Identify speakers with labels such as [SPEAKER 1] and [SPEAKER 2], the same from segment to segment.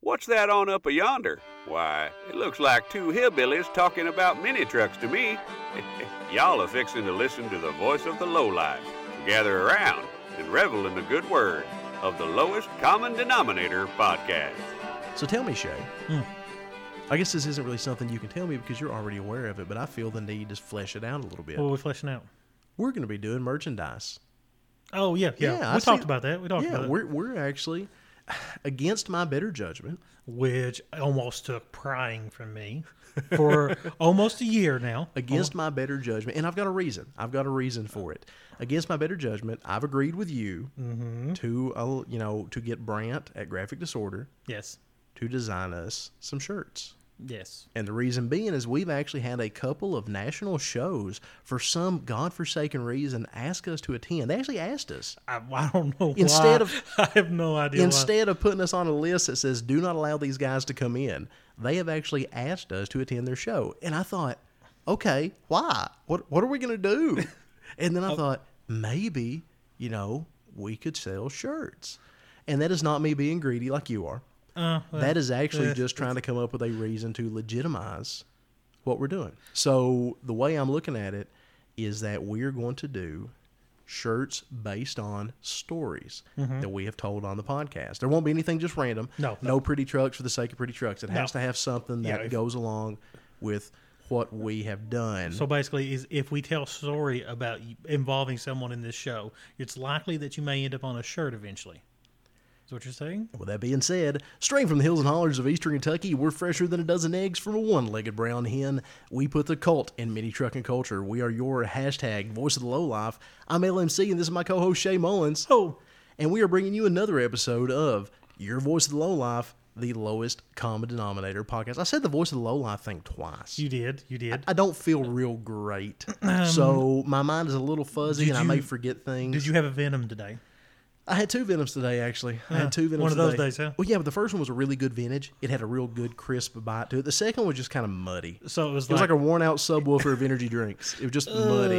[SPEAKER 1] What's that on up a yonder? Why, it looks like two hillbillies talking about mini trucks to me. Y'all are fixing to listen to the voice of the lowlives. Gather around and revel in the good word of the Lowest Common Denominator podcast.
[SPEAKER 2] So tell me, Shay. I guess this isn't really something you can tell me because you're already aware of it, but I feel the need to flesh it out a little bit.
[SPEAKER 3] What are we fleshing out?
[SPEAKER 2] we're going to be doing merchandise.
[SPEAKER 3] Oh yeah, yeah.
[SPEAKER 2] Yeah, I
[SPEAKER 3] we
[SPEAKER 2] see-
[SPEAKER 3] talked about that. We talked
[SPEAKER 2] yeah,
[SPEAKER 3] about
[SPEAKER 2] we're we're actually against my better judgment.
[SPEAKER 3] it, which almost took prying from me for almost a year now.
[SPEAKER 2] Against my better judgment, and I've got a reason. I've got a reason for it. Against my better judgment, I've agreed with you to uh, you know to get Brant at Graphic Disorder
[SPEAKER 3] Yes,
[SPEAKER 2] to design us some shirts.
[SPEAKER 3] yes.
[SPEAKER 2] And the reason being is we've actually had a couple of national shows for some godforsaken reason ask us to attend. They actually asked us
[SPEAKER 3] I, I don't know.
[SPEAKER 2] Instead
[SPEAKER 3] why.
[SPEAKER 2] of-
[SPEAKER 3] I have no idea. why.
[SPEAKER 2] instead of putting us on a list that says do not allow these guys to come in. They have actually asked us to attend their show, and I thought, okay, why? What what are we gonna do? and then I thought maybe you know we could sell shirts, and that is not me being greedy like you are.
[SPEAKER 3] Uh,
[SPEAKER 2] That is actually
[SPEAKER 3] yeah,
[SPEAKER 2] just trying to come up with a reason to legitimize what we're doing. So the way I'm looking at it is that we're going to do shirts based on stories that we have told on the podcast. There won't be anything just random.
[SPEAKER 3] Mm-hmm. No,
[SPEAKER 2] no, pretty trucks for the sake of pretty trucks. It has
[SPEAKER 3] No.
[SPEAKER 2] to have something that
[SPEAKER 3] Yeah, if-
[SPEAKER 2] goes along with what we have done.
[SPEAKER 3] So basically, is if we tell a story about y- involving someone in this show, it's likely that you may end up on a shirt eventually. Is what you're saying?
[SPEAKER 2] With that being said, straight from the hills and hollers of eastern Kentucky, we're fresher than a dozen eggs from a one-legged brown hen. We put the cult in mini trucking culture. We are your hashtag voice of the lowlife. I'm LMC, and this is my co-host Shay Mullins.
[SPEAKER 3] Oh,
[SPEAKER 2] And we are bringing you another episode of Your Voice of the Lowlife, the lowest common denominator podcast. I said the voice of the lowlife thing twice.
[SPEAKER 3] you did, you did.
[SPEAKER 2] I don't feel real great, so my mind is a little fuzzy,
[SPEAKER 3] did
[SPEAKER 2] and I may
[SPEAKER 3] you-
[SPEAKER 2] forget things.
[SPEAKER 3] did you have a venom today?
[SPEAKER 2] I had two Venoms today, actually. I had two Venoms
[SPEAKER 3] one of those
[SPEAKER 2] today.
[SPEAKER 3] days, huh?
[SPEAKER 2] Well, yeah, but the first one was a really good vintage. It had a real good crisp bite to it. The second one was just kind of muddy. It
[SPEAKER 3] So it was
[SPEAKER 2] was like
[SPEAKER 3] like,
[SPEAKER 2] a worn out subwoofer of energy drinks. It was just muddy.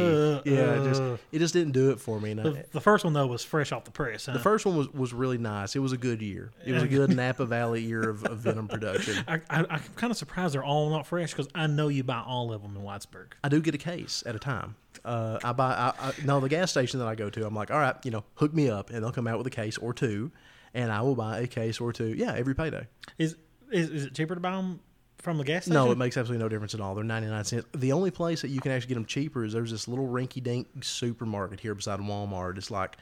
[SPEAKER 2] Yeah, it just
[SPEAKER 3] uh.
[SPEAKER 2] it just didn't do it for me. And I-
[SPEAKER 3] the, the first one though was fresh off the press. Huh?
[SPEAKER 2] the first one was, was really nice. It was a good year. It was a good Napa Valley year of, of Venom production.
[SPEAKER 3] I, I, I'm kind of surprised they're all not fresh because I know you buy all of them in Whitesburg.
[SPEAKER 2] I do get a case at a time. Uh, I buy I, I, no the gas station that I go to. I'm like, all right, you know, hook me up, and they'll come out with a case or two, and I will buy a case or two. Yeah, every payday.
[SPEAKER 3] Is is, is it cheaper to buy them from the gas station?
[SPEAKER 2] No, it makes absolutely no difference at all. They're 99 cents. The only place that you can actually get them cheaper is there's this little rinky dink supermarket here beside Walmart. It's like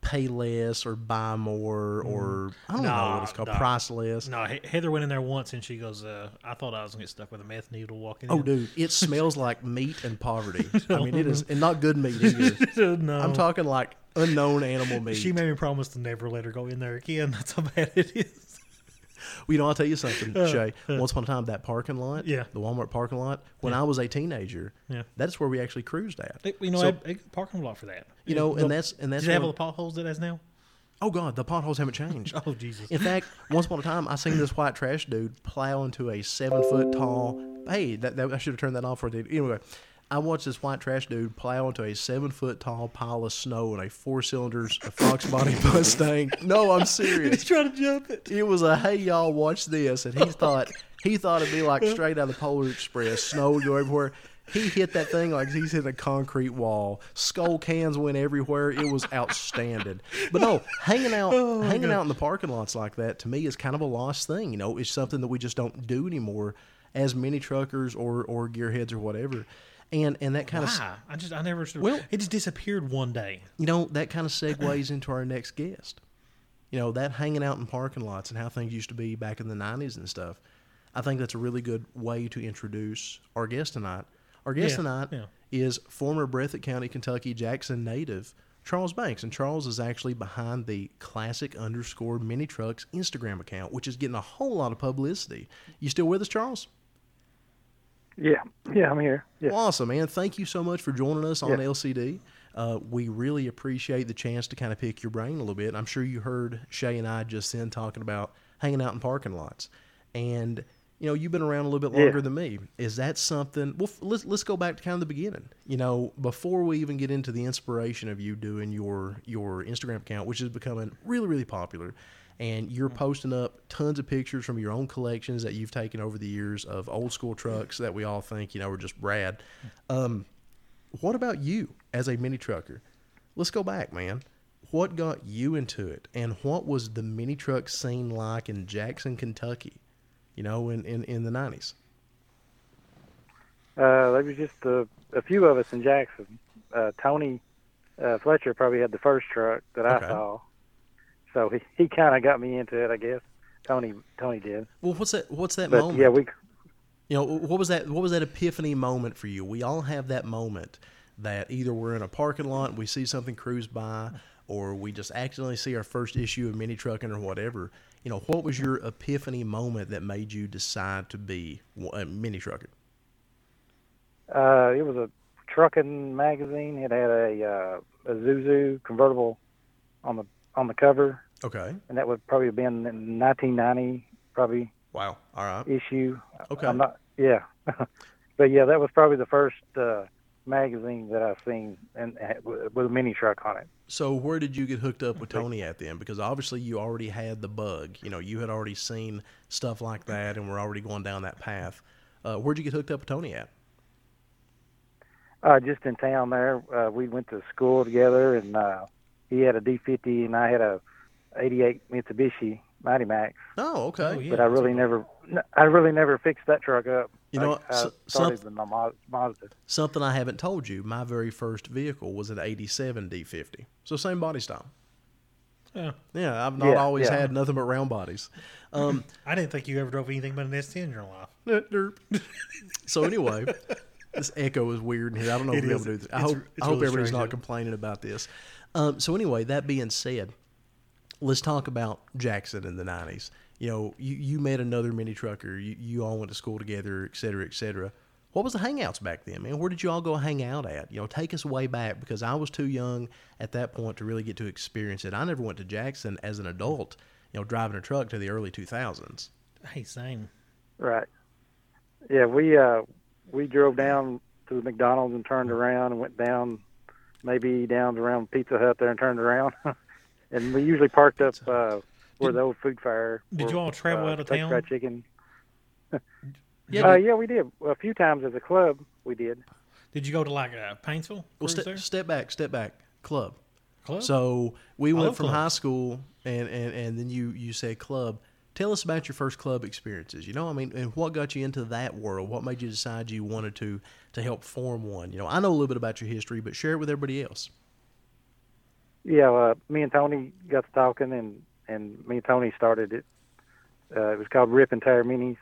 [SPEAKER 2] pay less or buy more or I don't know what it's
[SPEAKER 3] Mm. Nah,
[SPEAKER 2] called,
[SPEAKER 3] nah.
[SPEAKER 2] priceless.
[SPEAKER 3] No, He- Heather went in there once and she goes, uh, "I thought I was gonna get stuck with a meth needle walking."
[SPEAKER 2] Oh,
[SPEAKER 3] in.
[SPEAKER 2] dude, it smells like meat and poverty. I mean, it is, and not good meat either.
[SPEAKER 3] no.
[SPEAKER 2] I'm talking like unknown animal meat.
[SPEAKER 3] She made me promise to never let her go in there again. That's how bad it is.
[SPEAKER 2] Well, you know, I'll tell you something, Shay. Once upon a time, that parking lot,
[SPEAKER 3] Uh, Yeah.
[SPEAKER 2] the Walmart parking lot, when I was a teenager,
[SPEAKER 3] Yeah.
[SPEAKER 2] that's where we actually cruised at.
[SPEAKER 3] You know,
[SPEAKER 2] So-
[SPEAKER 3] I, I got a parking lot for that.
[SPEAKER 2] you know, and that's and
[SPEAKER 3] Did
[SPEAKER 2] that's
[SPEAKER 3] they have
[SPEAKER 2] where-
[SPEAKER 3] all the potholes that has now?
[SPEAKER 2] Oh God, the potholes haven't changed.
[SPEAKER 3] Oh Jesus!
[SPEAKER 2] In fact, once upon a time, I seen this white trash dude plow into a seven foot tall. Hey, that, that I should have turned that off for a dude. Anyway, I watched this white trash dude plow into a seven foot tall pile of snow in a four cylinders a Fox body Mustang. No, I'm serious.
[SPEAKER 3] trying to jump it.
[SPEAKER 2] It was a hey y'all watch this, and he thought he thought it'd be like straight out of the Polar Express. Snow would go everywhere. He hit that thing like he's hitting a concrete wall. Skull cans went everywhere. It was outstanding. But no, hanging out hanging out in the parking lots like that to me is kind of a lost thing. You know, it's something that we just don't do anymore as many truckers or or gearheads or whatever. And and that kind of
[SPEAKER 3] Ah, I just I never. should-
[SPEAKER 2] Well-
[SPEAKER 3] it just disappeared one day.
[SPEAKER 2] you know, that kind of segues into our next guest. You know, that hanging out in parking lots and how things used to be back in the 90s and stuff. I think that's a really good way to introduce our guest tonight. Our guest
[SPEAKER 3] Yeah,
[SPEAKER 2] tonight
[SPEAKER 3] yeah.
[SPEAKER 2] is former Breathitt County, Kentucky, Jackson native Charles Banks. And Charles is actually behind the classic underscore mini trucks Instagram account, which is getting a whole lot of publicity. You still with us, Charles?
[SPEAKER 4] Yeah, yeah, I'm here. Yeah,
[SPEAKER 2] Well, awesome, man. Thank you so much for joining us on LCD. Uh, we really appreciate the chance to kind of pick your brain a little bit. I'm sure you heard Shay and I just then talking about hanging out in parking lots. And, you know, you've been around a little bit longer than me. Is that something? Well, f- let's, let's go back to kind of the beginning. You know, before we even get into the inspiration of you doing your, your Instagram account, which is becoming really, really popular, and you're posting up tons of pictures from your own collections that you've taken over the years of old school trucks that we all think you know are just rad. Um, what about you as a mini trucker? Let's go back, man. What got you into it, and what was the mini truck scene like in Jackson, Kentucky? You know, in in, in the nineties.
[SPEAKER 4] Uh, there was just a, a few of us in Jackson. Uh, Tony uh, Fletcher probably had the first truck that
[SPEAKER 2] Okay.
[SPEAKER 4] I saw, so he, he kind of got me into it, I guess. Tony Tony did,
[SPEAKER 2] Well, what's that? What's that
[SPEAKER 4] but
[SPEAKER 2] moment?
[SPEAKER 4] yeah, we
[SPEAKER 2] You know, what was that? What was that epiphany moment for you? We all have that moment that either we're in a parking lot, and we see something cruise by, or we just accidentally see our first issue of mini trucking or whatever. You know, what was your epiphany moment that made you decide to be a mini trucker?
[SPEAKER 4] Uh, it was a trucking magazine. It had a uh, a Zuzu convertible on the on the cover,
[SPEAKER 2] Okay.
[SPEAKER 4] and that would probably have been in 1990 probably
[SPEAKER 2] Wow. All right.
[SPEAKER 4] issue.
[SPEAKER 2] Okay.
[SPEAKER 4] I'm not, yeah, but yeah, that was probably the first uh, magazine that I've seen and had- with a mini truck on it.
[SPEAKER 2] So where did you get hooked up with Tony at then? Because obviously you already had the bug. You know, you had already seen stuff like that, and we're already going down that path. Uh, where'd you get hooked up with Tony at?
[SPEAKER 4] Uh, just in town there, uh, we went to school together, and uh, he had a D50 and I had a 88 Mitsubishi 90 Max.
[SPEAKER 2] Oh, okay.
[SPEAKER 3] Oh, yeah.
[SPEAKER 4] but I really never, n- I really never fixed that truck up.
[SPEAKER 2] You know,
[SPEAKER 4] I, I
[SPEAKER 2] so-
[SPEAKER 4] started the Ma- Mazda.
[SPEAKER 2] Something I haven't told you, my very first vehicle was an 87 D50. So same body style.
[SPEAKER 3] Yeah.
[SPEAKER 2] Yeah, I've not
[SPEAKER 4] Yeah,
[SPEAKER 2] always
[SPEAKER 4] yeah.
[SPEAKER 2] had nothing but round bodies. Um,
[SPEAKER 3] I didn't think you ever drove anything but an S10 in your life.
[SPEAKER 2] derp, derp. so anyway, this echo is weird in here. I don't know if
[SPEAKER 3] It
[SPEAKER 2] we'll be able
[SPEAKER 3] is.
[SPEAKER 2] to do this. I
[SPEAKER 3] It's-
[SPEAKER 2] hope,
[SPEAKER 3] it's
[SPEAKER 2] I hope
[SPEAKER 3] really
[SPEAKER 2] everybody's
[SPEAKER 3] strange,
[SPEAKER 2] not
[SPEAKER 3] isn't it?
[SPEAKER 2] complaining about this. Um, so anyway, that being said, let's talk about Jackson in the nineties. You know, you, you met another mini trucker. You, you all went to school together, et cetera, et cetera. What was the hangouts back then, man? Where did you all go hang out at? You know, take us way back because I was too young at that point to really get to experience it. I never went to Jackson as an adult. You know, driving a truck to the early two thousands.
[SPEAKER 3] Hey, same.
[SPEAKER 4] Right. Yeah, we uh, we drove down to the McDonald's and turned around and went down, maybe down around Pizza Hut there and turned around, and we usually parked up uh, where the old food fair.
[SPEAKER 3] Did
[SPEAKER 4] where,
[SPEAKER 3] you all travel
[SPEAKER 4] uh,
[SPEAKER 3] out of
[SPEAKER 4] Kentucky
[SPEAKER 3] town?
[SPEAKER 4] Fried Chicken.
[SPEAKER 2] Yeah,
[SPEAKER 4] Uh, yeah, we did a few times as a club. We did.
[SPEAKER 3] Did you go to like uh, Paintsville?
[SPEAKER 2] Well,
[SPEAKER 3] Cruise
[SPEAKER 2] step,
[SPEAKER 3] there?
[SPEAKER 2] step back, step back. Club.
[SPEAKER 3] Club? Oh,
[SPEAKER 2] So we went
[SPEAKER 3] love
[SPEAKER 2] from
[SPEAKER 3] clubs.
[SPEAKER 2] high school, and, and and then you you say club. Tell us about your first club experiences. You know, I mean, and what got you into that world? What made you decide you wanted to to help form one? You know, I know a little bit about your history, but share it with everybody else.
[SPEAKER 4] Yeah, uh, me and Tony got to talking, and and me and Tony started it. Uh, it was called Rip and Tear Minis,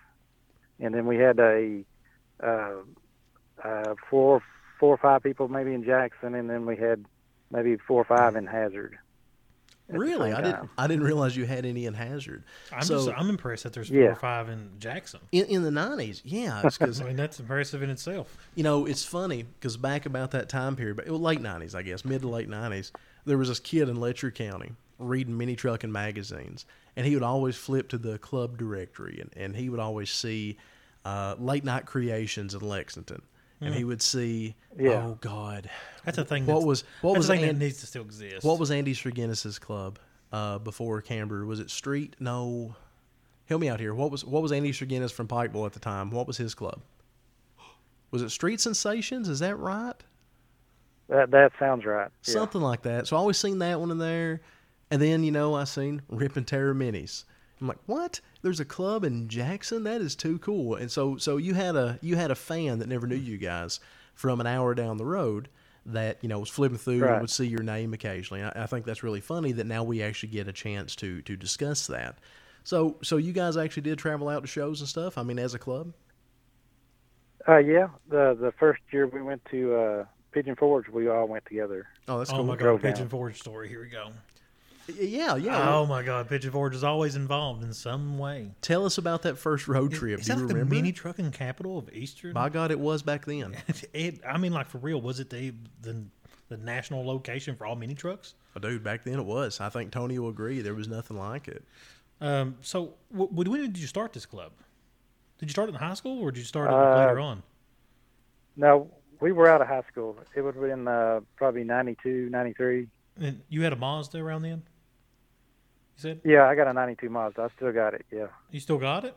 [SPEAKER 4] and then we had a uh, uh, four four or five people maybe in Jackson, and then we had maybe four or five in Hazard. at the
[SPEAKER 2] Really,
[SPEAKER 4] same
[SPEAKER 2] I
[SPEAKER 4] time.
[SPEAKER 2] didn't I didn't realize you had any in Hazard.
[SPEAKER 3] I'm
[SPEAKER 2] so
[SPEAKER 3] just I'm impressed that there's four
[SPEAKER 4] Yeah.
[SPEAKER 3] or five in Jackson.
[SPEAKER 2] in, in the nineties, yeah, it's 'cause
[SPEAKER 3] I mean, that's impressive in itself.
[SPEAKER 2] You know, it's funny because back about that time period, but it was late '90s, I guess, mid to late '90s, there was this kid in Letcher County reading mini trucking magazines, and he would always flip to the club directory, and, and he would always see uh, late night creations in Lexington, and he would see,
[SPEAKER 4] Yeah.
[SPEAKER 2] oh God,
[SPEAKER 3] That's a thing.
[SPEAKER 2] What
[SPEAKER 3] that's-
[SPEAKER 2] was- what
[SPEAKER 3] that's
[SPEAKER 2] was
[SPEAKER 3] a thing
[SPEAKER 2] Ann-
[SPEAKER 3] that needs to still exist?
[SPEAKER 2] what was Andy Sregenis's club uh, before Camber? Was it Street? No, help me out here. What was what was Andy Sregenis from Pikeville at the time? What was his club? Was it Street Sensations? Is that right?
[SPEAKER 4] That that sounds right. Yeah.
[SPEAKER 2] something like that. So I always seen that one in there, and then you know I seen Rip and Terror Minis. I'm like, what? There's a club in Jackson. That is too cool. And so, so you had a you had a fan that never knew you guys from an hour down the road that you know was flipping through and
[SPEAKER 4] Right.
[SPEAKER 2] would see your name occasionally. And I, I think that's really funny that now we actually get a chance to to discuss that. So, so you guys actually did travel out to shows and stuff. I mean, as a club.
[SPEAKER 4] Uh, yeah, the the first year we went to uh, Pigeon Forge, we all went together.
[SPEAKER 2] Oh, that's
[SPEAKER 3] oh
[SPEAKER 2] cool.
[SPEAKER 3] my god,
[SPEAKER 4] Drove
[SPEAKER 3] Pigeon
[SPEAKER 4] down.
[SPEAKER 3] Forge story. Here we go.
[SPEAKER 2] Yeah, yeah.
[SPEAKER 3] Oh my god, Pigeon Forge is always involved in some way.
[SPEAKER 2] Tell us about that first road trip.
[SPEAKER 3] Is
[SPEAKER 2] Do
[SPEAKER 3] that
[SPEAKER 2] you
[SPEAKER 3] like
[SPEAKER 2] remember?
[SPEAKER 3] the mini trucking capital of Eastern?
[SPEAKER 2] By God, it was back then.
[SPEAKER 3] it, I mean, like for real, was it the the the national location for all mini trucks?
[SPEAKER 2] Well, Dude, back then it was. I think Tony will agree. There was nothing like it.
[SPEAKER 3] Um, so, w- when when did you start this club? Did you start it in high school, or did you start it
[SPEAKER 4] Uh,
[SPEAKER 3] later on?
[SPEAKER 4] No, we were out of high school. It would have been uh, probably ninety two, ninety three.
[SPEAKER 3] And you had a Mazda around then. You said
[SPEAKER 4] Yeah, I got a 92 Mazda. I still got it. Yeah.
[SPEAKER 3] you still got it.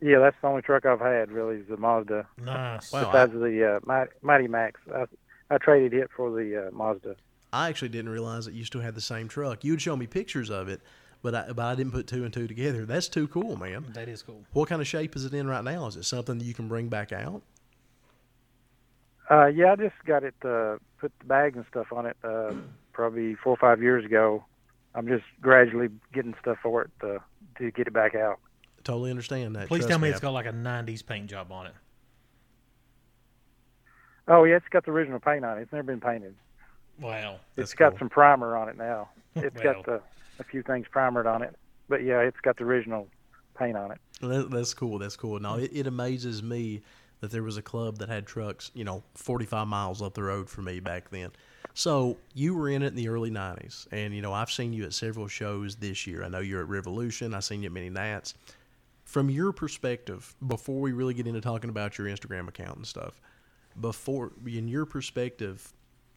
[SPEAKER 4] Yeah, that's the only truck I've had really is the Mazda.
[SPEAKER 3] Nice.
[SPEAKER 2] Wow.
[SPEAKER 4] Besides the uh, Mi- Mighty Max, I, I traded it for the uh, Mazda.
[SPEAKER 2] I actually didn't realize that you still had the same truck. You'd show me pictures of it, but I, but I didn't put two and two together. That's too cool, man.
[SPEAKER 3] That is cool.
[SPEAKER 2] What kind of shape is it in right now? Is it something that you can bring back out?
[SPEAKER 4] Uh, yeah, I just got it uh, put the bags and stuff on it uh, probably four or five years ago. I'm just gradually getting stuff for it to, to get it back out.
[SPEAKER 2] Totally understand that.
[SPEAKER 3] Please
[SPEAKER 2] Trust
[SPEAKER 3] tell me
[SPEAKER 2] I-
[SPEAKER 3] it's got like a '90s paint job on it.
[SPEAKER 4] Oh yeah, it's got the original paint on it. It's never been painted.
[SPEAKER 3] Wow.
[SPEAKER 2] That's
[SPEAKER 4] it's got
[SPEAKER 2] cool.
[SPEAKER 4] some primer on it now. It's got
[SPEAKER 3] Wow.
[SPEAKER 4] uh a few things primered on it, but yeah, it's got the original paint on it.
[SPEAKER 2] That, that's cool. That's cool. Now it, it amazes me that there was a club that had trucks, you know, 45 miles up the road for me back then. So you were in it in the early 90s, and you know I've seen you at several shows this year. I know you're at Revolution. I've seen you at many nights. From your perspective, before we really get into talking about your Instagram account and stuff, before in your perspective,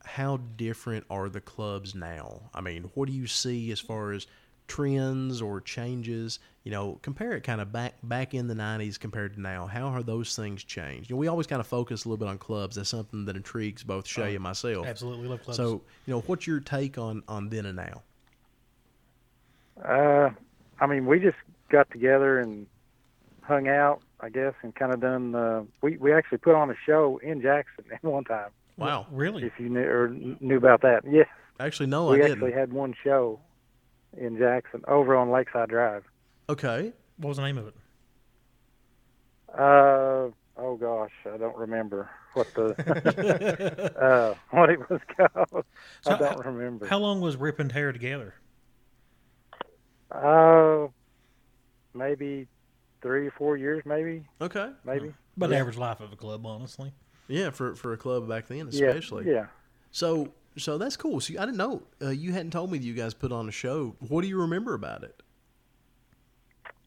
[SPEAKER 2] how different are the clubs now? I mean, what do you see as far as trends or changes? You know, compare it kind of back back in the '90s compared to now. How are those things changed? You know, we always kind of focus a little bit on clubs. That's something that intrigues both Shay and myself.
[SPEAKER 3] Absolutely love clubs.
[SPEAKER 2] Oh. So, you know, what's your take on on then and now?
[SPEAKER 4] Uh, I mean, we just got together and hung out, I guess, and kind of done. Uh, we we actually put on a show in Jackson at one time.
[SPEAKER 2] Wow.
[SPEAKER 3] really?
[SPEAKER 4] If you knew or knew about that, yes,
[SPEAKER 2] Actually, no,
[SPEAKER 4] we
[SPEAKER 2] Oh, I
[SPEAKER 4] actually
[SPEAKER 2] didn't.
[SPEAKER 4] had one show in Jackson over on Lakeside Drive.
[SPEAKER 2] Okay.
[SPEAKER 3] What was the name of it?
[SPEAKER 4] Uh, oh gosh, I don't remember what the uh, what it was called.
[SPEAKER 3] So
[SPEAKER 4] I don't
[SPEAKER 3] how-
[SPEAKER 4] remember.
[SPEAKER 3] How long was Rip and Tear together?
[SPEAKER 4] Uh, maybe three or four years, maybe,
[SPEAKER 2] Okay.
[SPEAKER 4] maybe.
[SPEAKER 3] About the
[SPEAKER 2] Yeah.
[SPEAKER 3] average life of a club, honestly.
[SPEAKER 2] Yeah, for for a club back then,
[SPEAKER 4] Yeah,
[SPEAKER 2] especially.
[SPEAKER 4] yeah.
[SPEAKER 2] So so that's cool. So I didn't know uh, you hadn't told me that you guys put on a show. What do you remember about it?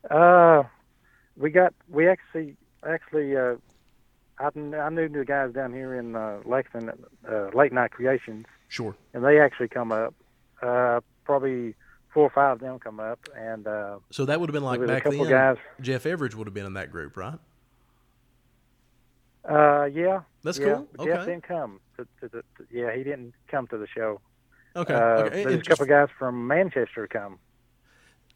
[SPEAKER 4] Uh, we got we actually actually uh, I kn- I knew the guys down here in uh, Lexington, uh, Late Night Creations,
[SPEAKER 2] Sure.
[SPEAKER 4] and they actually come up. Uh, probably four or five of them come up, and uh,
[SPEAKER 2] So that would have been like
[SPEAKER 4] there was a
[SPEAKER 2] back
[SPEAKER 4] couple
[SPEAKER 2] then.
[SPEAKER 4] guys.
[SPEAKER 2] Jeff Everidge would have been in that group, right?
[SPEAKER 4] Uh, yeah,
[SPEAKER 2] That's
[SPEAKER 4] yeah,
[SPEAKER 2] cool.
[SPEAKER 4] but Jeff
[SPEAKER 2] Okay.
[SPEAKER 4] didn't come. To, to the, to- yeah, he didn't come to the show.
[SPEAKER 2] Okay.
[SPEAKER 4] Uh,
[SPEAKER 2] okay.
[SPEAKER 4] There's a
[SPEAKER 2] just-
[SPEAKER 4] couple guys from Manchester come.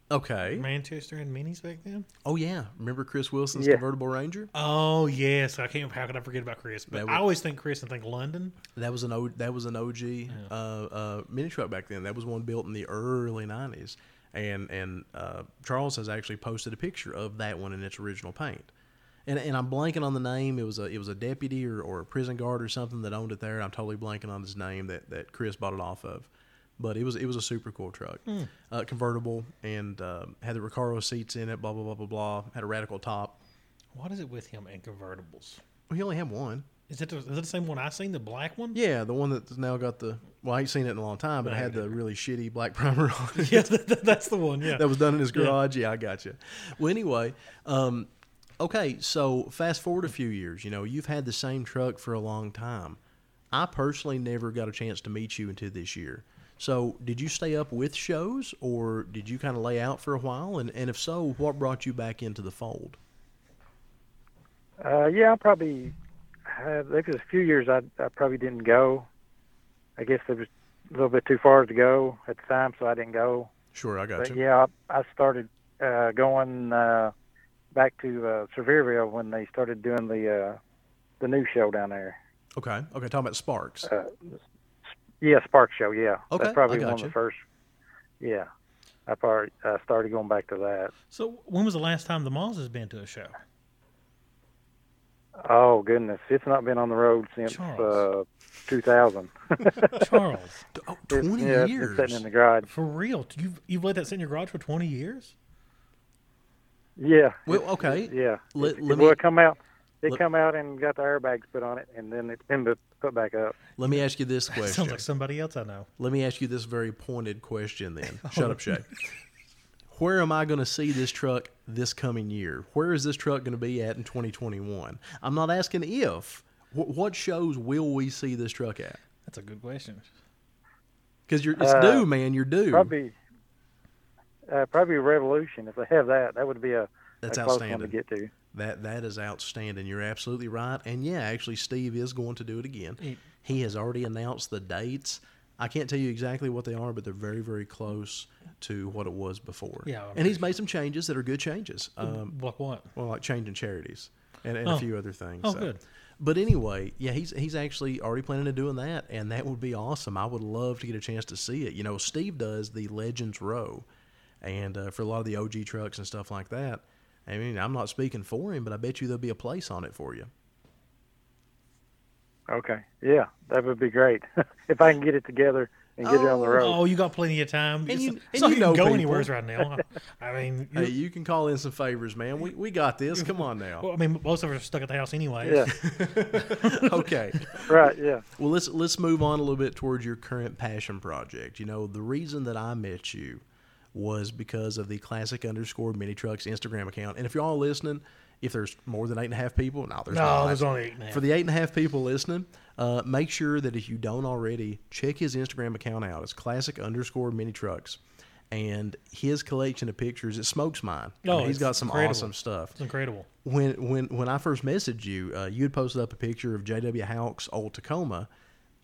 [SPEAKER 2] okay.
[SPEAKER 3] Manchester and minis back then.
[SPEAKER 2] Oh yeah. Remember Chris Wilson's
[SPEAKER 4] Yeah.
[SPEAKER 2] convertible Ranger?
[SPEAKER 3] Oh yes, I can't. How could I forget about Chris? But
[SPEAKER 2] That
[SPEAKER 3] I
[SPEAKER 2] would-
[SPEAKER 3] always think Chris and think London.
[SPEAKER 2] That was an o, that was an OG uh, uh, mini truck back then. That was one built in the early '90s, and and uh, Charles has actually posted a picture of that one in its original paint. And, and I'm blanking on the name. It was a it was a deputy or, or a prison guard or something that owned it there. I'm totally blanking on his name that, that Chris bought it off of, but it was it was a super cool truck, uh, convertible, and uh, had the Recaro seats in it. Blah blah blah blah blah. Had a radical top.
[SPEAKER 3] What is it with him and convertibles?
[SPEAKER 2] Well, he only had one.
[SPEAKER 3] Is it the, is it the same one I seen? The black one?
[SPEAKER 2] Yeah, the one that's now got the well, I ain't seen it in a long time, but it had the really shitty black primer on it
[SPEAKER 3] yeah, that, that- that's the one. Yeah.
[SPEAKER 2] that was done in his garage. Yeah, I got you. Well, anyway, um, okay. So fast forward a few years. You know, you've had the same truck for a long time. I personally never got a chance to meet you until this year. So, did you stay up with shows, or did you kind of lay out for a while? And, and if so, what brought you back into the fold?
[SPEAKER 4] Uh, yeah, I probably had, there was a few years I, I probably didn't go. I guess it was a little bit too far to go at the time, so I didn't go.
[SPEAKER 2] Sure, I got
[SPEAKER 4] But
[SPEAKER 2] you.
[SPEAKER 4] yeah, I, I started uh, going uh, back to uh, Sevierville when they started doing the uh, the new show down there.
[SPEAKER 2] Okay, okay. Talking about
[SPEAKER 4] Uh,
[SPEAKER 2] Sparks.
[SPEAKER 4] Yeah, Spark Show. Yeah,
[SPEAKER 2] Okay,
[SPEAKER 4] that's probably
[SPEAKER 2] I got
[SPEAKER 4] one of
[SPEAKER 2] you.
[SPEAKER 4] the first. Yeah, I probably uh, started going back to that.
[SPEAKER 3] So when was the last time the Moz has been to a show?
[SPEAKER 4] Oh goodness, it's not been on the road since uh,
[SPEAKER 3] Charles.
[SPEAKER 4] 2000.
[SPEAKER 3] Charles,
[SPEAKER 2] oh,
[SPEAKER 4] It's-
[SPEAKER 2] Twenty
[SPEAKER 4] yeah, it's been
[SPEAKER 2] years.
[SPEAKER 4] sitting in the garage.
[SPEAKER 3] for real? You've you've let that sit in your garage for twenty years?
[SPEAKER 4] Yeah.
[SPEAKER 2] well, okay.
[SPEAKER 4] Yeah.
[SPEAKER 2] Let- let
[SPEAKER 4] it, it, well,
[SPEAKER 2] me-
[SPEAKER 4] it come out. It
[SPEAKER 2] let-
[SPEAKER 4] come out and got the airbags put on it, and then it's been bu- put back up.
[SPEAKER 2] Let me ask you this question.
[SPEAKER 3] Sounds like somebody else I know.
[SPEAKER 2] Let me ask you this very pointed question then. Shut up, Shay. Where am I going to see this truck this coming year? Where is this truck going to be at in 2021? I'm not asking if. Wh- what shows will we see this truck at?
[SPEAKER 3] That's a good question.
[SPEAKER 2] Because you're it's
[SPEAKER 4] Uh,
[SPEAKER 2] due, man. You're due.
[SPEAKER 4] Probably, uh, probably Revolution. If they have that, that would be a,
[SPEAKER 2] That's
[SPEAKER 4] a close one to
[SPEAKER 2] outstanding.
[SPEAKER 4] get to.
[SPEAKER 2] That that is outstanding. You're absolutely right. And yeah, actually, Steve is going to do it again.
[SPEAKER 3] It-
[SPEAKER 2] He has already announced the dates. I can't tell you exactly what they are, but they're very, very close to what it was before.
[SPEAKER 3] Yeah, I'm
[SPEAKER 2] and he's made some changes that are good changes. Um,
[SPEAKER 3] Like what?
[SPEAKER 2] well, like changing charities and, and
[SPEAKER 3] Oh.
[SPEAKER 2] a few other things.
[SPEAKER 3] Oh, good.
[SPEAKER 2] But anyway, yeah, he's he's actually already planning on doing that, and that would be awesome. I would love to get a chance to see it. You know, Steve does the Legends Row, and uh, for a lot of the OG trucks and stuff like that. I mean, I'm not speaking for him, but I bet you there'll be a place on it for you.
[SPEAKER 4] Okay. Yeah, that would be great if I can get it together and get it on the road.
[SPEAKER 3] Oh, you got plenty of time. It's,
[SPEAKER 2] you- and
[SPEAKER 3] it's not
[SPEAKER 2] you
[SPEAKER 3] you
[SPEAKER 2] know
[SPEAKER 3] can go
[SPEAKER 2] people.
[SPEAKER 3] anywheres right now. I I mean,
[SPEAKER 2] Hey,
[SPEAKER 3] you-
[SPEAKER 2] you can call in some favors, man. We we got this. Come on now.
[SPEAKER 3] well, I mean, most of us are stuck at the house anyway.
[SPEAKER 4] Yeah.
[SPEAKER 2] Okay.
[SPEAKER 4] right. Yeah.
[SPEAKER 2] Well, let's let's move on a little bit towards your current passion project. You know, the reason that I met you was because of the classic underscore mini trucks Instagram account. And if you're all listening, if there's more than eight and a half people, no, there's
[SPEAKER 3] No,
[SPEAKER 2] not.
[SPEAKER 3] there's only eight and a half.
[SPEAKER 2] for the eight and a half people listening, uh, make sure that if you don't already, check his Instagram account out. It's classic underscore mini trucks, and his collection of pictures it smokes mine. I
[SPEAKER 3] Oh,
[SPEAKER 2] mean, he's
[SPEAKER 3] it's
[SPEAKER 2] got some
[SPEAKER 3] incredible.
[SPEAKER 2] awesome stuff
[SPEAKER 3] It's incredible.
[SPEAKER 2] when when when I first messaged you, uh, you had posted up a picture of J.W. Houck's old Tacoma,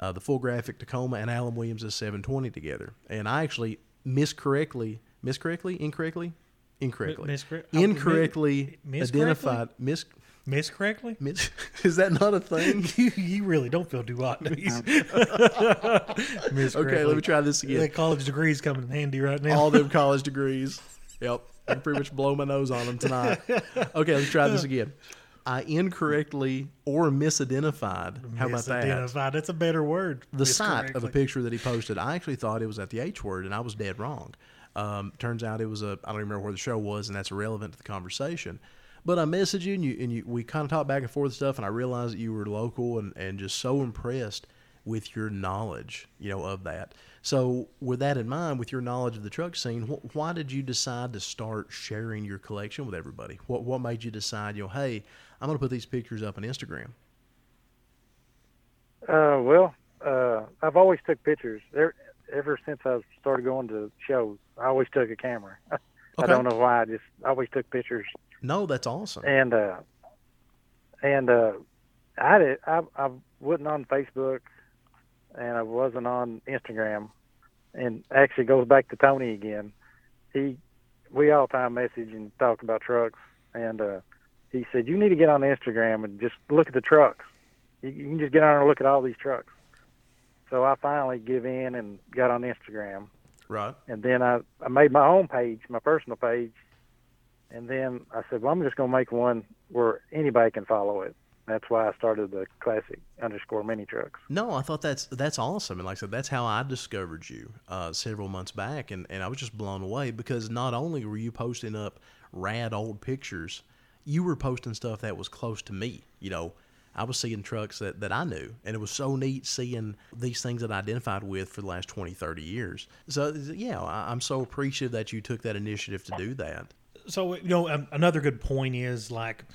[SPEAKER 2] uh, the full graphic Tacoma, and Alan Williams' 720 together. And I actually miscorrectly, miscorrectly, incorrectly, incorrectly,
[SPEAKER 3] miscorrect- oh, mi-
[SPEAKER 2] incorrectly
[SPEAKER 3] miscorrectly?
[SPEAKER 2] identified mis.
[SPEAKER 3] Miss correctly?
[SPEAKER 2] mis- Is that not a thing?
[SPEAKER 3] you, you really don't feel too hot. Miss
[SPEAKER 2] Okay, let me try this
[SPEAKER 3] The
[SPEAKER 2] again.
[SPEAKER 3] college degree's coming in handy right now.
[SPEAKER 2] All them college degrees. Yep, I can pretty much blow my nose on them tonight. Okay, let's try this again. I incorrectly or misidentified. How about that?
[SPEAKER 3] Misidentified. That's a better word.
[SPEAKER 2] the sight of a
[SPEAKER 3] Miscorrectly.
[SPEAKER 2] picture that he posted, I actually thought it was at the H word, and I was dead wrong. Um, turns out it was a I don't remember where the show was, and that's irrelevant to the conversation. But I messaged you, and you and you, we kind of talked back and forth and stuff, and I realized that you were local and and just so impressed with your knowledge, you know, of that. So with that in mind, with your knowledge of the truck scene, wh- why did you decide to start sharing your collection with everybody? What what made you decide, you know, hey, I'm going to put these pictures up on Instagram?
[SPEAKER 4] Uh, well, uh, I've always took pictures. There, ever since I started going to shows, I always took a camera. I
[SPEAKER 2] Okay.
[SPEAKER 4] don't know why. I just always took pictures,
[SPEAKER 2] No, that's awesome.
[SPEAKER 4] and uh, and uh, I did. I I wasn't on Facebook, and I wasn't on Instagram, and actually it goes back to Tony again. He, we all time message and talk about trucks, and uh, he said you need to get on Instagram and just look at the trucks. You, you can just get on there and look at all these trucks. So I finally give in and got on Instagram
[SPEAKER 2] Right.
[SPEAKER 4] and then I, I made my own page, my personal page, and then I said, well, I'm just going to make one where anybody can follow it. That's why I started the classic underscore mini trucks.
[SPEAKER 2] No, I thought that's that's awesome, and like I said, that's how I discovered you uh, several months back, and, and I was just blown away because not only were you posting up rad old pictures, you were posting stuff that was close to me. You know, I was seeing trucks that, that I knew, and it was so neat seeing these things that I identified with for the last 20, 30 years. So yeah, I, I'm so appreciative that you took that initiative to do that.
[SPEAKER 3] so you know um, another good point is like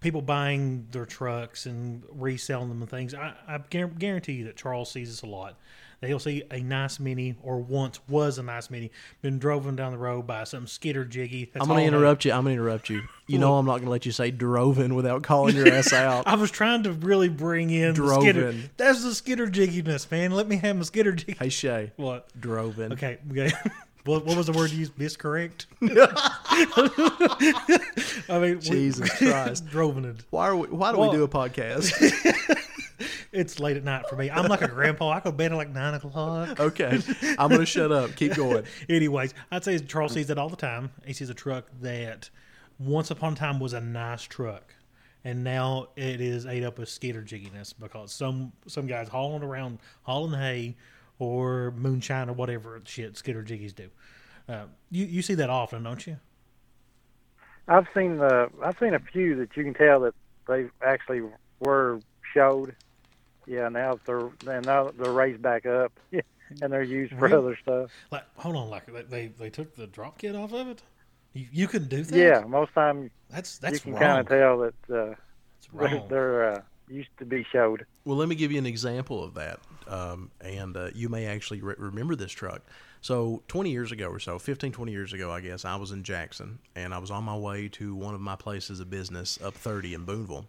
[SPEAKER 3] people buying their trucks and reselling them and things i, I guar- guarantee you that charles sees this a lot that he'll see a nice mini or once was a nice mini been driven down the road by some skitter jiggy
[SPEAKER 2] I'm gonna interrupt you. I'm gonna interrupt you. You know, I'm not gonna let you say "droven" without calling your ass out.
[SPEAKER 3] I was trying to really bring in the skitter.
[SPEAKER 2] Droven.
[SPEAKER 3] That's the skitter jigginess, man. Let me have my skitter jiggy.
[SPEAKER 2] hey Shay,
[SPEAKER 3] What?
[SPEAKER 2] "droven."
[SPEAKER 3] Okay. Okay. what, what was the word you used? Miscorrect. I mean, we-
[SPEAKER 2] Jesus Christ.
[SPEAKER 3] droven it.
[SPEAKER 2] Why are we? Why do
[SPEAKER 3] Well-
[SPEAKER 2] we do a podcast?
[SPEAKER 3] It's late at night for me. I'm like a grandpa. I go to bed at like nine o'clock.
[SPEAKER 2] okay, I'm gonna shut up. Keep going.
[SPEAKER 3] Anyways, I'd say Charles sees that all the time. He sees a truck that once upon a time was a nice truck, and now it is ate up with skitter jigginess because some some guys hauling around hauling hay or moonshine or whatever shit skitter jiggies do. Uh, you you see that often, don't you?
[SPEAKER 4] I've seen the, I've seen a few that you can tell that they actually were showed. Yeah, now they're and now they're raised back up, and they're used for
[SPEAKER 3] Really?
[SPEAKER 4] other stuff.
[SPEAKER 3] Like, hold on, like they- they they took the drop kit off of it. You, you can do that.
[SPEAKER 4] Yeah, most time
[SPEAKER 3] that's that's
[SPEAKER 4] you can kind
[SPEAKER 3] wrong.
[SPEAKER 4] of tell that uh,
[SPEAKER 3] That's
[SPEAKER 4] they're,
[SPEAKER 3] wrong.
[SPEAKER 4] they're uh, used to be showed.
[SPEAKER 2] Well, let me give you an example of that, um, and uh, you may actually re- remember this truck. So 20 years ago or so, 15, 20 years ago, I guess, I was in Jackson and I was on my way to one of my places of business up 30 in Boonville.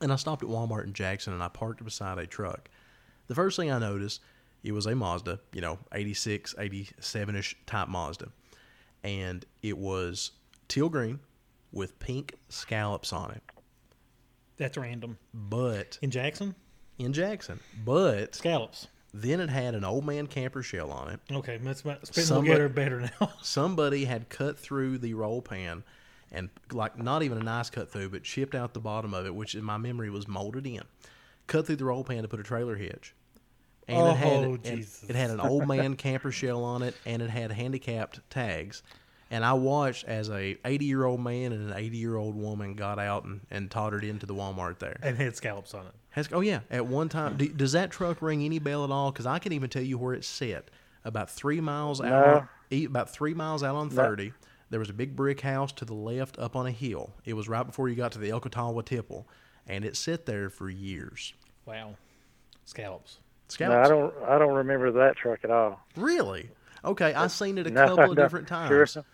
[SPEAKER 2] And I stopped at Walmart in Jackson and I parked beside a truck. The first thing I noticed, it was a Mazda, you know, 86, 87 ish type Mazda. And it was teal green with pink scallops on it.
[SPEAKER 3] That's random.
[SPEAKER 2] But
[SPEAKER 3] In Jackson,
[SPEAKER 2] in Jackson, but
[SPEAKER 3] scallops.
[SPEAKER 2] then it had an old man camper shell on it.
[SPEAKER 3] Okay, that's my spit
[SPEAKER 2] Some-
[SPEAKER 3] and get her better now.
[SPEAKER 2] somebody had cut through the roll pan and like not even a nice cut through but chipped out the bottom of it which in my memory was molded in cut through the roll pan to put a trailer hitch and it had
[SPEAKER 3] Oh,
[SPEAKER 2] and
[SPEAKER 3] Jesus.
[SPEAKER 2] it had an old man camper shell on it and it had handicapped tags and i watched as a 80 year old man and an 80 year old woman got out and, and tottered into the walmart there
[SPEAKER 3] and had scallops on it.
[SPEAKER 2] has, oh yeah, at one time. Do, does that truck ring any bell at all? Because I can even tell you where it sit. About three miles out, e- about three miles out on thirty. There was a big brick house to the left up on a hill. It was right before you got to the Elkatawa tipple, and it sit there for years.
[SPEAKER 3] Wow, scallops.
[SPEAKER 4] No, I don't. I don't remember that truck at all.
[SPEAKER 2] Really? Okay, I seen it a
[SPEAKER 4] No,
[SPEAKER 2] couple of
[SPEAKER 4] no,
[SPEAKER 2] different
[SPEAKER 4] sure.
[SPEAKER 2] times. It-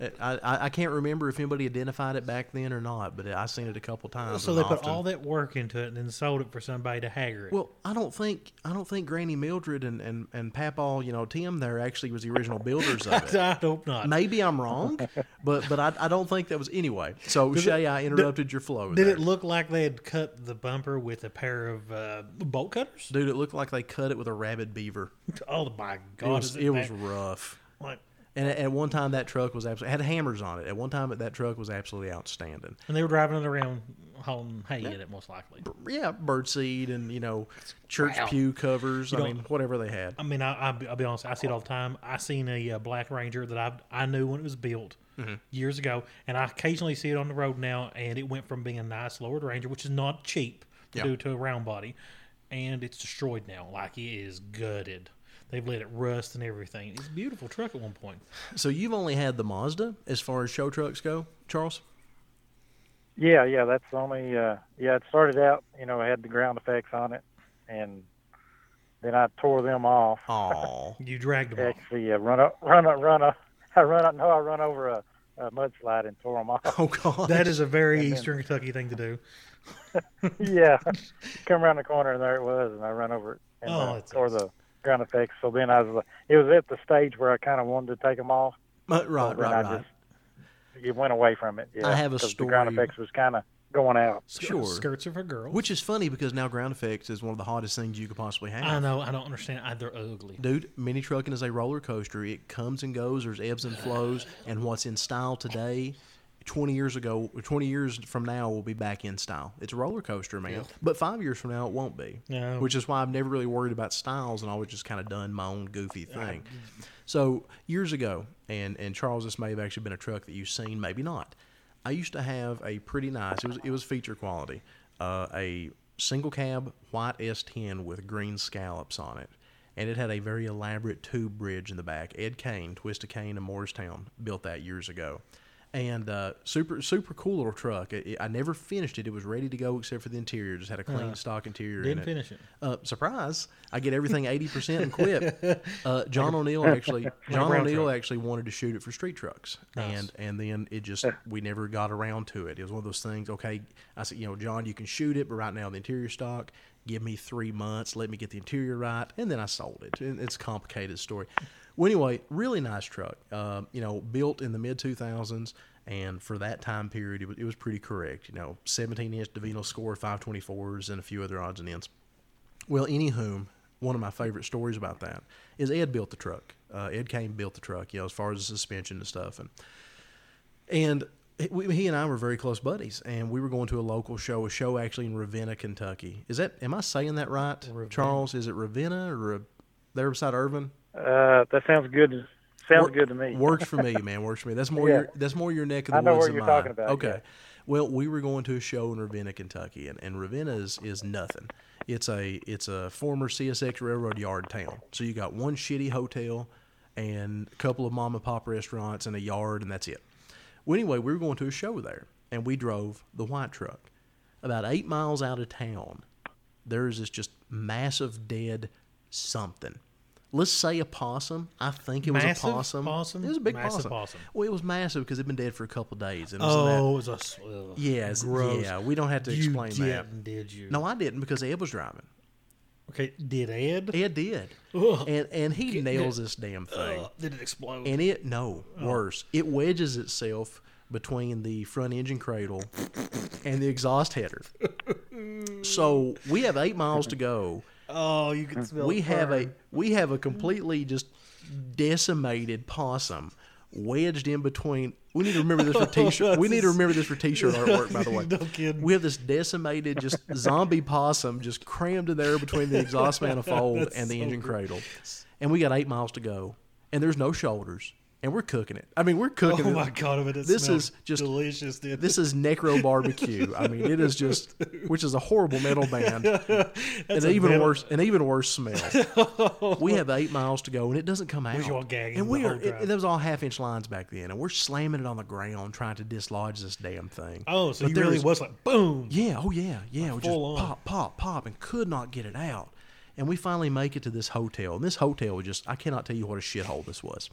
[SPEAKER 2] I, I I can't remember if anybody identified it back then or not, but I seen it a couple times.
[SPEAKER 3] So
[SPEAKER 2] and
[SPEAKER 3] they put
[SPEAKER 2] often.
[SPEAKER 3] all that work into it and then sold it for somebody to hagger it.
[SPEAKER 2] Well, I don't think I don't think Granny Mildred and and and Papaw, you know, Tim there actually was the original builders of it.
[SPEAKER 3] I hope not.
[SPEAKER 2] Maybe I'm wrong, but but I, I don't think that was anyway. So Shay, I interrupted your flow.
[SPEAKER 3] Did
[SPEAKER 2] there.
[SPEAKER 3] it look like they had cut the bumper with a pair of uh, bolt cutters?
[SPEAKER 2] Dude, it looked like they cut it with a rabid beaver.
[SPEAKER 3] Oh my
[SPEAKER 2] It
[SPEAKER 3] god!
[SPEAKER 2] was
[SPEAKER 3] is
[SPEAKER 2] it was
[SPEAKER 3] bad?
[SPEAKER 2] rough.
[SPEAKER 3] Like-
[SPEAKER 2] And at, at one time, that truck was absolutely had hammers on it. At one time, that truck was absolutely outstanding.
[SPEAKER 3] and they were driving it around hauling hay in it, most likely.
[SPEAKER 2] Yeah, birdseed and you know, church
[SPEAKER 3] Wow.
[SPEAKER 2] pew covers. I
[SPEAKER 3] don't-
[SPEAKER 2] mean, whatever they had.
[SPEAKER 3] I mean, I, I'll, be, I'll be honest. I see it all the time. I seen a uh, Black Ranger that I I knew when it was built
[SPEAKER 2] Mm-hmm.
[SPEAKER 3] years ago, and I occasionally see it on the road now. And it went from being a nice lowered Ranger, which is not cheap to
[SPEAKER 2] Yeah.
[SPEAKER 3] do to a round body, and it's destroyed now. Like it is gutted. They've let it rust and everything. It's a beautiful truck at one point.
[SPEAKER 2] So you've only had the Mazda as far as show trucks go, Charles.
[SPEAKER 4] Yeah, yeah, that's the only. Uh, yeah, it started out, you know, it had the ground effects on it, and then I tore them off.
[SPEAKER 2] Oh, Aw.
[SPEAKER 3] You dragged them. off.
[SPEAKER 4] Actually, uh, run up, run up, run up. I run up. No, I run over a, a mudslide and tore them off.
[SPEAKER 2] Oh God!
[SPEAKER 3] That is a very Eastern Kentucky thing to do.
[SPEAKER 4] yeah, come around the corner and there it was, and I run over it and
[SPEAKER 3] Oh,
[SPEAKER 4] uh,
[SPEAKER 3] that's
[SPEAKER 4] tore the ground effects. So then I was, like, it was at the stage where I kind of wanted to take them off.
[SPEAKER 2] Uh,
[SPEAKER 4] so
[SPEAKER 2] right,
[SPEAKER 4] then
[SPEAKER 2] right,
[SPEAKER 4] I
[SPEAKER 2] right.
[SPEAKER 4] just it went away from it. Yeah,
[SPEAKER 2] I have a
[SPEAKER 4] 'cause The ground
[SPEAKER 2] story.
[SPEAKER 4] effects was kind of going out.
[SPEAKER 3] Skirt-
[SPEAKER 2] Sure.
[SPEAKER 3] Skirts are for girls.
[SPEAKER 2] Which is funny because now ground effects is one of the hottest things you could possibly have.
[SPEAKER 3] I know. I don't understand. I, they're ugly.
[SPEAKER 2] Dude, mini trucking is a roller coaster. It comes and goes. There's ebbs and flows. And what's in style today, 20 years ago, 20 years from now, will be back in style. It's a roller coaster, man. But five years from now, it won't be.
[SPEAKER 3] No.
[SPEAKER 2] Which is why I've never really worried about styles and always just kind of done my own goofy thing. So years ago, and, and Charles, this may have actually been a truck that you've seen, maybe not. I used to have a pretty nice, it was, it was feature quality, uh, a single cab white S10 with green scallops on it and it had a very elaborate tube bridge in the back. Ed Kane, Twist of Kane in Morristown, built that years ago. And uh, super, super cool little truck. I, I never finished it. It was ready to go except for the interior. Just had a clean stock interior. in
[SPEAKER 3] Didn't
[SPEAKER 2] it.
[SPEAKER 3] finish it.
[SPEAKER 2] Uh, surprise! I get everything eighty percent and quit. Uh, John O'Neill actually, John
[SPEAKER 3] round
[SPEAKER 2] O'Neill
[SPEAKER 3] truck.
[SPEAKER 2] actually wanted to shoot it for street trucks, and and then it just we never got around to it. It was one of those things. Okay, I said, you know, John, you can shoot it, but right now the interior stock. Give me three months. Let me get the interior right, and then I sold it. And it's a complicated story. Well, anyway, really nice truck. Uh, you know, built in the mid two thousands. And for that time period, it was, it was pretty correct. You know, 17 inch DeVino score, 524s, and a few other odds and ends. Well, anywho, one of my favorite stories about that is Ed built the truck. Uh, Ed Kane built the truck, you know, as far as the suspension and stuff. And and he- we, he and I were very close buddies, and we were going to a local show, a show actually in Ravenna, Kentucky. Is that am I saying that right, Charles? Is it Ravenna or Ra- there beside Irvin?
[SPEAKER 4] Uh, that sounds good. Sounds
[SPEAKER 2] Wor-
[SPEAKER 4] good to me.
[SPEAKER 2] Works for me, man. Works for me. That's more
[SPEAKER 4] Yeah.
[SPEAKER 2] your that's more your neck of the
[SPEAKER 4] I know
[SPEAKER 2] woods
[SPEAKER 4] what
[SPEAKER 2] than
[SPEAKER 4] you're
[SPEAKER 2] mine.
[SPEAKER 4] talking about,
[SPEAKER 2] Okay.
[SPEAKER 4] yeah.
[SPEAKER 2] Well, we were going to a show in Ravenna, Kentucky, and, and Ravenna is, is nothing. It's a it's a former CSX railroad yard town. So you got one shitty hotel and a couple of mom and pop restaurants and a yard and that's it. Well anyway, we were going to a show there and we drove the white truck. About eight miles out of town, there is this just massive dead something Let's say a possum. I think it was
[SPEAKER 3] Massive
[SPEAKER 2] a possum.
[SPEAKER 3] possum?
[SPEAKER 2] It was a big
[SPEAKER 3] Massive
[SPEAKER 2] possum.
[SPEAKER 3] possum.
[SPEAKER 2] Well, it was massive because it'd been dead for a couple days. It was
[SPEAKER 3] Oh,
[SPEAKER 2] that.
[SPEAKER 3] it was a s- ugh,
[SPEAKER 2] yes,
[SPEAKER 3] gross.
[SPEAKER 2] yeah. We don't have to
[SPEAKER 3] you
[SPEAKER 2] explain that.
[SPEAKER 3] didn't, did you?
[SPEAKER 2] No, I didn't because Ed was driving.
[SPEAKER 3] Okay, did Ed?
[SPEAKER 2] Ed did,
[SPEAKER 3] Ugh.
[SPEAKER 2] and and he nails this damn thing.
[SPEAKER 3] Ugh, Uh, Oh. did it explode?
[SPEAKER 2] And it no worse. It wedges itself between the front engine cradle and the exhaust header. So we have eight miles to go.
[SPEAKER 3] oh, you can smell.
[SPEAKER 2] Uh, We have a
[SPEAKER 3] burn.
[SPEAKER 2] we have a completely just decimated possum wedged in between. We need to remember this for t-shirt. We need to remember this for t-shirt artwork, by the way.
[SPEAKER 3] No kidding.
[SPEAKER 2] We have this decimated, just zombie possum just crammed in there between the exhaust manifold and the engine cradle, and we got eight miles to go, and there's no shoulders, and we're cooking it. I mean, we're cooking
[SPEAKER 3] Oh
[SPEAKER 2] it.
[SPEAKER 3] my god, but it
[SPEAKER 2] This
[SPEAKER 3] smells
[SPEAKER 2] is just-
[SPEAKER 3] delicious, dude.
[SPEAKER 2] This is necro barbecue. I mean, it is just, which is a horrible metal band, and
[SPEAKER 3] a
[SPEAKER 2] even
[SPEAKER 3] metal-
[SPEAKER 2] worse, an even worse smell. we have eight miles to go, and it doesn't come out.
[SPEAKER 3] all gagging
[SPEAKER 2] and
[SPEAKER 3] the
[SPEAKER 2] we are.
[SPEAKER 3] whole drive.
[SPEAKER 2] It, that was all half inch lines back then, and we're slamming it on the ground trying to dislodge this damn thing.
[SPEAKER 3] oh, so
[SPEAKER 2] But
[SPEAKER 3] you
[SPEAKER 2] there
[SPEAKER 3] really
[SPEAKER 2] is-
[SPEAKER 3] was like boom.
[SPEAKER 2] Yeah. Oh yeah. Yeah. we just
[SPEAKER 3] full on.
[SPEAKER 2] pop, pop, pop, and could not get it out. And we finally make it to this hotel, and this hotel was just—I cannot tell you what a shithole this was.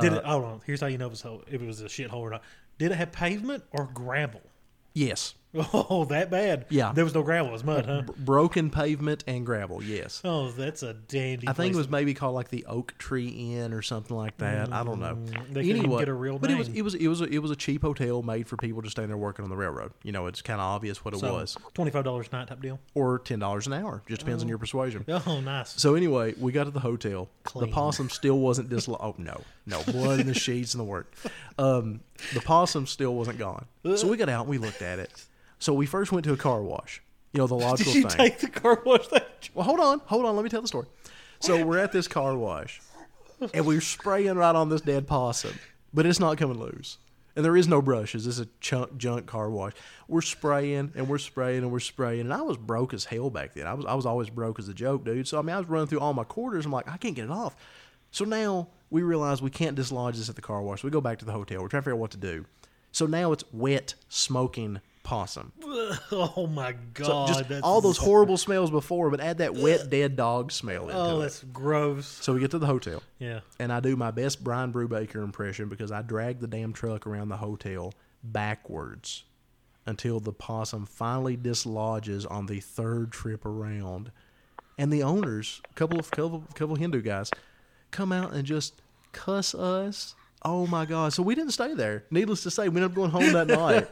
[SPEAKER 3] Did
[SPEAKER 2] Uh,
[SPEAKER 3] it? Hold on. Here's how you know if it was, ho- if it was a shithole or not. Did it have pavement or gravel?
[SPEAKER 2] Yes,
[SPEAKER 3] Oh, that bad.
[SPEAKER 2] Yeah.
[SPEAKER 3] There was no gravel. It was mud, huh?
[SPEAKER 2] broken pavement and gravel. Yes.
[SPEAKER 3] Oh, that's a dandy.
[SPEAKER 2] I think it
[SPEAKER 3] place.
[SPEAKER 2] was maybe called like the Oak Tree Inn or something like that. I don't know.
[SPEAKER 3] Mm, they couldn't even get a real
[SPEAKER 2] but it was
[SPEAKER 3] name.
[SPEAKER 2] it was it was a, it was a cheap hotel made for people just standing there working on the railroad. You know, it's kind of obvious what it
[SPEAKER 3] So,
[SPEAKER 2] was,
[SPEAKER 3] Oh, twenty-five dollars night type deal.
[SPEAKER 2] or ten dollars an hour. Just depends on your persuasion.
[SPEAKER 3] Oh, nice.
[SPEAKER 2] So anyway, we got to the hotel.
[SPEAKER 3] Clean.
[SPEAKER 2] The possum still wasn't dislo. Oh no, no blood in the sheets and the work. Um, the possum still wasn't gone. So we got out and we looked at it. So we first went to a car wash. You know the logical
[SPEAKER 3] Did you
[SPEAKER 2] thing.
[SPEAKER 3] take the car wash? That
[SPEAKER 2] Well, hold on, hold on. Let me tell the story. So we're at this car wash, and we're spraying right on this dead possum, but it's not coming loose. And there is no brushes. This is a chunk junk car wash. We're spraying and we're spraying and we're spraying. And I was broke as hell back then. I was I was always broke as a joke, dude. So I mean, I was running through all my quarters. I'm like, I can't get it off. So now we realize we can't dislodge this at the car wash. We go back to the hotel. We're trying to figure out what to do. So now it's wet smoking possum.
[SPEAKER 3] oh my
[SPEAKER 2] So
[SPEAKER 3] god!
[SPEAKER 2] just
[SPEAKER 3] that's
[SPEAKER 2] all those horrible smells before, but add that wet dead dog smell into
[SPEAKER 3] Oh,
[SPEAKER 2] it.
[SPEAKER 3] that's gross.
[SPEAKER 2] So we get to the hotel,
[SPEAKER 3] Yeah.
[SPEAKER 2] and I do my best Brian Brubaker impression because I drag the damn truck around the hotel backwards until the possum finally dislodges on the third trip around, and the owners, couple of couple, couple Hindu guys, come out and just cuss us. Oh my god! So we didn't stay there. Needless to say, we ended up going home that night.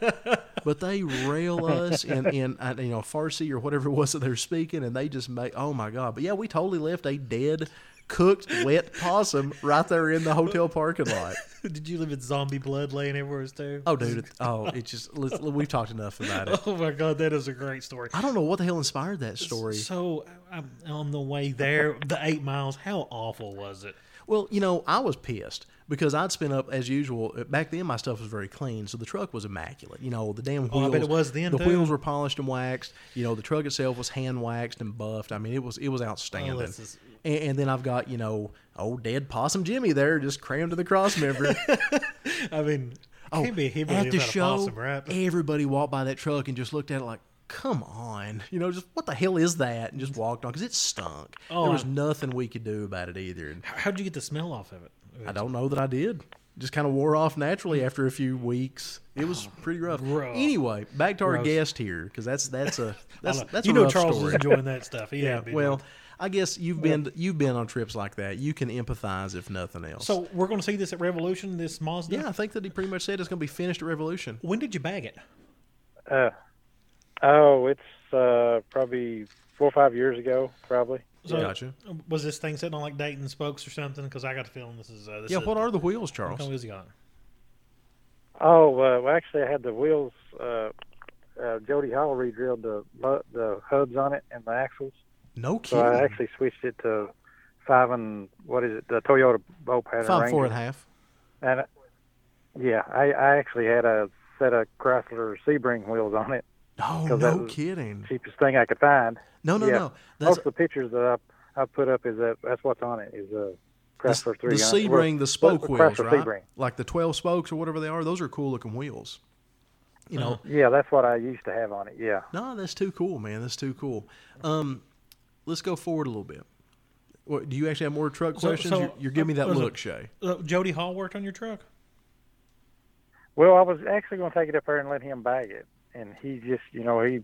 [SPEAKER 2] But they rail us in, in uh, you know Farsi or whatever it was that they're speaking, and they just make oh my god! But yeah, we totally left a dead, cooked, wet possum right there in the hotel parking lot.
[SPEAKER 3] Did you live in zombie blood laying everywhere too?
[SPEAKER 2] Oh dude, it- oh it just let's- we've talked enough about it.
[SPEAKER 3] Oh my god, that is a great story.
[SPEAKER 2] I don't know what the hell inspired that story.
[SPEAKER 3] So I'm on the way there, the eight miles. How awful was it?
[SPEAKER 2] Well, you know, I was pissed because I'd spent up as usual. uh, Back then, my stuff was very clean, so the truck was immaculate. You know, the damn
[SPEAKER 3] Oh,
[SPEAKER 2] wheels.
[SPEAKER 3] I bet it was then,
[SPEAKER 2] The
[SPEAKER 3] too.
[SPEAKER 2] wheels were polished and waxed. You know, the truck itself was hand waxed and buffed. I mean, it was it was outstanding.
[SPEAKER 3] Oh, this is-
[SPEAKER 2] and, and then I've got you know old dead possum Jimmy there just crammed to the cross member.
[SPEAKER 3] I mean,
[SPEAKER 2] Oh,
[SPEAKER 3] can't be a hit
[SPEAKER 2] at the
[SPEAKER 3] without
[SPEAKER 2] show,
[SPEAKER 3] a possum, right?
[SPEAKER 2] everybody walked by that truck and just looked at it like, "Come on," you know, just what the hell is that? And just walked on because it stunk.
[SPEAKER 3] Oh,
[SPEAKER 2] there was
[SPEAKER 3] I-
[SPEAKER 2] nothing we could do about it either. And
[SPEAKER 3] How'd you get the smell off of it?
[SPEAKER 2] I don't know that I did. Just kind of wore off naturally after a few weeks. It was pretty rough.
[SPEAKER 3] Oh, gross.
[SPEAKER 2] Anyway, back to our
[SPEAKER 3] Gross.
[SPEAKER 2] guest here because that's that's a that's
[SPEAKER 3] I know.
[SPEAKER 2] that's
[SPEAKER 3] you
[SPEAKER 2] a
[SPEAKER 3] know
[SPEAKER 2] rough
[SPEAKER 3] Charles
[SPEAKER 2] story.
[SPEAKER 3] is enjoying that stuff. He
[SPEAKER 2] yeah.
[SPEAKER 3] ain't been
[SPEAKER 2] Well, I guess you've been you've been on trips like that. You can empathize if nothing else.
[SPEAKER 3] so we're going to see this at Revolution. This Mazda.
[SPEAKER 2] yeah, I think that he pretty much said it's going to be finished at Revolution.
[SPEAKER 3] When did you bag it?
[SPEAKER 4] Uh, oh, it's uh, probably four or five years ago, probably.
[SPEAKER 3] So,
[SPEAKER 2] Gotcha.
[SPEAKER 3] Was this thing sitting on like Dayton spokes or something? Because I got a feeling this is. Uh, this
[SPEAKER 2] Yeah.
[SPEAKER 3] is,
[SPEAKER 2] What are the wheels,
[SPEAKER 3] What kind of
[SPEAKER 2] Charles?
[SPEAKER 3] wheels you got?
[SPEAKER 4] Oh, uh, well, actually, I had the wheels. Uh, uh, Jody Hall redrilled the bu- the hubs on it and the axles,
[SPEAKER 2] No
[SPEAKER 4] so
[SPEAKER 2] kidding.
[SPEAKER 4] I actually switched it to five and what is it? The Toyota bow pattern
[SPEAKER 2] Five
[SPEAKER 4] Ranger.
[SPEAKER 2] four and a half.
[SPEAKER 4] And uh, yeah, I, I actually had a set of Chrysler Sebring wheels on it,
[SPEAKER 2] Oh,
[SPEAKER 4] 'Cause
[SPEAKER 2] no
[SPEAKER 4] that was-
[SPEAKER 2] kidding.
[SPEAKER 4] cheapest thing I could find.
[SPEAKER 2] No, no,
[SPEAKER 4] yeah.
[SPEAKER 2] no.
[SPEAKER 4] Most
[SPEAKER 2] That's
[SPEAKER 4] of the pictures that I I put up is that that's what's on it is a Chrysler
[SPEAKER 2] the,
[SPEAKER 4] three.
[SPEAKER 2] the Sebring, the spoke wheels,
[SPEAKER 4] Chrysler
[SPEAKER 2] right?
[SPEAKER 4] Sebring.
[SPEAKER 2] Like the twelve spokes or whatever they are. Those are cool looking wheels. You know,
[SPEAKER 4] Yeah, that's what I used to have on it. Yeah.
[SPEAKER 2] No, that's too cool, man. That's too cool. Um, let's go forward a little bit. What, do you actually have more truck
[SPEAKER 3] So-
[SPEAKER 2] questions?
[SPEAKER 3] so-
[SPEAKER 2] you're, you're giving me that
[SPEAKER 3] there's a-
[SPEAKER 2] look, Shay.
[SPEAKER 3] Uh, Jody Hall worked on your truck.
[SPEAKER 4] Well, I was actually going to take it up there and let him bag it, and he just, you know, he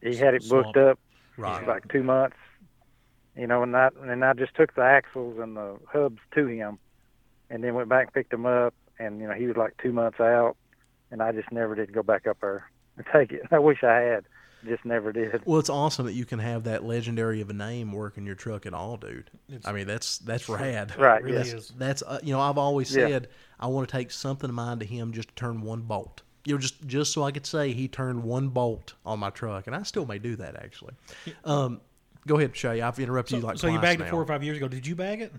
[SPEAKER 4] he had it booked
[SPEAKER 3] Swamped.
[SPEAKER 4] up
[SPEAKER 3] Right.
[SPEAKER 4] like two months, you know, and I and I just took the axles and the hubs to him, and then went back and picked them up, and you know, he was like two months out, and I just never did go back up there and take it. I wish I had, just never did.
[SPEAKER 2] Well, it's awesome that you can have that legendary of a name working your truck at all, dude.
[SPEAKER 3] It's-
[SPEAKER 2] I mean, that's that's rad.
[SPEAKER 3] It
[SPEAKER 4] Right?
[SPEAKER 3] really
[SPEAKER 4] Yes.
[SPEAKER 2] That's,
[SPEAKER 3] is.
[SPEAKER 2] that's uh, you know, I've always
[SPEAKER 4] Yeah.
[SPEAKER 2] said I want to take something of mine to him just to turn one bolt. You know, just just so I could say he turned one bolt on my truck, and I still may do that actually. Um, go ahead, Shay. I've interrupted
[SPEAKER 3] So,
[SPEAKER 2] you like
[SPEAKER 3] so you
[SPEAKER 2] twice
[SPEAKER 3] bagged
[SPEAKER 2] now.
[SPEAKER 3] it four or five years ago. Did you bag it?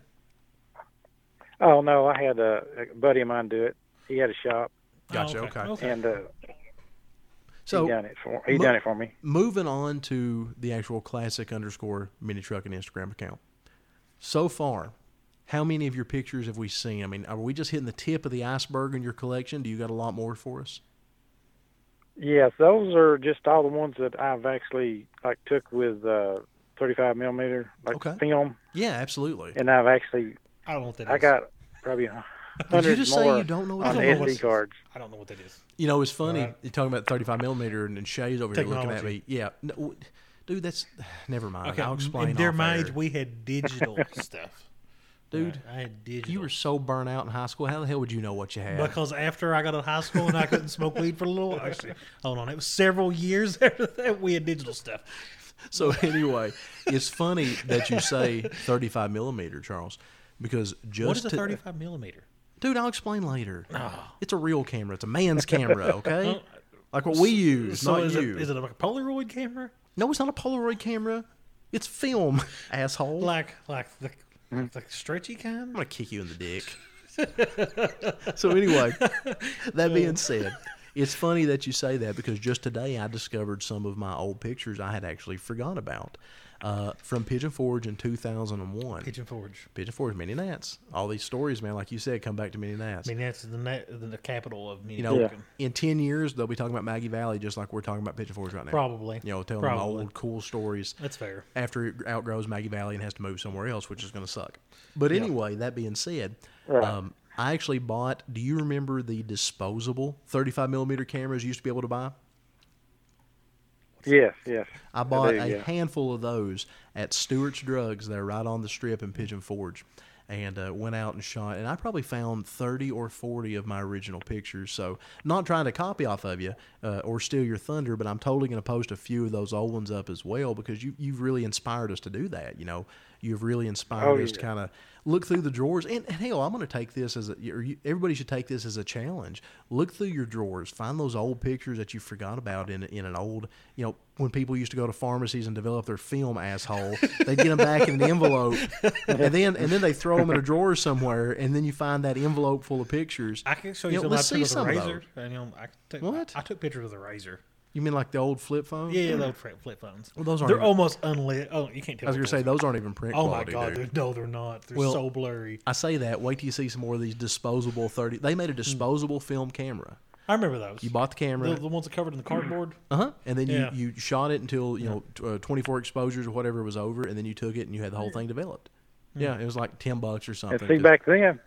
[SPEAKER 4] Oh no, I had a, a buddy of mine do it. He had a shop,
[SPEAKER 2] Gotcha,
[SPEAKER 3] Oh,
[SPEAKER 2] okay.
[SPEAKER 4] and uh,
[SPEAKER 2] So
[SPEAKER 4] he done it for he
[SPEAKER 2] Mo-
[SPEAKER 4] done it for me.
[SPEAKER 2] moving on to the actual classic underscore mini trucking Instagram account. So far, how many of your pictures have we seen? I mean, are we just hitting the tip of the iceberg in your collection? Do you got a lot more for us?
[SPEAKER 4] Yes, those are just all the ones that I've actually like took with uh, 35 millimeter like
[SPEAKER 2] Okay.
[SPEAKER 4] film,
[SPEAKER 2] Yeah, absolutely.
[SPEAKER 4] and I've actually
[SPEAKER 3] I don't know what that is.
[SPEAKER 4] I got probably a
[SPEAKER 2] Did you
[SPEAKER 4] hundred
[SPEAKER 2] just
[SPEAKER 4] more
[SPEAKER 2] say you don't know what
[SPEAKER 4] on
[SPEAKER 3] I
[SPEAKER 2] it
[SPEAKER 3] don't
[SPEAKER 2] is?
[SPEAKER 3] know what's-
[SPEAKER 4] SD cards.
[SPEAKER 3] I don't know what that is.
[SPEAKER 2] You know, it's funny.
[SPEAKER 3] Right.
[SPEAKER 2] You're talking about 35 millimeter, and, and Shay's over here looking at me.
[SPEAKER 3] Technology.
[SPEAKER 2] Yeah, no, w- dude, that's never mind.
[SPEAKER 3] Okay,
[SPEAKER 2] I'll explain.
[SPEAKER 3] In their
[SPEAKER 2] off
[SPEAKER 3] mind,
[SPEAKER 2] air.
[SPEAKER 3] we had digital stuff,
[SPEAKER 2] Dude,
[SPEAKER 3] Right, I had digital.
[SPEAKER 2] you were so burnt out in high school. How the hell would you know what you had?
[SPEAKER 3] because after I got out of high school and I couldn't smoke weed for a little. Actually, hold on, it was several years after that we had digital stuff.
[SPEAKER 2] So anyway, it's funny that you say 35 millimeter, Charles, because just
[SPEAKER 3] What is a
[SPEAKER 2] to-
[SPEAKER 3] thirty-five Oh. millimeter?
[SPEAKER 2] dude, I'll explain later. It's a real camera. It's a man's camera, okay?
[SPEAKER 3] Well,
[SPEAKER 2] like what we use,
[SPEAKER 3] So
[SPEAKER 2] not
[SPEAKER 3] is
[SPEAKER 2] you.
[SPEAKER 3] it is it like a Polaroid camera?
[SPEAKER 2] no, it's not a Polaroid camera. It's film, asshole.
[SPEAKER 3] Like like the the stretchy kind?
[SPEAKER 2] I'm gonna kick you in the dick. so anyway, that being said, it's funny that you say that because just today I discovered some of my old pictures I had actually forgot about uh, from Pigeon Forge in 2001.
[SPEAKER 3] Pigeon Forge.
[SPEAKER 2] Pigeon Forge, Mini Nats. All these stories, man, like you said, come back to Mini Nats.
[SPEAKER 3] I mean that's the na- the, the capital of me.
[SPEAKER 2] you know,
[SPEAKER 4] Yeah.
[SPEAKER 2] in 10 years, they'll be talking about Maggie Valley just like we're talking about Pigeon Forge right now.
[SPEAKER 3] probably.
[SPEAKER 2] You know, telling
[SPEAKER 3] Probably.
[SPEAKER 2] them old, cool stories
[SPEAKER 3] That's fair.
[SPEAKER 2] after it outgrows Maggie Valley and has to move somewhere else, which is going to suck. But anyway, that being said, um, I actually bought, do you remember the disposable 35 millimeter cameras you used to be able to buy?
[SPEAKER 4] Yes, yes.
[SPEAKER 2] I bought
[SPEAKER 4] do,
[SPEAKER 2] a
[SPEAKER 4] yeah.
[SPEAKER 2] handful of those at Stewart's Drugs. They're right on the strip in Pigeon Forge. And uh, went out and shot, and I probably found thirty or forty of my original pictures. So, not trying to copy off of you uh, or steal your thunder, but I'm totally going to post a few of those old ones up as well because you you've really inspired us to do that. You know, you've really inspired
[SPEAKER 4] Oh,
[SPEAKER 2] us to
[SPEAKER 4] yeah.
[SPEAKER 2] kind of look through the drawers. And, and hell, I'm going to take this as a, or you, everybody should take this as a challenge. Look through your drawers, find those old pictures that you forgot about in in an old, you know, when people used to go to pharmacies and develop their film asshole. They'd get them back in an envelope, and then and then they throw them in a drawer somewhere, and then you find that envelope full of pictures.
[SPEAKER 3] I can show
[SPEAKER 2] You
[SPEAKER 3] you
[SPEAKER 2] know,
[SPEAKER 3] some. I
[SPEAKER 2] let's
[SPEAKER 3] took
[SPEAKER 2] see
[SPEAKER 3] with a
[SPEAKER 2] some of
[SPEAKER 3] razor. And, you know, I took,
[SPEAKER 2] What?
[SPEAKER 3] I, took pictures with a razor.
[SPEAKER 2] You mean like the old flip phone?
[SPEAKER 3] Yeah, yeah, those flip flip phones. Well,
[SPEAKER 2] those aren't
[SPEAKER 3] They're
[SPEAKER 2] even-
[SPEAKER 3] almost unlit. Oh, you can't tell.
[SPEAKER 2] I was gonna say those aren't even print
[SPEAKER 3] Oh my
[SPEAKER 2] quality.
[SPEAKER 3] god!
[SPEAKER 2] dude.
[SPEAKER 3] they're- No, they're not. They're
[SPEAKER 2] Well-
[SPEAKER 3] so blurry.
[SPEAKER 2] I say that. Wait till you see some more of these disposable thirty. They made a disposable film camera.
[SPEAKER 3] I remember those.
[SPEAKER 2] You bought the camera.
[SPEAKER 3] the, the ones that covered in the cardboard.
[SPEAKER 2] Uh huh. And then you,
[SPEAKER 3] Yeah.
[SPEAKER 2] you shot it until you know t- uh, twenty four exposures or whatever was over, and then you took it and you had the whole thing developed. Yeah, it was like ten bucks or something.
[SPEAKER 4] And see,
[SPEAKER 2] 'cause-
[SPEAKER 4] back then,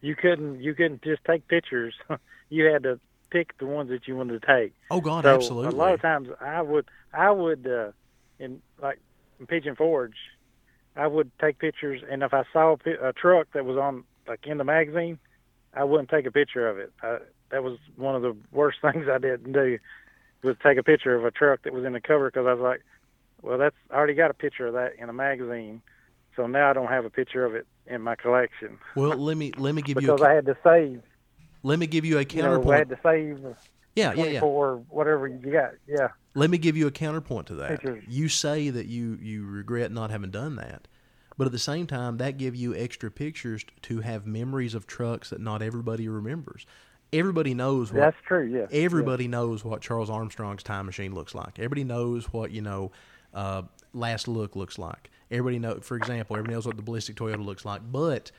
[SPEAKER 4] you couldn't you couldn't just take pictures. you had to pick the ones that you wanted to take.
[SPEAKER 2] oh God,
[SPEAKER 4] so
[SPEAKER 2] absolutely.
[SPEAKER 4] a lot of times I would I would uh, in like in Pigeon Forge, I would take pictures, and if I saw a, pi- a truck that was on like in the magazine, I wouldn't take a picture of it. I, that was one of the worst things I didn't do was take a picture of a truck that was in the cover because I was like, well, that's I already got a picture of that in a magazine, so now I don't have a picture of it in my collection
[SPEAKER 2] well, let me let me give you a,
[SPEAKER 4] because
[SPEAKER 2] ca-
[SPEAKER 4] I had to save.
[SPEAKER 2] let me give you a
[SPEAKER 4] You know, I
[SPEAKER 2] counterpoint.
[SPEAKER 4] had to save
[SPEAKER 2] Yeah, yeah, yeah.
[SPEAKER 4] twenty-four, whatever you got. Yeah.
[SPEAKER 2] Let me give you a counterpoint to that.
[SPEAKER 4] Pictures.
[SPEAKER 2] You say that you you regret not having done that, but at the same time, that give you extra pictures t- to have memories of trucks that not everybody remembers. Everybody knows what
[SPEAKER 4] That's true. Yeah.
[SPEAKER 2] Everybody knows what Charles Armstrong's time machine looks like. Everybody knows what you know. Uh, last look looks like. Everybody know, for example, everybody knows what the ballistic Toyota looks like, but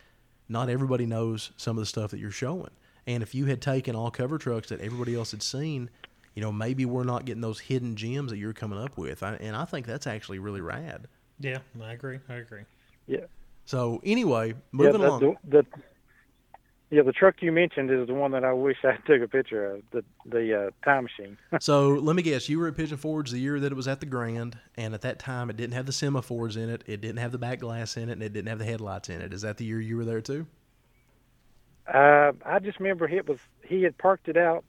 [SPEAKER 2] not everybody knows some of the stuff that you're showing. And if you had taken all cover trucks that everybody else had seen, you know, maybe we're not getting those hidden gems that you're coming up with. I, and I think that's actually really rad.
[SPEAKER 3] Yeah, I agree. I agree.
[SPEAKER 4] Yeah.
[SPEAKER 2] So anyway, moving
[SPEAKER 4] yeah,
[SPEAKER 2] along.
[SPEAKER 4] The, the, yeah, the truck you mentioned is the one that I wish I took a picture of, the the uh, time machine.
[SPEAKER 2] So let me guess, you were at Pigeon Forge the year that it was at the Grand, and at that time it didn't have the semaphores in it, it didn't have the back glass in it, and it didn't have the headlights in it. Is that the year you were there too?
[SPEAKER 4] Uh, I just remember it was he had parked it out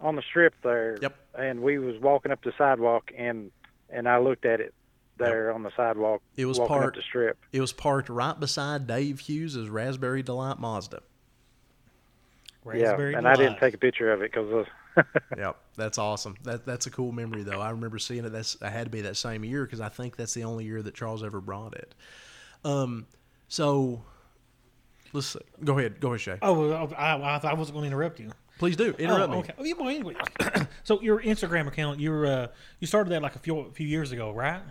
[SPEAKER 4] on the strip there.
[SPEAKER 2] Yep.
[SPEAKER 4] And we was walking up the sidewalk, and and I looked at it there on the sidewalk.
[SPEAKER 2] It was
[SPEAKER 4] walking
[SPEAKER 2] parked-
[SPEAKER 4] up the strip.
[SPEAKER 2] It was parked right beside Dave Hughes' Raspberry Delight Mazda.
[SPEAKER 3] Raspberry
[SPEAKER 4] yeah, and I didn't
[SPEAKER 3] Delight.
[SPEAKER 4] take a picture of it uh, because
[SPEAKER 2] Yep, that's awesome. That that's a cool memory though. I remember seeing it. That's I had to be that same year because I think that's the only year that Charles ever brought it. Um, so let's see. go ahead, go ahead, Shay.
[SPEAKER 3] Oh, well, I, I, I wasn't going to interrupt you.
[SPEAKER 2] Please do interrupt
[SPEAKER 3] oh,
[SPEAKER 2] me.
[SPEAKER 3] okay. Oh, yeah, well, anyway. so your Instagram account, you uh, you started that like a few few years ago, right?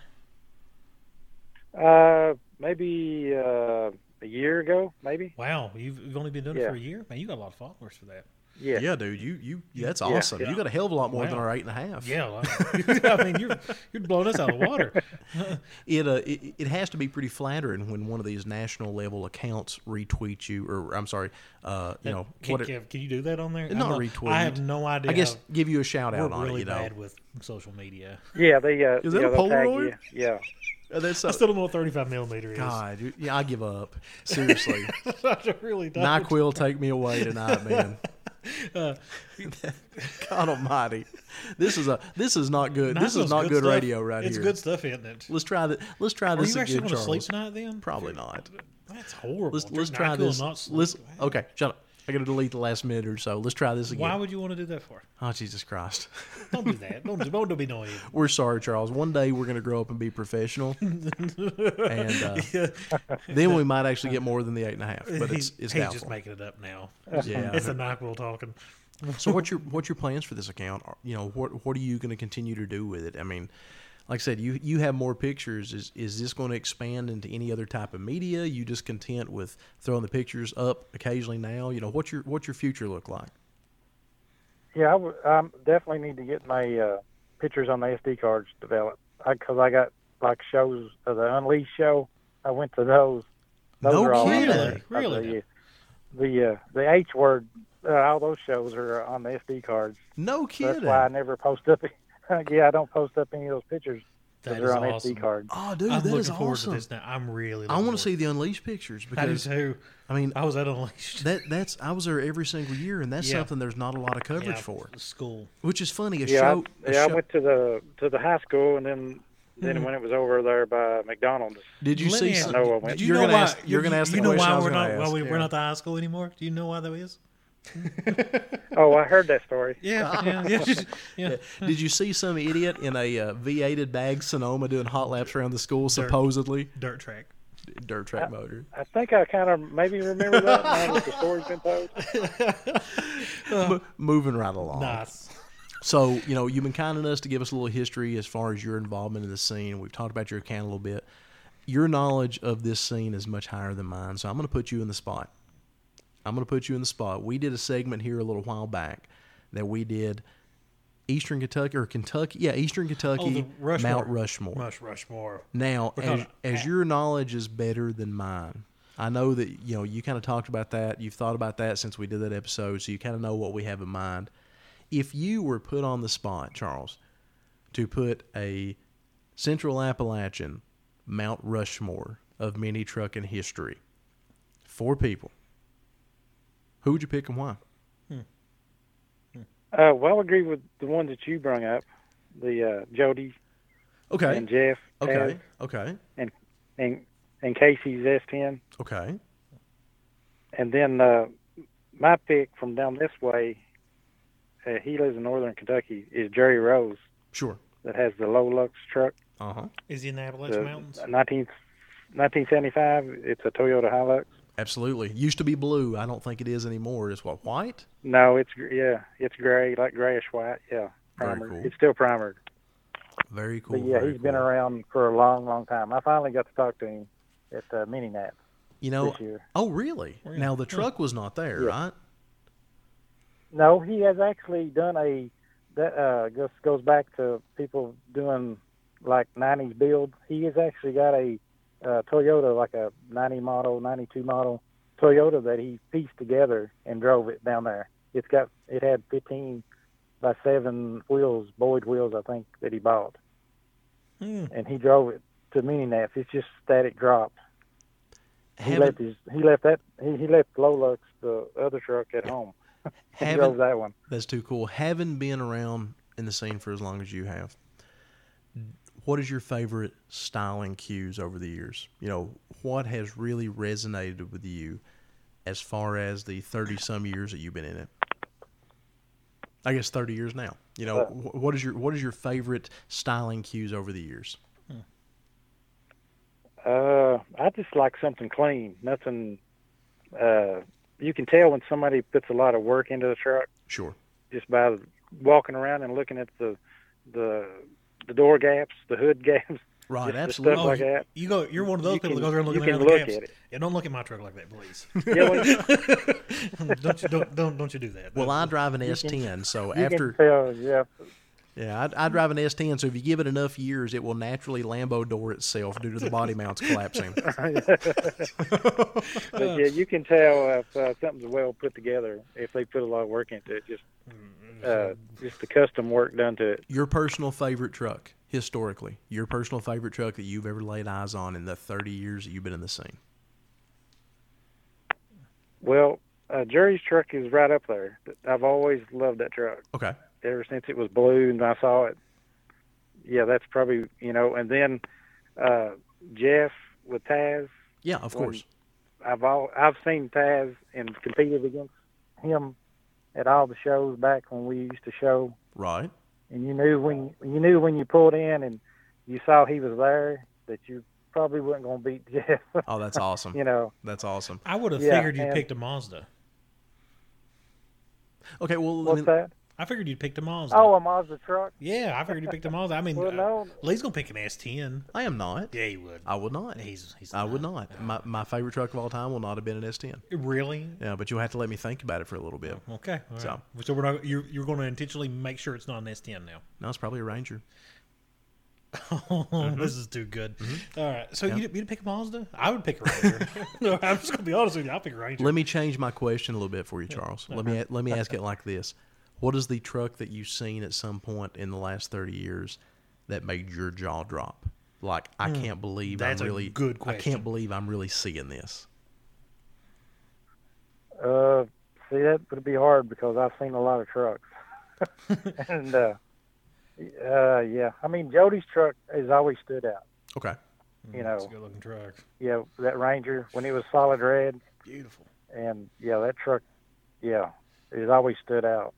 [SPEAKER 4] of uh, maybe uh, a year ago, maybe.
[SPEAKER 3] Wow, you've, you've only been doing it
[SPEAKER 4] Yeah.
[SPEAKER 3] for a year, man. You got a lot of followers for that.
[SPEAKER 4] Yeah.
[SPEAKER 2] Yeah, dude, you you that's awesome. You got a hell of a lot more than
[SPEAKER 3] Wow.
[SPEAKER 2] our eight and a half.
[SPEAKER 3] Yeah, a lot. I mean you're you're blowing us out of the water.
[SPEAKER 2] it, uh, it it has to be pretty flattering when one of these national level accounts retweets you, or I'm sorry, uh, you know,
[SPEAKER 3] Can,
[SPEAKER 2] what it-
[SPEAKER 3] can, can you do that on there? I'm
[SPEAKER 2] Not retweet.
[SPEAKER 3] I have no idea.
[SPEAKER 2] I guess
[SPEAKER 3] how-
[SPEAKER 2] give you a shout out
[SPEAKER 3] we're
[SPEAKER 2] on
[SPEAKER 3] really
[SPEAKER 2] it. You know,
[SPEAKER 3] bad with social media.
[SPEAKER 4] Yeah, they uh,
[SPEAKER 2] Is that
[SPEAKER 4] yeah,
[SPEAKER 2] a
[SPEAKER 4] they'll tag
[SPEAKER 2] Polaroid?
[SPEAKER 4] you. Yeah.
[SPEAKER 2] Uh, that's
[SPEAKER 3] I
[SPEAKER 2] uh,
[SPEAKER 3] still don't know what 35 millimeter is.
[SPEAKER 2] God. you- Yeah, I give up. Seriously,
[SPEAKER 3] I really don't.
[SPEAKER 2] Nyquil, take me away tonight, man.
[SPEAKER 3] Uh,
[SPEAKER 2] God Almighty, this is a this is not good. this is
[SPEAKER 3] Nyquil's
[SPEAKER 2] not good,
[SPEAKER 3] stuff.
[SPEAKER 2] radio right
[SPEAKER 3] it's
[SPEAKER 2] here.
[SPEAKER 3] good stuff, isn't it?
[SPEAKER 2] Let's try that. Let's try
[SPEAKER 3] Are
[SPEAKER 2] this
[SPEAKER 3] you actually
[SPEAKER 2] again,
[SPEAKER 3] going to
[SPEAKER 2] Charles.
[SPEAKER 3] sleep tonight then?
[SPEAKER 2] Probably not.
[SPEAKER 3] That's horrible.
[SPEAKER 2] Let's
[SPEAKER 3] Dude,
[SPEAKER 2] let's try
[SPEAKER 3] Nyquil
[SPEAKER 2] this.
[SPEAKER 3] Not sleep.
[SPEAKER 2] Let's okay. Shut up. I got to delete the last minute or so. Let's try this again.
[SPEAKER 3] Why would you want to do that for?
[SPEAKER 2] Oh Jesus Christ.
[SPEAKER 3] Don't do that. Don't, do- don't be annoying.
[SPEAKER 2] We're sorry, Charles. One day we're going to grow up and be professional, and uh, then we might actually get more than the eight and a half. But it's
[SPEAKER 3] Uh, he's
[SPEAKER 2] it's
[SPEAKER 3] he's
[SPEAKER 2] doubtful.
[SPEAKER 3] just making it up now.
[SPEAKER 2] Yeah.
[SPEAKER 3] It's a NyQuil talking.
[SPEAKER 2] so what's your what's your plans for this account? Are- You know what what are you going to continue to do with it? I mean, like I said, you you have more pictures. Is is this going to expand into any other type of media? You just content with throwing the pictures up occasionally now? You know what's your what's your future look like?
[SPEAKER 4] Yeah, I w- um, definitely need to get my uh, pictures on the SD cards developed because I, got like shows of the Unleashed show. I went to those. Those
[SPEAKER 2] No
[SPEAKER 4] are all
[SPEAKER 2] kidding.
[SPEAKER 4] there.
[SPEAKER 3] Really?
[SPEAKER 4] The the, uh, the H word, uh, all those shows are on the SD cards.
[SPEAKER 2] No
[SPEAKER 4] That's
[SPEAKER 2] kidding.
[SPEAKER 4] why I never post up. yeah, I don't post up any of those pictures
[SPEAKER 3] That
[SPEAKER 4] because
[SPEAKER 3] is
[SPEAKER 4] they're on
[SPEAKER 3] awesome.
[SPEAKER 4] SD cards.
[SPEAKER 2] Oh, dude,
[SPEAKER 3] I'm
[SPEAKER 2] that
[SPEAKER 3] looking
[SPEAKER 2] is
[SPEAKER 3] forward
[SPEAKER 2] awesome.
[SPEAKER 3] to this now. I'm really.
[SPEAKER 2] I
[SPEAKER 3] looking
[SPEAKER 2] want to see
[SPEAKER 3] forward
[SPEAKER 2] the unleashed pictures
[SPEAKER 3] I do
[SPEAKER 2] because
[SPEAKER 3] too.
[SPEAKER 2] I mean
[SPEAKER 3] I was at Unleashed.
[SPEAKER 2] That that's I was there every single year, and that's
[SPEAKER 3] Yeah.
[SPEAKER 2] something there's not a lot of coverage
[SPEAKER 3] Yeah,
[SPEAKER 2] for.
[SPEAKER 3] school.
[SPEAKER 2] Which is funny. A
[SPEAKER 4] Yeah,
[SPEAKER 2] show,
[SPEAKER 4] I,
[SPEAKER 2] a
[SPEAKER 4] yeah. I
[SPEAKER 2] show-
[SPEAKER 4] went to the to the high school and then then when it was over there by McDonald's.
[SPEAKER 2] Did you
[SPEAKER 3] Let
[SPEAKER 2] see?
[SPEAKER 3] me ask-
[SPEAKER 2] some-
[SPEAKER 4] I know I went.
[SPEAKER 2] you
[SPEAKER 3] know
[SPEAKER 2] are gonna
[SPEAKER 3] why-
[SPEAKER 2] ask. You're gonna ask
[SPEAKER 3] You
[SPEAKER 2] the
[SPEAKER 3] know
[SPEAKER 2] question I
[SPEAKER 3] why
[SPEAKER 2] was
[SPEAKER 3] we're
[SPEAKER 2] gonna
[SPEAKER 3] not
[SPEAKER 2] ask.
[SPEAKER 3] why we,
[SPEAKER 2] Yeah.
[SPEAKER 3] we're not the high school anymore. Do you know why that is?
[SPEAKER 4] Oh, I heard that story.
[SPEAKER 3] Yeah, yeah, yeah, just- yeah.
[SPEAKER 2] Did you see some idiot in a uh, V8 bag Sonoma doing hot laps around the school, supposedly
[SPEAKER 3] Dirt track.
[SPEAKER 2] dirt
[SPEAKER 4] Uh,
[SPEAKER 2] track motor?
[SPEAKER 4] I think I kind of maybe remember that now that the story's been told.
[SPEAKER 2] M- moving right along.
[SPEAKER 3] Nice.
[SPEAKER 2] So you know you've been kind enough to give us a little history as far as your involvement in the scene. We've talked about your account a little bit. Your knowledge of this scene is much higher than mine, so I'm going to put you in the spot. I'm going to put you in the spot. We did a segment here a little while back that we did Eastern Kentucky or Kentucky, yeah, Eastern
[SPEAKER 3] Oh, the
[SPEAKER 2] Kentucky,
[SPEAKER 3] Rushmore.
[SPEAKER 2] Mount Rushmore.
[SPEAKER 3] Rush Rushmore.
[SPEAKER 2] Now, as,
[SPEAKER 3] talking-
[SPEAKER 2] as your knowledge is better than mine, I know that you know you kind of talked about that. You've thought about that since we did that episode, so you kind of know what we have in mind. If you were put on the spot, Charles, to put a Central Appalachian Mount Rushmore of mini trucking history, four people, who would you pick and why?
[SPEAKER 4] Uh, well, I agree with the ones that you brung up, the uh, Jody
[SPEAKER 2] Okay,
[SPEAKER 4] and Jeff,
[SPEAKER 2] okay,
[SPEAKER 4] Taz,
[SPEAKER 2] okay,
[SPEAKER 4] and and Casey's S10,
[SPEAKER 2] okay.
[SPEAKER 4] and then uh, my pick from down this way. Uh, he lives in northern Kentucky. Is Jerry Rose
[SPEAKER 2] Sure.
[SPEAKER 4] that has the low lux truck,
[SPEAKER 2] Uh huh.
[SPEAKER 3] Is he in the Appalachian
[SPEAKER 4] the
[SPEAKER 3] Mountains?
[SPEAKER 4] 19, 1975. It's a Toyota Hilux.
[SPEAKER 2] Absolutely. Used to be blue. I don't think it is anymore. It's what white.
[SPEAKER 4] No, it's gr- yeah, it's gray, like grayish white. Yeah,
[SPEAKER 2] Very
[SPEAKER 4] primer.
[SPEAKER 2] cool.
[SPEAKER 4] It's still primered.
[SPEAKER 2] Very cool.
[SPEAKER 4] But yeah,
[SPEAKER 2] very
[SPEAKER 4] he's been
[SPEAKER 2] cool.
[SPEAKER 4] around for a long, long time. I finally got to talk to him at uh, Mini Nap
[SPEAKER 2] You know,
[SPEAKER 4] this year.
[SPEAKER 2] oh really? Now the truck was not there, right?
[SPEAKER 4] No, he has actually done a that uh, just goes back to people doing like '90s build. He has actually got a uh, Toyota, like a 90 model, 92 model Toyota that he pieced together and drove it down there. It's got it had 15 by seven wheels, Boyd wheels, I think, that he bought,
[SPEAKER 3] Hmm.
[SPEAKER 4] and he drove it to mini nats. It's just static drop. He left
[SPEAKER 2] Haven't,
[SPEAKER 4] his he left that he, he left Lolux the other truck at home. He drove
[SPEAKER 2] haven't,
[SPEAKER 4] that one.
[SPEAKER 2] that's too cool. Having been around in the scene for as long as you have, what is your favorite styling cues over the years? You know, what has really resonated with you as far as the 30 some years that you've been in it? I guess 30 years now. You
[SPEAKER 4] Uh,
[SPEAKER 2] know, wh- what is your what is your favorite styling cues over the years?
[SPEAKER 4] Uh, I just like something clean. Nothing. Uh, you can tell when somebody puts a lot of work into the truck
[SPEAKER 2] Sure.
[SPEAKER 4] just by walking around and looking at the the the door gaps, the hood gaps.
[SPEAKER 2] Right,
[SPEAKER 4] Just the
[SPEAKER 2] absolutely.
[SPEAKER 4] stuff like
[SPEAKER 3] you,
[SPEAKER 4] that.
[SPEAKER 3] you go. You're one of those
[SPEAKER 4] You
[SPEAKER 3] people
[SPEAKER 4] can-
[SPEAKER 3] that goes around looking
[SPEAKER 4] you
[SPEAKER 3] around
[SPEAKER 4] can
[SPEAKER 3] the
[SPEAKER 4] look
[SPEAKER 3] gaps.
[SPEAKER 4] at it.
[SPEAKER 3] Yeah, don't look at my truck like that, please.
[SPEAKER 4] Yeah, well, you
[SPEAKER 3] don't, you, don't don't don't you do that.
[SPEAKER 2] Well, I drive an S10, so after
[SPEAKER 4] can tell. Yeah,
[SPEAKER 2] yeah, I, I drive an S10, so if you give it enough years, it will naturally Lambo door itself due to the body mounts collapsing.
[SPEAKER 4] but yeah, you can tell if uh, something's well put together if they put a lot of work into it. Just uh, just the custom work done to it.
[SPEAKER 2] Your personal favorite truck, historically, your personal favorite truck that you've ever laid eyes on in the 30 years that you've been in the scene.
[SPEAKER 4] Well, uh, Jerry's truck is right up there. I've always loved that truck.
[SPEAKER 2] Okay,
[SPEAKER 4] ever since it was blue and I saw it. Yeah, that's probably you know. And then uh, Jeff with Taz,
[SPEAKER 2] yeah, of
[SPEAKER 4] One-
[SPEAKER 2] course.
[SPEAKER 4] I've all I've seen Taz and competed against him at all the shows back when we used to show.
[SPEAKER 2] Right,
[SPEAKER 4] And you knew when you knew when you pulled in and you saw he was there that you probably wasn't going to beat Jeff.
[SPEAKER 2] oh, that's awesome.
[SPEAKER 4] you know,
[SPEAKER 2] That's awesome.
[SPEAKER 3] I would have
[SPEAKER 4] Yeah,
[SPEAKER 3] figured you
[SPEAKER 4] and-
[SPEAKER 3] picked a Mazda.
[SPEAKER 2] Okay, well, I
[SPEAKER 4] what's
[SPEAKER 2] mean,
[SPEAKER 4] that?
[SPEAKER 3] I figured you'd picked a Mazda.
[SPEAKER 4] Oh, a Mazda truck.
[SPEAKER 3] yeah, I figured you picked a Mazda. I mean,
[SPEAKER 4] Well,
[SPEAKER 3] uh,
[SPEAKER 4] no.
[SPEAKER 3] Lee's gonna pick an S10.
[SPEAKER 2] I am not.
[SPEAKER 3] Yeah, he would.
[SPEAKER 2] I would not.
[SPEAKER 3] He's- he's
[SPEAKER 2] I would not. My, my favorite truck of all time will not have been an S10.
[SPEAKER 3] really?
[SPEAKER 2] Yeah, but you'll have to let me think about it for a little bit.
[SPEAKER 3] Okay. all right.
[SPEAKER 2] So-
[SPEAKER 3] So, we're not you're, you're going to intentionally make sure it's not an S10 now.
[SPEAKER 2] No, it's probably a Ranger. Mm-hmm.
[SPEAKER 3] this is too good. All right. So you you'd pick a Mazda? I would pick a Ranger. no, I'm just gonna be honest with you. I'll pick a Ranger.
[SPEAKER 2] Let me change my question a little bit for you, Charles. Let me let me ask it like this: What is the truck that you've seen at some point in the last thirty years that made your jaw drop? Like I can't believe
[SPEAKER 3] Hmm. that's a
[SPEAKER 2] I'm really
[SPEAKER 3] good
[SPEAKER 2] I can't
[SPEAKER 3] question.
[SPEAKER 2] believe I'm really seeing this.
[SPEAKER 4] Uh, see, that would be hard because I've seen a lot of trucks. and uh, uh, yeah, I mean Jody's truck has always stood out.
[SPEAKER 2] Okay,
[SPEAKER 4] You
[SPEAKER 3] It's a
[SPEAKER 4] know,
[SPEAKER 3] good looking truck.
[SPEAKER 4] yeah, that Ranger when it was solid red,
[SPEAKER 3] Beautiful.
[SPEAKER 4] and yeah, that truck, yeah, it has always stood out.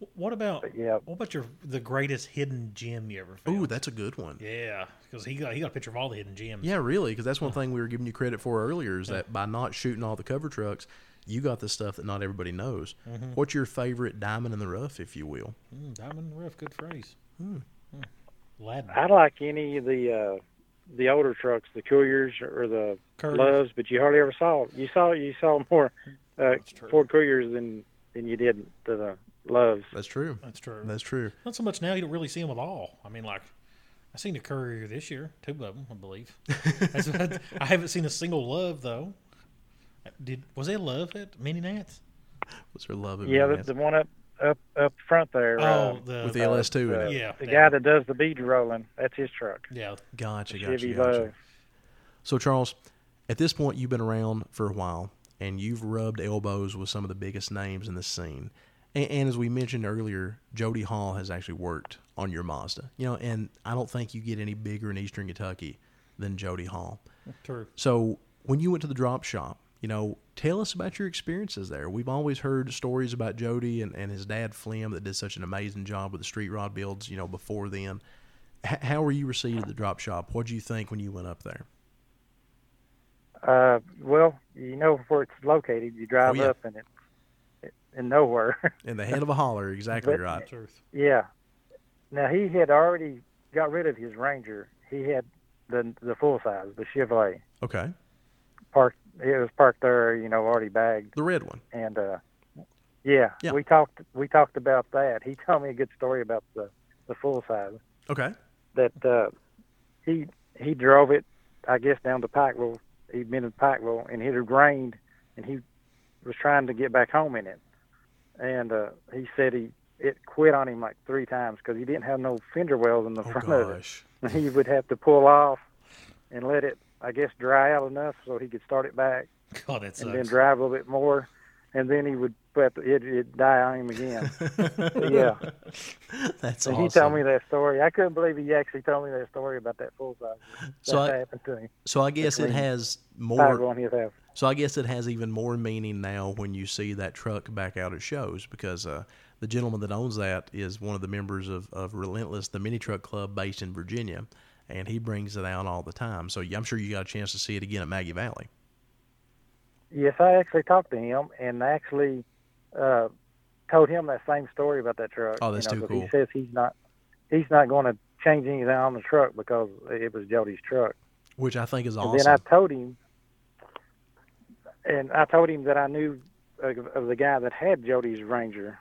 [SPEAKER 3] Wh- What about
[SPEAKER 4] But yeah,
[SPEAKER 3] what about your the greatest hidden gem you ever found?
[SPEAKER 2] ooh, that's a good one. Yeah,
[SPEAKER 3] yeah, because he got he got a picture of all the hidden gems.
[SPEAKER 2] really, because that's one thing we were giving you credit for earlier is that by not shooting all the cover trucks, you got the stuff that not everybody knows.
[SPEAKER 3] Mm-hmm.
[SPEAKER 2] What's your favorite diamond in the rough, if you will?
[SPEAKER 3] Mm, diamond rough, good phrase.
[SPEAKER 2] Hmm.
[SPEAKER 3] Mm. Aladdin.
[SPEAKER 4] I like any of the uh, the older trucks, the Couriers or the
[SPEAKER 3] Couriers.
[SPEAKER 4] Loves, but you hardly ever saw you saw you saw more uh,
[SPEAKER 3] true.
[SPEAKER 4] Ford Couriers than than you did the, the Loves.
[SPEAKER 2] That's true.
[SPEAKER 3] That's true.
[SPEAKER 2] That's true.
[SPEAKER 3] Not so much now. You don't really see them at all. I mean, like I seen a courier this year, two of them, I believe. That's what- I haven't seen a single love though. Did was it love at Mini Nats?
[SPEAKER 2] What's her love? at
[SPEAKER 4] Yeah, the,
[SPEAKER 2] Midnight?
[SPEAKER 4] the one up up up front there. uh,
[SPEAKER 3] Oh, the,
[SPEAKER 2] with the LS2 in
[SPEAKER 4] Uh,
[SPEAKER 2] it.
[SPEAKER 3] Yeah,
[SPEAKER 4] the
[SPEAKER 3] that
[SPEAKER 4] guy
[SPEAKER 3] one.
[SPEAKER 4] that does the bead rolling, that's his truck.
[SPEAKER 3] yeah.
[SPEAKER 2] Gotcha, gotcha,
[SPEAKER 4] Chevy
[SPEAKER 2] gotcha.
[SPEAKER 4] Love.
[SPEAKER 2] So, Charles, at this point, you've been around for a while and you've rubbed elbows with some of the biggest names in the scene. And, and as we mentioned earlier, Jody Hall has actually worked on your Mazda. You know, and I don't think you get any bigger in Eastern Kentucky than Jody Hall.
[SPEAKER 3] True.
[SPEAKER 2] So, when you went to the drop shop, you know, tell us about your experiences there. We've always heard stories about Jody and, and his dad, Flim, that did such an amazing job with the street rod builds, you know, before then. H- how were you received at the drop shop? What did you think when you went up there?
[SPEAKER 4] Uh, well, you know where it's located. You drive
[SPEAKER 2] Oh, yeah.
[SPEAKER 4] up and it's it, in nowhere.
[SPEAKER 2] In the head of a holler, exactly
[SPEAKER 4] But-
[SPEAKER 2] right.
[SPEAKER 3] Truth.
[SPEAKER 4] yeah. Now he had already got rid of his Ranger. He had the the full size, the Chevrolet
[SPEAKER 2] Okay,
[SPEAKER 4] parked. It was parked there, you know, already bagged.
[SPEAKER 2] the red one.
[SPEAKER 4] And uh, yeah,
[SPEAKER 2] Yeah.
[SPEAKER 4] we talked we talked about that. He told me a good story about the the full size.
[SPEAKER 2] Okay,
[SPEAKER 4] that uh, he he drove it I guess down to Pikeville. He'd been in Pikeville and it had rained, and he was trying to get back home in it. And uh, he said he it quit on him like three times because he didn't have no fender wells in the
[SPEAKER 2] Oh
[SPEAKER 4] front of it.
[SPEAKER 2] gosh.
[SPEAKER 4] And he would have to pull off and let it, I guess, dry out enough so he could start it back
[SPEAKER 3] God, that
[SPEAKER 4] and then
[SPEAKER 3] sucks.
[SPEAKER 4] drive a little bit more, and then he would have to, it, it'd die on him again. But yeah.
[SPEAKER 2] That's
[SPEAKER 4] So
[SPEAKER 2] awesome.
[SPEAKER 4] he told me that story. I couldn't believe he actually told me that story about that full size.
[SPEAKER 2] So
[SPEAKER 4] that
[SPEAKER 2] I-
[SPEAKER 4] happened to him.
[SPEAKER 2] so I guess it
[SPEAKER 4] between
[SPEAKER 2] has
[SPEAKER 4] Tiger
[SPEAKER 2] more.
[SPEAKER 4] on his house.
[SPEAKER 2] So I guess it has even more meaning now when you see that truck back out at shows because uh, the gentleman that owns that is one of the members of, of Relentless, the mini truck club based in Virginia, and he brings it out all the time. So yeah, I'm sure you got a chance to see it again at Maggie Valley.
[SPEAKER 4] Yes, I actually talked to him and actually uh, told him that same story about that truck.
[SPEAKER 2] Oh, that's
[SPEAKER 4] you know,
[SPEAKER 2] too
[SPEAKER 4] 'cause
[SPEAKER 2] cool.
[SPEAKER 4] He says he's not he's not going to change anything on the truck because it was Jody's truck.
[SPEAKER 2] which I think is
[SPEAKER 4] And then
[SPEAKER 2] awesome.
[SPEAKER 4] I told him, and I told him that I knew of, of the guy that had Jody's Ranger.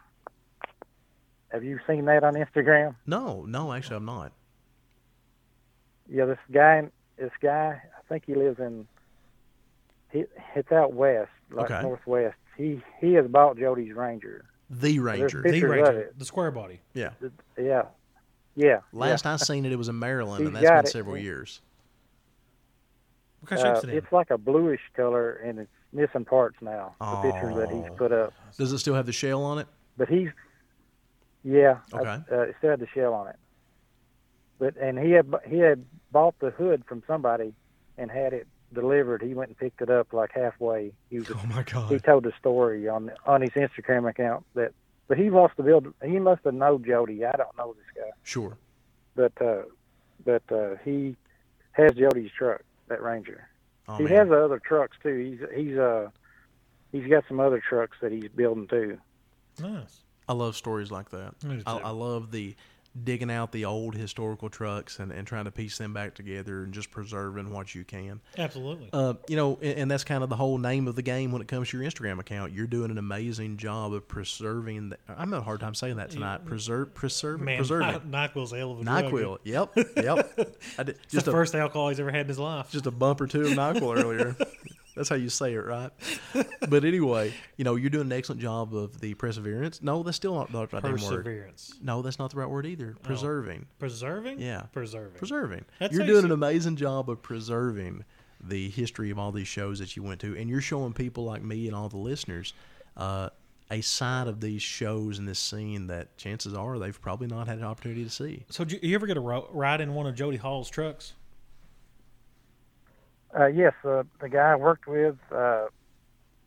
[SPEAKER 4] Have you seen that on Instagram?
[SPEAKER 2] no, no, actually, I'm not.
[SPEAKER 4] Yeah, this guy, this guy, I think he lives in. He, it's out west, like
[SPEAKER 2] Okay.
[SPEAKER 4] northwest. He he has bought Jody's Ranger.
[SPEAKER 2] The Ranger.
[SPEAKER 4] big-
[SPEAKER 3] The
[SPEAKER 4] pictures of
[SPEAKER 3] Ranger,
[SPEAKER 4] it.
[SPEAKER 3] the square body.
[SPEAKER 4] Yeah, yeah.
[SPEAKER 2] Last I seen it, it was in Maryland,
[SPEAKER 4] He's
[SPEAKER 2] and that's
[SPEAKER 4] got
[SPEAKER 2] been
[SPEAKER 4] it.
[SPEAKER 2] several years.
[SPEAKER 3] What
[SPEAKER 4] yeah.
[SPEAKER 3] kind of
[SPEAKER 4] Uh,
[SPEAKER 3] shape's it in?
[SPEAKER 4] it's like a bluish color, and it's missing parts now. The pictures that
[SPEAKER 2] Oh.
[SPEAKER 4] he's put up,
[SPEAKER 2] Does it still have the shell on it?
[SPEAKER 4] but he's yeah. I-
[SPEAKER 2] Okay.
[SPEAKER 4] uh, it still had the shell on it, but and he had bu- he had bought the hood from somebody, and had it delivered. He went and picked it up like halfway. He was
[SPEAKER 2] Oh my
[SPEAKER 4] he
[SPEAKER 2] God!
[SPEAKER 4] told the story on on his Instagram account that but he wants to build he must have known Jody. I don't know this guy.
[SPEAKER 2] Sure.
[SPEAKER 4] But uh but uh he has Jody's truck, that Ranger.
[SPEAKER 2] Oh,
[SPEAKER 4] he
[SPEAKER 2] man.
[SPEAKER 4] has other trucks too. He's he's uh he's got some other trucks that he's building too.
[SPEAKER 3] Nice.
[SPEAKER 2] I love stories like that.
[SPEAKER 3] I do
[SPEAKER 2] I,
[SPEAKER 3] too.
[SPEAKER 2] I love the digging out the old historical trucks and, and trying to piece them back together and just preserving what you can.
[SPEAKER 3] Absolutely.
[SPEAKER 2] Uh, you know, and, and that's kind of the whole name of the game when it comes to your Instagram account. You're doing an amazing job of preserving. The, I'm having a hard time saying that tonight. Preserve, preserve,
[SPEAKER 3] Man,
[SPEAKER 2] preserving.
[SPEAKER 3] Ny- NyQuil's a hell of a drug.
[SPEAKER 2] Nyquil. Yep. Yep. I did,
[SPEAKER 3] It's
[SPEAKER 2] just
[SPEAKER 3] the
[SPEAKER 2] a
[SPEAKER 3] first alcohol he's ever had in his life.
[SPEAKER 2] just a bump or two of NyQuil earlier. That's how you say it, right? But anyway, you know, you're doing an excellent job of the perseverance. No, that's still not the right damn word.
[SPEAKER 3] Perseverance.
[SPEAKER 2] No, that's not the right word either. Preserving.
[SPEAKER 3] Preserving?
[SPEAKER 2] Yeah.
[SPEAKER 3] Preserving.
[SPEAKER 2] Preserving.
[SPEAKER 3] That's
[SPEAKER 2] you're
[SPEAKER 3] how you
[SPEAKER 2] doing
[SPEAKER 3] say-
[SPEAKER 2] an amazing job of preserving the history of all these shows that you went to, and you're showing people like me and all the listeners uh, a side of these shows and this scene that chances are they've probably not had an opportunity to see.
[SPEAKER 3] so, did you, you ever get a ro- ride in one of Jody Hall's trucks?
[SPEAKER 4] Uh yes, uh, the guy I worked with, uh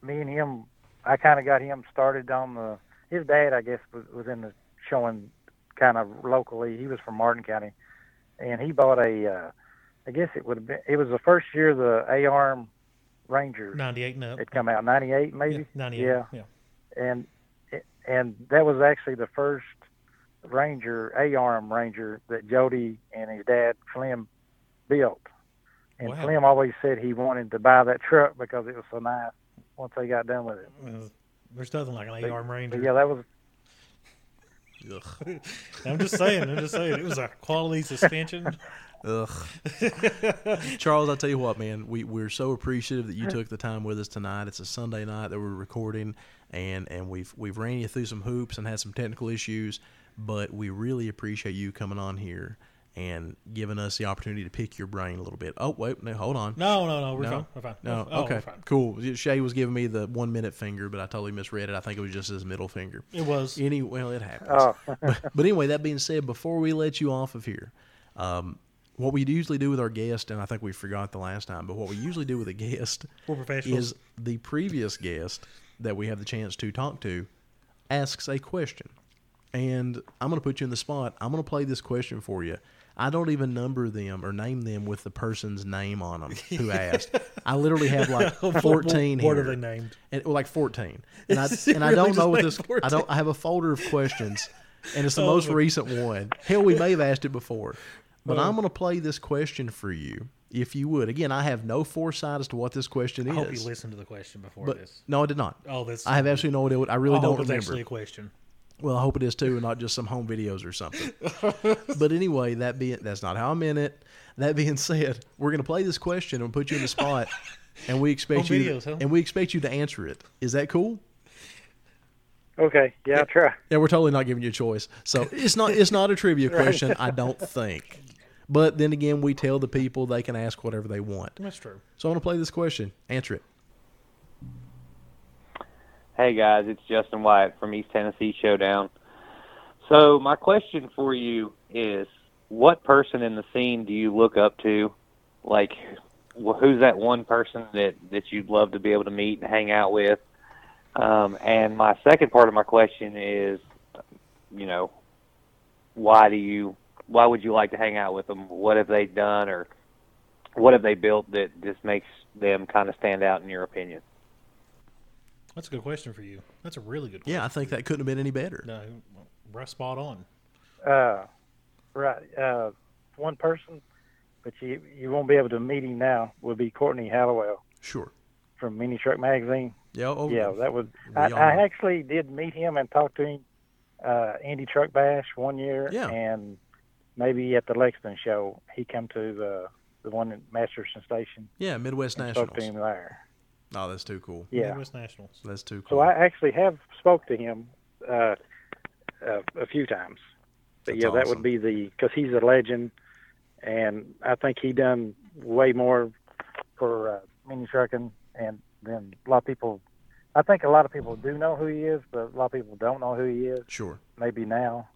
[SPEAKER 4] me and him I kinda got him started on the his dad I guess was, was in the showing kind of locally. He was from Martin County. And he bought a uh I guess it would have been it was the first year the A arm Ranger
[SPEAKER 3] 98 and up.
[SPEAKER 4] had come out, ninety eight
[SPEAKER 3] Yeah,
[SPEAKER 4] maybe?
[SPEAKER 3] 98.
[SPEAKER 4] Yeah.
[SPEAKER 3] yeah.
[SPEAKER 4] And and that was actually the first Ranger, A arm Ranger that Jody and his dad Slim built. And
[SPEAKER 3] Wow.
[SPEAKER 4] Slim always said he wanted to buy that truck because it was so nice once they got done with it.
[SPEAKER 3] Uh, There's nothing like an eight
[SPEAKER 4] But-
[SPEAKER 3] arm ranger.
[SPEAKER 4] But yeah, that was
[SPEAKER 2] Ugh.
[SPEAKER 3] I'm just saying. I'm just saying. It was a quality suspension.
[SPEAKER 2] Ugh. Charles, I tell you what, man, we, we're so appreciative that you took the time with us tonight. It's a Sunday night that we're recording, and, and we've we've ran you through some hoops and had some technical issues, but we really appreciate you coming on here and giving us the opportunity to pick your brain a little bit. Oh wait, no, hold on.
[SPEAKER 3] No, no, no. We're
[SPEAKER 2] No?
[SPEAKER 3] fine. We're fine.
[SPEAKER 2] No,
[SPEAKER 3] Oh,
[SPEAKER 2] okay,
[SPEAKER 3] We're fine.
[SPEAKER 2] cool. Shay was giving me the one minute finger, but I totally misread it. I think it was just his middle finger.
[SPEAKER 3] It was.
[SPEAKER 2] Any well, it happens.
[SPEAKER 4] oh
[SPEAKER 2] but, but anyway, that being said, before we let you off of here, um, what we usually do with our guest, and I think we forgot the last time, but what we usually do with a guest
[SPEAKER 3] We're professionals.
[SPEAKER 2] is the previous guest that we have the chance to talk to asks a question. And I'm going to put you in the spot. I'm going to play this question for you. I don't even number them or name them with the person's name on them who asked. I literally have like
[SPEAKER 3] What-
[SPEAKER 2] 14
[SPEAKER 3] What, what
[SPEAKER 2] here
[SPEAKER 3] are they named?
[SPEAKER 2] and well, like 14 and i
[SPEAKER 3] Is it
[SPEAKER 2] and i
[SPEAKER 3] really
[SPEAKER 2] don't
[SPEAKER 3] just
[SPEAKER 2] know what
[SPEAKER 3] like
[SPEAKER 2] this
[SPEAKER 3] 14?
[SPEAKER 2] i don't i have a folder of questions and it's the
[SPEAKER 3] Oh,
[SPEAKER 2] most
[SPEAKER 3] my- Oh.
[SPEAKER 2] recent one hell we may have asked it before but i'm going to play this question for you if you would again i have no foresight as to what this question
[SPEAKER 3] I
[SPEAKER 2] is
[SPEAKER 3] hope you listened to the question before
[SPEAKER 2] but
[SPEAKER 3] this.
[SPEAKER 2] no i did not
[SPEAKER 3] Oh, that's.
[SPEAKER 2] I have absolutely no idea what I really
[SPEAKER 3] I
[SPEAKER 2] don't
[SPEAKER 3] hope it's
[SPEAKER 2] remember.
[SPEAKER 3] actually a question.
[SPEAKER 2] Well, I hope it is too, and not just some home videos or something. but anyway, that being that's not how I meant it. That being said, we're gonna play this question and put you in the spot, and we expect
[SPEAKER 3] Home
[SPEAKER 2] you
[SPEAKER 3] videos, huh?
[SPEAKER 2] and we expect you to answer it. Is that cool?
[SPEAKER 4] Okay. Yeah, I'll try.
[SPEAKER 2] Yeah, we're totally not giving you a choice. So it's not it's not a trivia question, I don't think. But then again, we tell the people they can ask whatever they want.
[SPEAKER 3] That's true.
[SPEAKER 2] So I'm gonna play this question. Answer it.
[SPEAKER 5] Hey guys, it's Justin White from East Tennessee Showdown. So my question for you is, what person in the scene do you look up to? Like, wh- who's that one person that that you'd love to be able to meet and hang out with? Um, and my second part of my question is, you know, why do you? Why would you like to hang out with them? What have they done, or what have they built that just makes them kind of stand out in your opinion?
[SPEAKER 3] That's a good question for you. That's a really good question.
[SPEAKER 2] Yeah, I think that couldn't have been any better.
[SPEAKER 3] No, right spot on.
[SPEAKER 4] Uh, right. Uh, one person, but you you won't be able to meet him now. Would be Courtney Halliwell
[SPEAKER 2] Sure.
[SPEAKER 4] from Mini Truck Magazine.
[SPEAKER 2] Yeah. Oh,
[SPEAKER 4] Yeah, that was.
[SPEAKER 2] We
[SPEAKER 4] I,
[SPEAKER 2] all
[SPEAKER 4] I
[SPEAKER 2] know.
[SPEAKER 4] actually did meet him and talk to him, uh, Andy Truck Bash one year,
[SPEAKER 2] Yeah.
[SPEAKER 4] and maybe at the Lexington show he come to the the one at Masterson Station.
[SPEAKER 2] yeah. Midwest
[SPEAKER 4] and Spoke to
[SPEAKER 2] Nationals.
[SPEAKER 4] him there.
[SPEAKER 2] Oh, that's too cool.
[SPEAKER 4] Yeah.
[SPEAKER 3] Midwest Nationals.
[SPEAKER 2] That's too
[SPEAKER 4] So
[SPEAKER 2] cool.
[SPEAKER 4] I actually have spoke to him uh, uh, a few times. But
[SPEAKER 2] That's
[SPEAKER 4] yeah, that
[SPEAKER 2] awesome.
[SPEAKER 4] would be the because he's a legend, and I think he done way more for uh, mini trucking and then a lot of people. I think a lot of people do know who he is, but a lot of people don't know who he is.
[SPEAKER 2] sure.
[SPEAKER 4] Maybe now,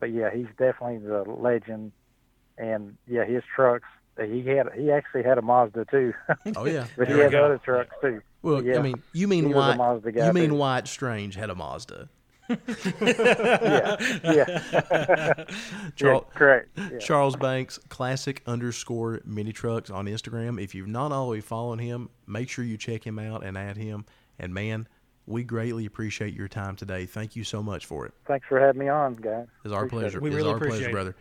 [SPEAKER 4] but yeah, he's definitely the legend, and yeah, his trucks. uh, He had he actually had a Mazda too,
[SPEAKER 2] Oh yeah.
[SPEAKER 4] but he
[SPEAKER 3] There we
[SPEAKER 4] has
[SPEAKER 3] go.
[SPEAKER 4] other trucks too.
[SPEAKER 2] Well, I
[SPEAKER 4] Yeah.
[SPEAKER 2] mean, you
[SPEAKER 4] He
[SPEAKER 2] mean
[SPEAKER 4] was a
[SPEAKER 2] White?
[SPEAKER 4] Mazda guy.
[SPEAKER 2] You mean
[SPEAKER 4] too.
[SPEAKER 2] White Strange had a Mazda?
[SPEAKER 4] yeah, yeah,
[SPEAKER 2] Charles,
[SPEAKER 4] correct. Yeah.
[SPEAKER 2] Charles Banks, classic underscore mini trucks on Instagram. If you've not already followed him, make sure you check him out and add him. And man, we greatly appreciate your time today. Thank you so much for it.
[SPEAKER 4] Thanks for having me on, guys.
[SPEAKER 2] It's our
[SPEAKER 4] Appreciate
[SPEAKER 2] pleasure.
[SPEAKER 3] We
[SPEAKER 2] it's
[SPEAKER 3] really
[SPEAKER 2] our
[SPEAKER 3] appreciate
[SPEAKER 2] pleasure,
[SPEAKER 3] it.
[SPEAKER 2] brother.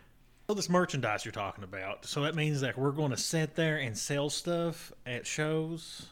[SPEAKER 3] So this merchandise you're talking about. So that means that we're going to sit there and sell stuff at shows.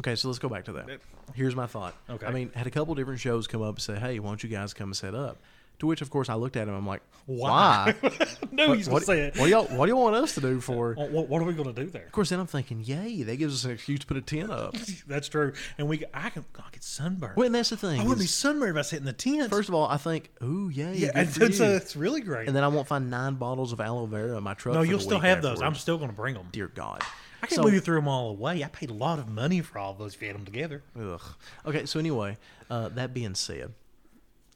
[SPEAKER 2] Okay, so let's go back to that. Here's my thought.
[SPEAKER 3] Okay.
[SPEAKER 2] I mean, had a couple different shows come up and say, "Hey, why don't you guys come and set up?" To which, of course, I looked at him. I'm like, "Why?
[SPEAKER 3] no, he's gonna
[SPEAKER 2] what,
[SPEAKER 3] say it.
[SPEAKER 2] what do y'all? What do you want us to do for?"
[SPEAKER 3] What, what, what are we gonna do there?
[SPEAKER 2] Of course, then I'm thinking, "Yay, that gives us an excuse to put a tent up."
[SPEAKER 3] That's true. And we, I can, I get sunburned.
[SPEAKER 2] well, and that's the thing.
[SPEAKER 3] I wouldn't be
[SPEAKER 2] is,
[SPEAKER 3] sunburned if I sit in the tent.
[SPEAKER 2] first of all, I think, "Ooh, yay,
[SPEAKER 3] yeah,
[SPEAKER 2] good
[SPEAKER 3] it's,
[SPEAKER 2] for
[SPEAKER 3] it's,
[SPEAKER 2] you."
[SPEAKER 3] uh, it's really great.
[SPEAKER 2] and then I won't find nine bottles of aloe vera in my truck.
[SPEAKER 3] no,
[SPEAKER 2] for the
[SPEAKER 3] you'll still
[SPEAKER 2] week
[SPEAKER 3] have those. I'm
[SPEAKER 2] afterwards.
[SPEAKER 3] still gonna bring them.
[SPEAKER 2] Dear God,
[SPEAKER 3] I can't
[SPEAKER 2] So-
[SPEAKER 3] believe you threw them all away. I paid a lot of money for all those if you had them together.
[SPEAKER 2] Ugh. Okay, so anyway, uh, that being said,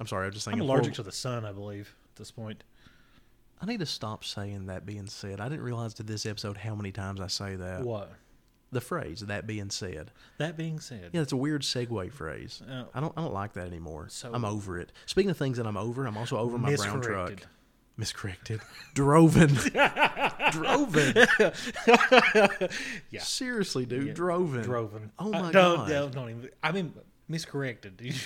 [SPEAKER 2] I'm sorry. I'm just
[SPEAKER 3] I'm
[SPEAKER 2] thinking.
[SPEAKER 3] allergic
[SPEAKER 2] for-
[SPEAKER 3] to the sun, I believe, at this point.
[SPEAKER 2] I need to stop saying that being said. I didn't realize to this episode how many times I say that.
[SPEAKER 3] What?
[SPEAKER 2] The phrase that being said.
[SPEAKER 3] That being said,
[SPEAKER 2] Yeah, it's a weird segue phrase.
[SPEAKER 3] Oh.
[SPEAKER 2] I don't I don't like that anymore.
[SPEAKER 3] So-
[SPEAKER 2] I'm over it. Speaking of things that I'm over, I'm also over my brown truck. Miscorrected.
[SPEAKER 3] Miscorrected.
[SPEAKER 2] Droven. Droven.
[SPEAKER 3] Yeah.
[SPEAKER 2] Seriously, dude. Droven.
[SPEAKER 3] Droven.
[SPEAKER 2] Oh
[SPEAKER 3] Uh,
[SPEAKER 2] my
[SPEAKER 3] no,
[SPEAKER 2] god.
[SPEAKER 3] No, don't even. I mean, miscorrected.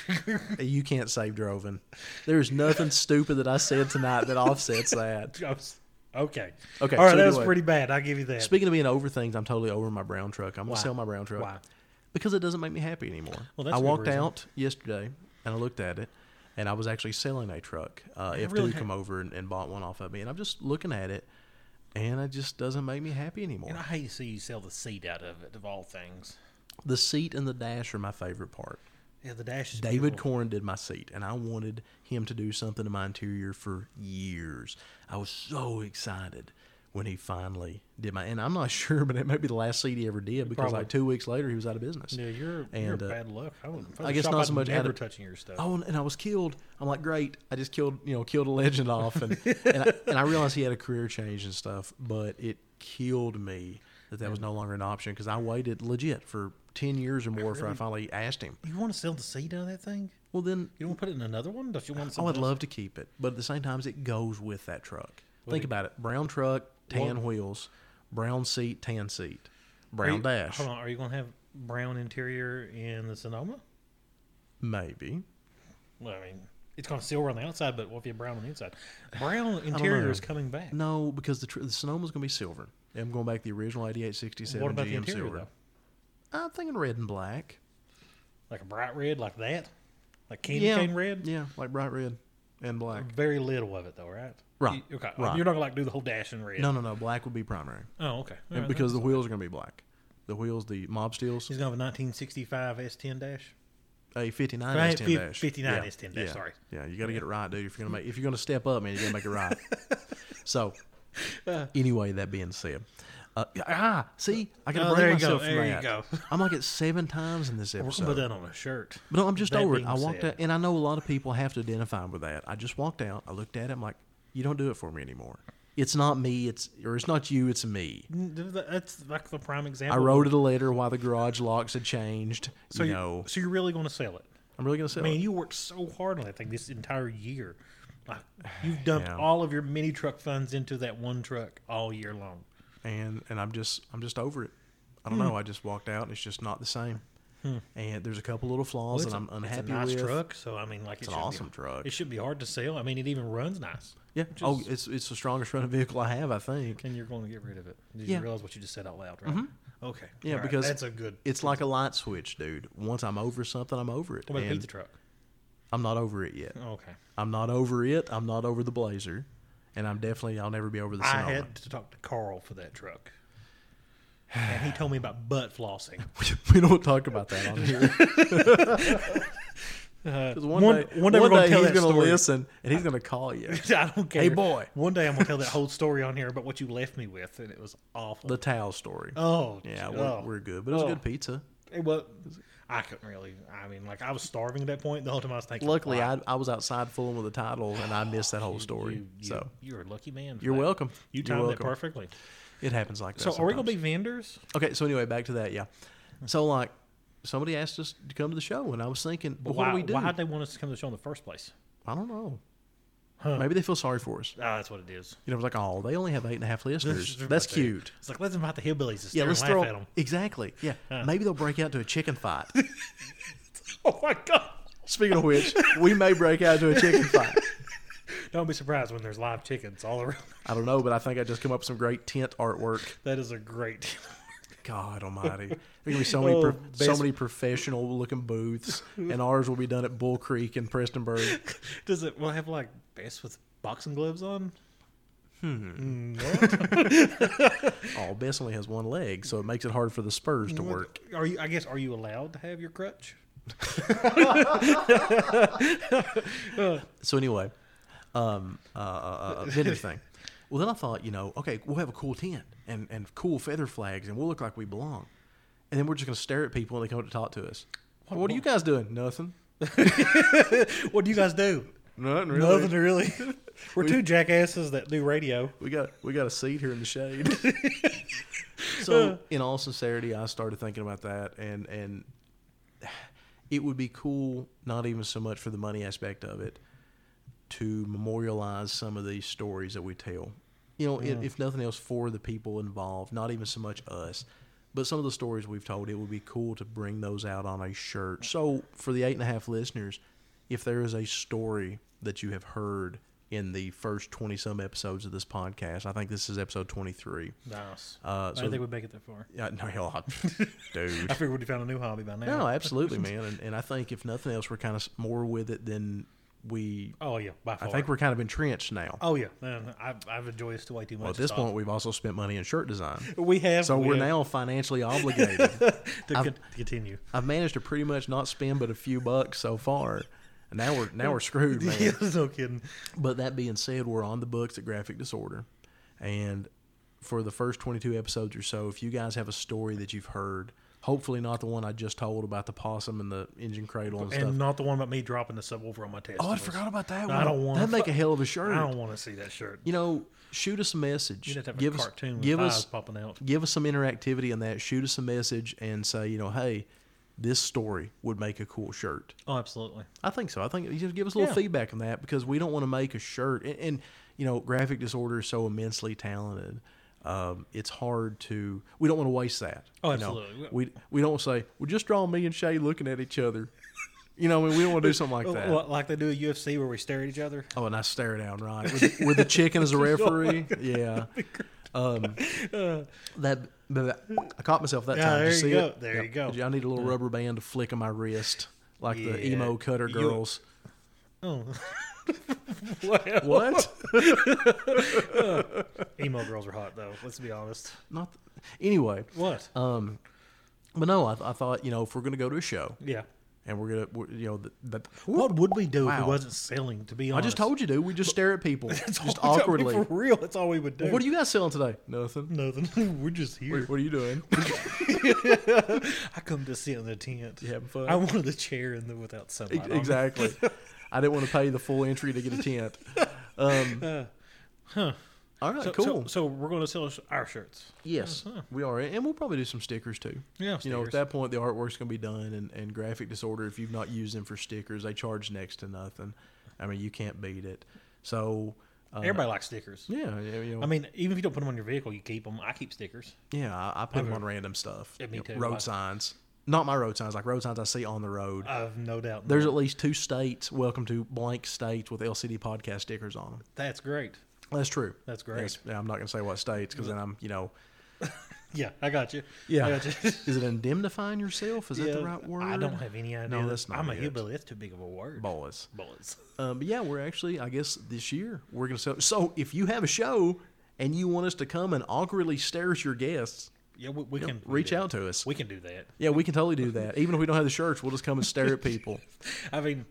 [SPEAKER 2] You can't say Droven. There's nothing stupid that I said tonight that offsets that.
[SPEAKER 3] I was- okay.
[SPEAKER 2] Okay,
[SPEAKER 3] All right,
[SPEAKER 2] so
[SPEAKER 3] that was
[SPEAKER 2] anyway.
[SPEAKER 3] pretty bad. I give you that.
[SPEAKER 2] Speaking of being over things, I'm totally over my brown truck. I'm gonna sell my brown truck.
[SPEAKER 3] Why?
[SPEAKER 2] Because it doesn't make me happy anymore.
[SPEAKER 3] Well, that's
[SPEAKER 2] I
[SPEAKER 3] a good
[SPEAKER 2] walked
[SPEAKER 3] reason.
[SPEAKER 2] out yesterday and I looked at it, and I was actually selling a truck. Uh, F2
[SPEAKER 3] really ha-
[SPEAKER 2] come over and, and bought one off of me, and I'm just looking at it, and it just doesn't make me happy anymore.
[SPEAKER 3] And I hate to see you sell the seat out of it, of all things.
[SPEAKER 2] the seat and the dash are my favorite part.
[SPEAKER 3] Yeah, the dash is
[SPEAKER 2] David
[SPEAKER 3] beautiful.
[SPEAKER 2] Corn did my seat, and I wanted him to do something to my interior for years. I was so excited when he finally did my, and I'm not sure, but it may be the last seat he ever did because
[SPEAKER 3] Probably.
[SPEAKER 2] like two weeks later he was out of business.
[SPEAKER 3] Yeah, you're, you're
[SPEAKER 2] And, uh,
[SPEAKER 3] bad luck. I, would,
[SPEAKER 2] I guess not so much out
[SPEAKER 3] Never
[SPEAKER 2] of-
[SPEAKER 3] touching your stuff.
[SPEAKER 2] Oh, and, and I was killed. I'm like, great. I just killed, you know, killed a legend off, and and, I, and I realized he had a career change and stuff, but it killed me that that was no longer an option because I waited legit for ten years or more before I finally asked him.
[SPEAKER 3] You want to sell the seat out of that thing?
[SPEAKER 2] Well, then,
[SPEAKER 3] You don't want to put it in another one? Don't you want
[SPEAKER 2] oh,
[SPEAKER 3] something
[SPEAKER 2] I'd
[SPEAKER 3] else?
[SPEAKER 2] love to keep it, but at the same time, it goes with that truck. Think about it: brown truck, tan wheels, brown seat, tan seat,
[SPEAKER 3] Are
[SPEAKER 2] brown
[SPEAKER 3] you-
[SPEAKER 2] dash,
[SPEAKER 3] Hold on. Are you going to have brown interior in the Sonoma?
[SPEAKER 2] maybe.
[SPEAKER 3] Well, I mean, it's going to silver on the outside, but what if you have brown on the inside? Brown interior is coming back.
[SPEAKER 2] No, because the, tr- the Sonoma's going to be silver. I'm going back to the original 8867
[SPEAKER 3] What about
[SPEAKER 2] GM
[SPEAKER 3] the interior,
[SPEAKER 2] silver. I'm thinking red and black.
[SPEAKER 3] Like a bright red, like that? like candy
[SPEAKER 2] yeah.
[SPEAKER 3] cane red.
[SPEAKER 2] Yeah, like bright red and black.
[SPEAKER 3] Very little of it though, right?
[SPEAKER 2] Right,
[SPEAKER 3] You- okay.
[SPEAKER 2] right.
[SPEAKER 3] You're not gonna like do the whole dash in red.
[SPEAKER 2] No, no, no. Black would be primary.
[SPEAKER 3] Oh, okay. All
[SPEAKER 2] And
[SPEAKER 3] right,
[SPEAKER 2] because
[SPEAKER 3] that's-
[SPEAKER 2] the wheels are going to be black. The wheels, the mob steels,
[SPEAKER 3] he's gonna have a 1965 S10 dash.
[SPEAKER 2] a 59
[SPEAKER 3] Right,
[SPEAKER 2] is 10
[SPEAKER 3] fif-
[SPEAKER 2] dash.
[SPEAKER 3] 59
[SPEAKER 2] yeah.
[SPEAKER 3] is 10 dash,
[SPEAKER 2] yeah.
[SPEAKER 3] sorry.
[SPEAKER 2] Yeah, you got to get it right, dude. If you're going to make, if you're going to step up, man, you got to make it right. so,
[SPEAKER 3] Uh.
[SPEAKER 2] anyway, that being said, uh, ah, see, I got to
[SPEAKER 3] Oh,
[SPEAKER 2] bring
[SPEAKER 3] there you go,
[SPEAKER 2] myself from
[SPEAKER 3] there you
[SPEAKER 2] that.
[SPEAKER 3] go.
[SPEAKER 2] I'm like at seven times in this
[SPEAKER 3] We're gonna put
[SPEAKER 2] episode.
[SPEAKER 3] that on a shirt.
[SPEAKER 2] But no, I'm just
[SPEAKER 3] That
[SPEAKER 2] over it.
[SPEAKER 3] being
[SPEAKER 2] I walked
[SPEAKER 3] said.
[SPEAKER 2] out, and I know a lot of people have to identify with that. I just walked out. I looked at it. I'm like, you don't do it for me anymore. It's not me. It's or it's not you. It's me.
[SPEAKER 3] That's like the prime
[SPEAKER 2] I
[SPEAKER 3] example.
[SPEAKER 2] wrote it a letter why the garage locks had changed.
[SPEAKER 3] So
[SPEAKER 2] you
[SPEAKER 3] you-
[SPEAKER 2] know,
[SPEAKER 3] so you're really gonna sell it?
[SPEAKER 2] I'm really gonna sell
[SPEAKER 3] I mean,
[SPEAKER 2] it.
[SPEAKER 3] you worked so hard on that thing this entire year. Like, you've dumped
[SPEAKER 2] Yeah.
[SPEAKER 3] all of your mini truck funds into that one truck all year long.
[SPEAKER 2] And and I'm just I'm just over it. I
[SPEAKER 3] Hmm.
[SPEAKER 2] don't know. I just walked out, and it's just not the same. And there's a couple little flaws that I'm unhappy
[SPEAKER 3] it's a nice
[SPEAKER 2] with.
[SPEAKER 3] truck, so I mean, like it's
[SPEAKER 2] an awesome truck.
[SPEAKER 3] It should be hard to sell. I mean, it even runs nice.
[SPEAKER 2] Yeah.
[SPEAKER 3] Which
[SPEAKER 2] Oh,
[SPEAKER 3] is-
[SPEAKER 2] it's it's the strongest running vehicle I have, I think.
[SPEAKER 3] and you're going to get rid of it.
[SPEAKER 2] Yeah.
[SPEAKER 3] Did
[SPEAKER 2] Mm-hmm.
[SPEAKER 3] you realize what you just said out loud, right? Okay.
[SPEAKER 2] Yeah,
[SPEAKER 3] All right.
[SPEAKER 2] because
[SPEAKER 3] that's a good.
[SPEAKER 2] It's like a light switch, dude. Once I'm over something, I'm over it.
[SPEAKER 3] What about the
[SPEAKER 2] And
[SPEAKER 3] pizza truck?
[SPEAKER 2] I'm not over it yet.
[SPEAKER 3] Oh, okay.
[SPEAKER 2] I'm not over it. I'm not over the Blazer, and I'm definitely I'll never be over the
[SPEAKER 3] I
[SPEAKER 2] Sonoma.
[SPEAKER 3] had to talk to Carl for that truck, and he told me about butt flossing.
[SPEAKER 2] we don't talk about that on here. 'Cause one,
[SPEAKER 3] one-
[SPEAKER 2] day,
[SPEAKER 3] one day we're gonna tell
[SPEAKER 2] he's
[SPEAKER 3] that
[SPEAKER 2] gonna
[SPEAKER 3] story.
[SPEAKER 2] listen and he's gonna call you.
[SPEAKER 3] I don't care.
[SPEAKER 2] boy.
[SPEAKER 3] One day I'm gonna tell that whole story on here about what you left me with, and it was awful.
[SPEAKER 2] The towel story.
[SPEAKER 3] oh,
[SPEAKER 2] yeah,
[SPEAKER 3] gee,
[SPEAKER 2] we're,
[SPEAKER 3] oh.
[SPEAKER 2] we're good, but it was
[SPEAKER 3] Oh.
[SPEAKER 2] good pizza.
[SPEAKER 3] It was. I couldn't really. I mean, like I was starving at that point. The whole time I was thinking.
[SPEAKER 2] Luckily,
[SPEAKER 3] wow,
[SPEAKER 2] I, I was outside fooling with the title and I missed that whole story.
[SPEAKER 3] you, you,
[SPEAKER 2] so
[SPEAKER 3] you're a lucky man. for
[SPEAKER 2] you're
[SPEAKER 3] that.
[SPEAKER 2] welcome.
[SPEAKER 3] You
[SPEAKER 2] You're
[SPEAKER 3] timed that
[SPEAKER 2] welcome.
[SPEAKER 3] perfectly.
[SPEAKER 2] it happens like that.
[SPEAKER 3] So are we gonna
[SPEAKER 2] sometimes.
[SPEAKER 3] be vendors?
[SPEAKER 2] okay? So anyway, back to that. Yeah. So like somebody asked us to come to the show, and I was thinking, well, what
[SPEAKER 3] why,
[SPEAKER 2] do we do?
[SPEAKER 3] Why would they want us to come to the show in the first place?
[SPEAKER 2] I don't know.
[SPEAKER 3] Huh.
[SPEAKER 2] Maybe they feel sorry for us.
[SPEAKER 3] Ah, that's what it is.
[SPEAKER 2] You know, it's like, oh, they only have eight and a half listeners.
[SPEAKER 3] Just-
[SPEAKER 2] That's
[SPEAKER 3] right there.
[SPEAKER 2] cute.
[SPEAKER 3] It's like let's invite the hillbillies to
[SPEAKER 2] Yeah,
[SPEAKER 3] stare
[SPEAKER 2] let's
[SPEAKER 3] and
[SPEAKER 2] throw
[SPEAKER 3] laugh at them.
[SPEAKER 2] exactly. Yeah, maybe they'll break out to a chicken fight.
[SPEAKER 3] Oh my god!
[SPEAKER 2] Speaking of which, we may break out to a chicken fight.
[SPEAKER 3] Don't be surprised when there's live chickens all around.
[SPEAKER 2] I don't know, but I think I just come up with some great tent artwork.
[SPEAKER 3] That is a great.
[SPEAKER 2] God Almighty, there's gonna be so many pro-
[SPEAKER 3] Oh,
[SPEAKER 2] so
[SPEAKER 3] best-
[SPEAKER 2] many professional looking booths, and ours will be done at Bull Creek in Prestonburg.
[SPEAKER 3] Does it? Will it have like best with boxing gloves on?
[SPEAKER 2] Oh, Bess only has one leg, so it makes it hard for the spurs to work.
[SPEAKER 3] Are you? I guess are you allowed to have your crutch?
[SPEAKER 2] So anyway, um, uh, uh, uh, vendor thing. Well, then I thought, you know, okay, we'll have a cool tent and, and cool feather flags, and we'll look like we belong. And then we're just gonna stare at people when they come up to talk to us. What, are you guys doing? Nothing.
[SPEAKER 3] What do you guys do?
[SPEAKER 2] Nothing
[SPEAKER 3] Nothing really. We're two jackasses that do radio.
[SPEAKER 2] We got we got a seat here in the shade. so, in all sincerity, I started thinking about that, and and it would be cool, not even so much for the money aspect of it, to memorialize some of these stories that we tell. You know, if, if nothing else, for the people involved, not even so much us, but some of the stories we've told, it would be cool to bring those out on a shirt. So, for the eight and a half listeners, if there is a story that you have heard in the first 20 some episodes of this podcast, I think this is episode 23.
[SPEAKER 3] Nice.
[SPEAKER 2] Uh,
[SPEAKER 3] I
[SPEAKER 2] so,
[SPEAKER 3] didn't think we'd make it that far.
[SPEAKER 2] yeah, no, hell, I- dude.
[SPEAKER 3] I figured we'd found a new hobby by now.
[SPEAKER 2] No, absolutely, man. And, and I think if nothing else, we're kind of more with it than we.
[SPEAKER 3] Oh yeah, by far.
[SPEAKER 2] I think we're kind of entrenched now.
[SPEAKER 3] Oh yeah, man, I've, I've enjoyed this too way too much.
[SPEAKER 2] well, at this
[SPEAKER 3] It's
[SPEAKER 2] point, we've also spent money in shirt design,
[SPEAKER 3] awesome. we have.
[SPEAKER 2] so
[SPEAKER 3] we
[SPEAKER 2] we're
[SPEAKER 3] have
[SPEAKER 2] now financially obligated.
[SPEAKER 3] to
[SPEAKER 2] I've-
[SPEAKER 3] con- to continue.
[SPEAKER 2] I've managed to pretty much not spend but a few bucks so far. And now we're now we're screwed, man.
[SPEAKER 3] Yeah, no kidding.
[SPEAKER 2] But that being said, we're on the books at Graphic Disorder. And for the first 22 episodes or so, if you guys have a story that you've heard, hopefully not the one I just told about the possum and the engine cradle and,
[SPEAKER 3] And
[SPEAKER 2] stuff.
[SPEAKER 3] not the one about me dropping the subwoofer on my test.
[SPEAKER 2] Oh, I forgot about that one.
[SPEAKER 3] I don't want.
[SPEAKER 2] That'd make a hell of a shirt.
[SPEAKER 3] I don't want to see that shirt.
[SPEAKER 2] You know, shoot us a message.
[SPEAKER 3] You'd have to have
[SPEAKER 2] give
[SPEAKER 3] a
[SPEAKER 2] us,
[SPEAKER 3] cartoon with
[SPEAKER 2] give
[SPEAKER 3] eyes
[SPEAKER 2] us,
[SPEAKER 3] popping out.
[SPEAKER 2] give us some interactivity on that. Shoot us a message and say, you know, hey, this story would make a cool shirt.
[SPEAKER 3] Oh, absolutely.
[SPEAKER 2] I think so. I think you just give us a little
[SPEAKER 3] Yeah.
[SPEAKER 2] feedback on that because we don't want to make a shirt. And, and you know, graphic disorder is so immensely talented. Um, it's hard to. We don't want to waste that.
[SPEAKER 3] Oh,
[SPEAKER 2] you know.
[SPEAKER 3] absolutely.
[SPEAKER 2] we we don't say, well, just draw me and Shay looking at each other. You know, I mean, we don't want to do something like that.
[SPEAKER 3] Like, Oh, like they do at UFC where we stare at each other.
[SPEAKER 2] Oh, and I stare down right with, with the chicken as a referee. Yeah. Um, that but I caught myself that
[SPEAKER 3] Uh. Yeah,
[SPEAKER 2] time. Did
[SPEAKER 3] there
[SPEAKER 2] you see
[SPEAKER 3] you go.
[SPEAKER 2] it?
[SPEAKER 3] There you go.
[SPEAKER 2] I need a little rubber band to flick on my wrist like the
[SPEAKER 3] Yeah.
[SPEAKER 2] emo cutter
[SPEAKER 3] You-
[SPEAKER 2] girls.
[SPEAKER 3] Oh. what?
[SPEAKER 2] What?
[SPEAKER 3] Emo girls are hot though. Let's be honest. Uh,
[SPEAKER 2] Not anyway.
[SPEAKER 3] What?
[SPEAKER 2] Um, but no, I, I thought you know if we're gonna go to a show
[SPEAKER 3] yeah.
[SPEAKER 2] and we're gonna we're, you know the, the,
[SPEAKER 3] What would we do if
[SPEAKER 2] Wow.
[SPEAKER 3] it wasn't selling? To be
[SPEAKER 2] I
[SPEAKER 3] honest,
[SPEAKER 2] just told you, dude, we just stare at people just
[SPEAKER 3] I mean,
[SPEAKER 2] awkwardly.
[SPEAKER 3] for real. That's all we would do.
[SPEAKER 2] What are you guys selling today? Nothing.
[SPEAKER 3] Nothing. We're just here.
[SPEAKER 2] What are you doing?
[SPEAKER 3] I come to sit in the tent.
[SPEAKER 2] You having fun?
[SPEAKER 3] I wanted the chair in the without sunlight.
[SPEAKER 2] Ex-
[SPEAKER 3] on it.
[SPEAKER 2] exactly. I didn't want to pay the full entry to get a tent. Um, All right,
[SPEAKER 3] So,
[SPEAKER 2] cool.
[SPEAKER 3] So, so we're going to sell us our shirts.
[SPEAKER 2] yes, we are, and we'll probably do some stickers too.
[SPEAKER 3] Yeah,
[SPEAKER 2] you know,
[SPEAKER 3] stickers.
[SPEAKER 2] at that point, the artwork's going to be done, and, and graphic disorder. If you've not used them for stickers, they charge next to nothing. I mean, you can't beat it. So, uh,
[SPEAKER 3] Everybody likes stickers.
[SPEAKER 2] yeah, yeah, you know,
[SPEAKER 3] I mean, even if you don't put them on your vehicle, you keep them. I keep stickers.
[SPEAKER 2] yeah, I, I put them on random stuff.
[SPEAKER 3] Yeah, me
[SPEAKER 2] You know,
[SPEAKER 3] too.
[SPEAKER 2] Road
[SPEAKER 3] Like-
[SPEAKER 2] signs, not my road signs, like road signs I see on the road.
[SPEAKER 3] I have no doubt. in
[SPEAKER 2] There's
[SPEAKER 3] that.
[SPEAKER 2] at least two states. Welcome to blank states with LCD podcast stickers on them.
[SPEAKER 3] that's great.
[SPEAKER 2] That's true.
[SPEAKER 3] That's great.
[SPEAKER 2] Yes. Yeah, I'm not going to say what states because then I'm, you know,
[SPEAKER 3] Yeah, I got you. I
[SPEAKER 2] yeah.
[SPEAKER 3] got you.
[SPEAKER 2] Is it indemnifying yourself? Is that the
[SPEAKER 3] Yeah,
[SPEAKER 2] right word?
[SPEAKER 3] I don't have any idea.
[SPEAKER 2] No, that's not
[SPEAKER 3] I'm a
[SPEAKER 2] it.
[SPEAKER 3] hillbilly. That's too big of a word.
[SPEAKER 2] Boas.
[SPEAKER 3] Bullets.
[SPEAKER 2] Um, but yeah, we're actually, I guess, this year we're going to sell. So if you have a show and you want us to come and awkwardly stare at your guests,
[SPEAKER 3] Yeah, we, we can
[SPEAKER 2] reach
[SPEAKER 3] do
[SPEAKER 2] out
[SPEAKER 3] that.
[SPEAKER 2] to us.
[SPEAKER 3] We can do that.
[SPEAKER 2] yeah, we can totally do that. Even if we don't have the shirts, we'll just come and stare at people.
[SPEAKER 3] I mean,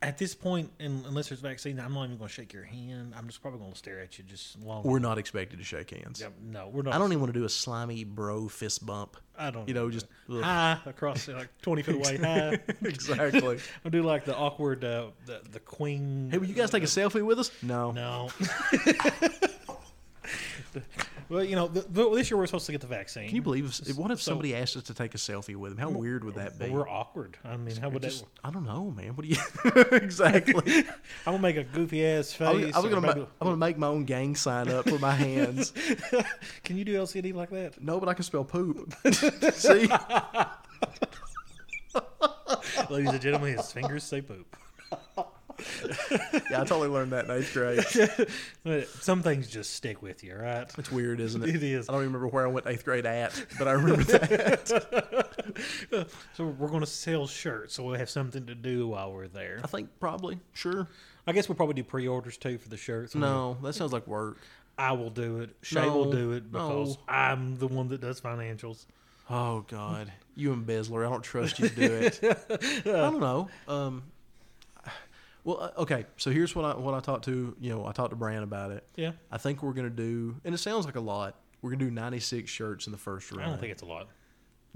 [SPEAKER 3] at this point, un- unless there's vaccine, I'm not even going to shake your hand. I'm just probably going to stare at you just long.
[SPEAKER 2] We're not expected to shake hands.
[SPEAKER 3] Yeah, no, we're not.
[SPEAKER 2] I don't even want to do a slimy bro fist bump.
[SPEAKER 3] I don't.
[SPEAKER 2] You know,
[SPEAKER 3] even-
[SPEAKER 2] just ugh.
[SPEAKER 3] hi across like 20 feet away. Hi.
[SPEAKER 2] exactly.
[SPEAKER 3] I do like the awkward, uh, the the queen.
[SPEAKER 2] Hey, will you guys take a selfie with us? No.
[SPEAKER 3] No. well, you know, the, the, this year we're supposed to get the vaccine.
[SPEAKER 2] Can you believe? If, what if somebody asked us to take a selfie with them? How weird would that be?
[SPEAKER 3] We're awkward. I mean, how would
[SPEAKER 2] Just,
[SPEAKER 3] that?
[SPEAKER 2] I don't know, man. What do you exactly?
[SPEAKER 3] I'm gonna make a goofy ass
[SPEAKER 2] I
[SPEAKER 3] face.
[SPEAKER 2] was, I was
[SPEAKER 3] or
[SPEAKER 2] gonna, ma-
[SPEAKER 3] maybe-
[SPEAKER 2] I'm gonna make my own gang sign up with my hands.
[SPEAKER 3] Can you do LCD like that?
[SPEAKER 2] No, but I can spell poop. See,
[SPEAKER 3] Ladies and gentlemen, his fingers say poop.
[SPEAKER 2] yeah, I totally learned that in eighth grade.
[SPEAKER 3] But Some things just stick with you, right?
[SPEAKER 2] It's weird, isn't it?
[SPEAKER 3] It is.
[SPEAKER 2] I don't even remember where I went eighth grade at, but I remember that.
[SPEAKER 3] So we're gonna sell shirts, so we'll have something to do while we're there.
[SPEAKER 2] I think probably sure.
[SPEAKER 3] I guess we'll probably do pre-orders too for the shirts.
[SPEAKER 2] No, that sounds like work.
[SPEAKER 3] I will do it. Shay will
[SPEAKER 2] No,
[SPEAKER 3] do it because
[SPEAKER 2] no.
[SPEAKER 3] I'm the one that does financials.
[SPEAKER 2] Oh God, you embezzler! I don't trust you to do it. I don't know. Um, well, uh, okay. So here's what I what I talked to you know I talked to Bran about it.
[SPEAKER 3] Yeah.
[SPEAKER 2] I think we're gonna do, and it sounds like a lot. We're gonna do 96 shirts in the first
[SPEAKER 3] I
[SPEAKER 2] round.
[SPEAKER 3] don't think it's a lot.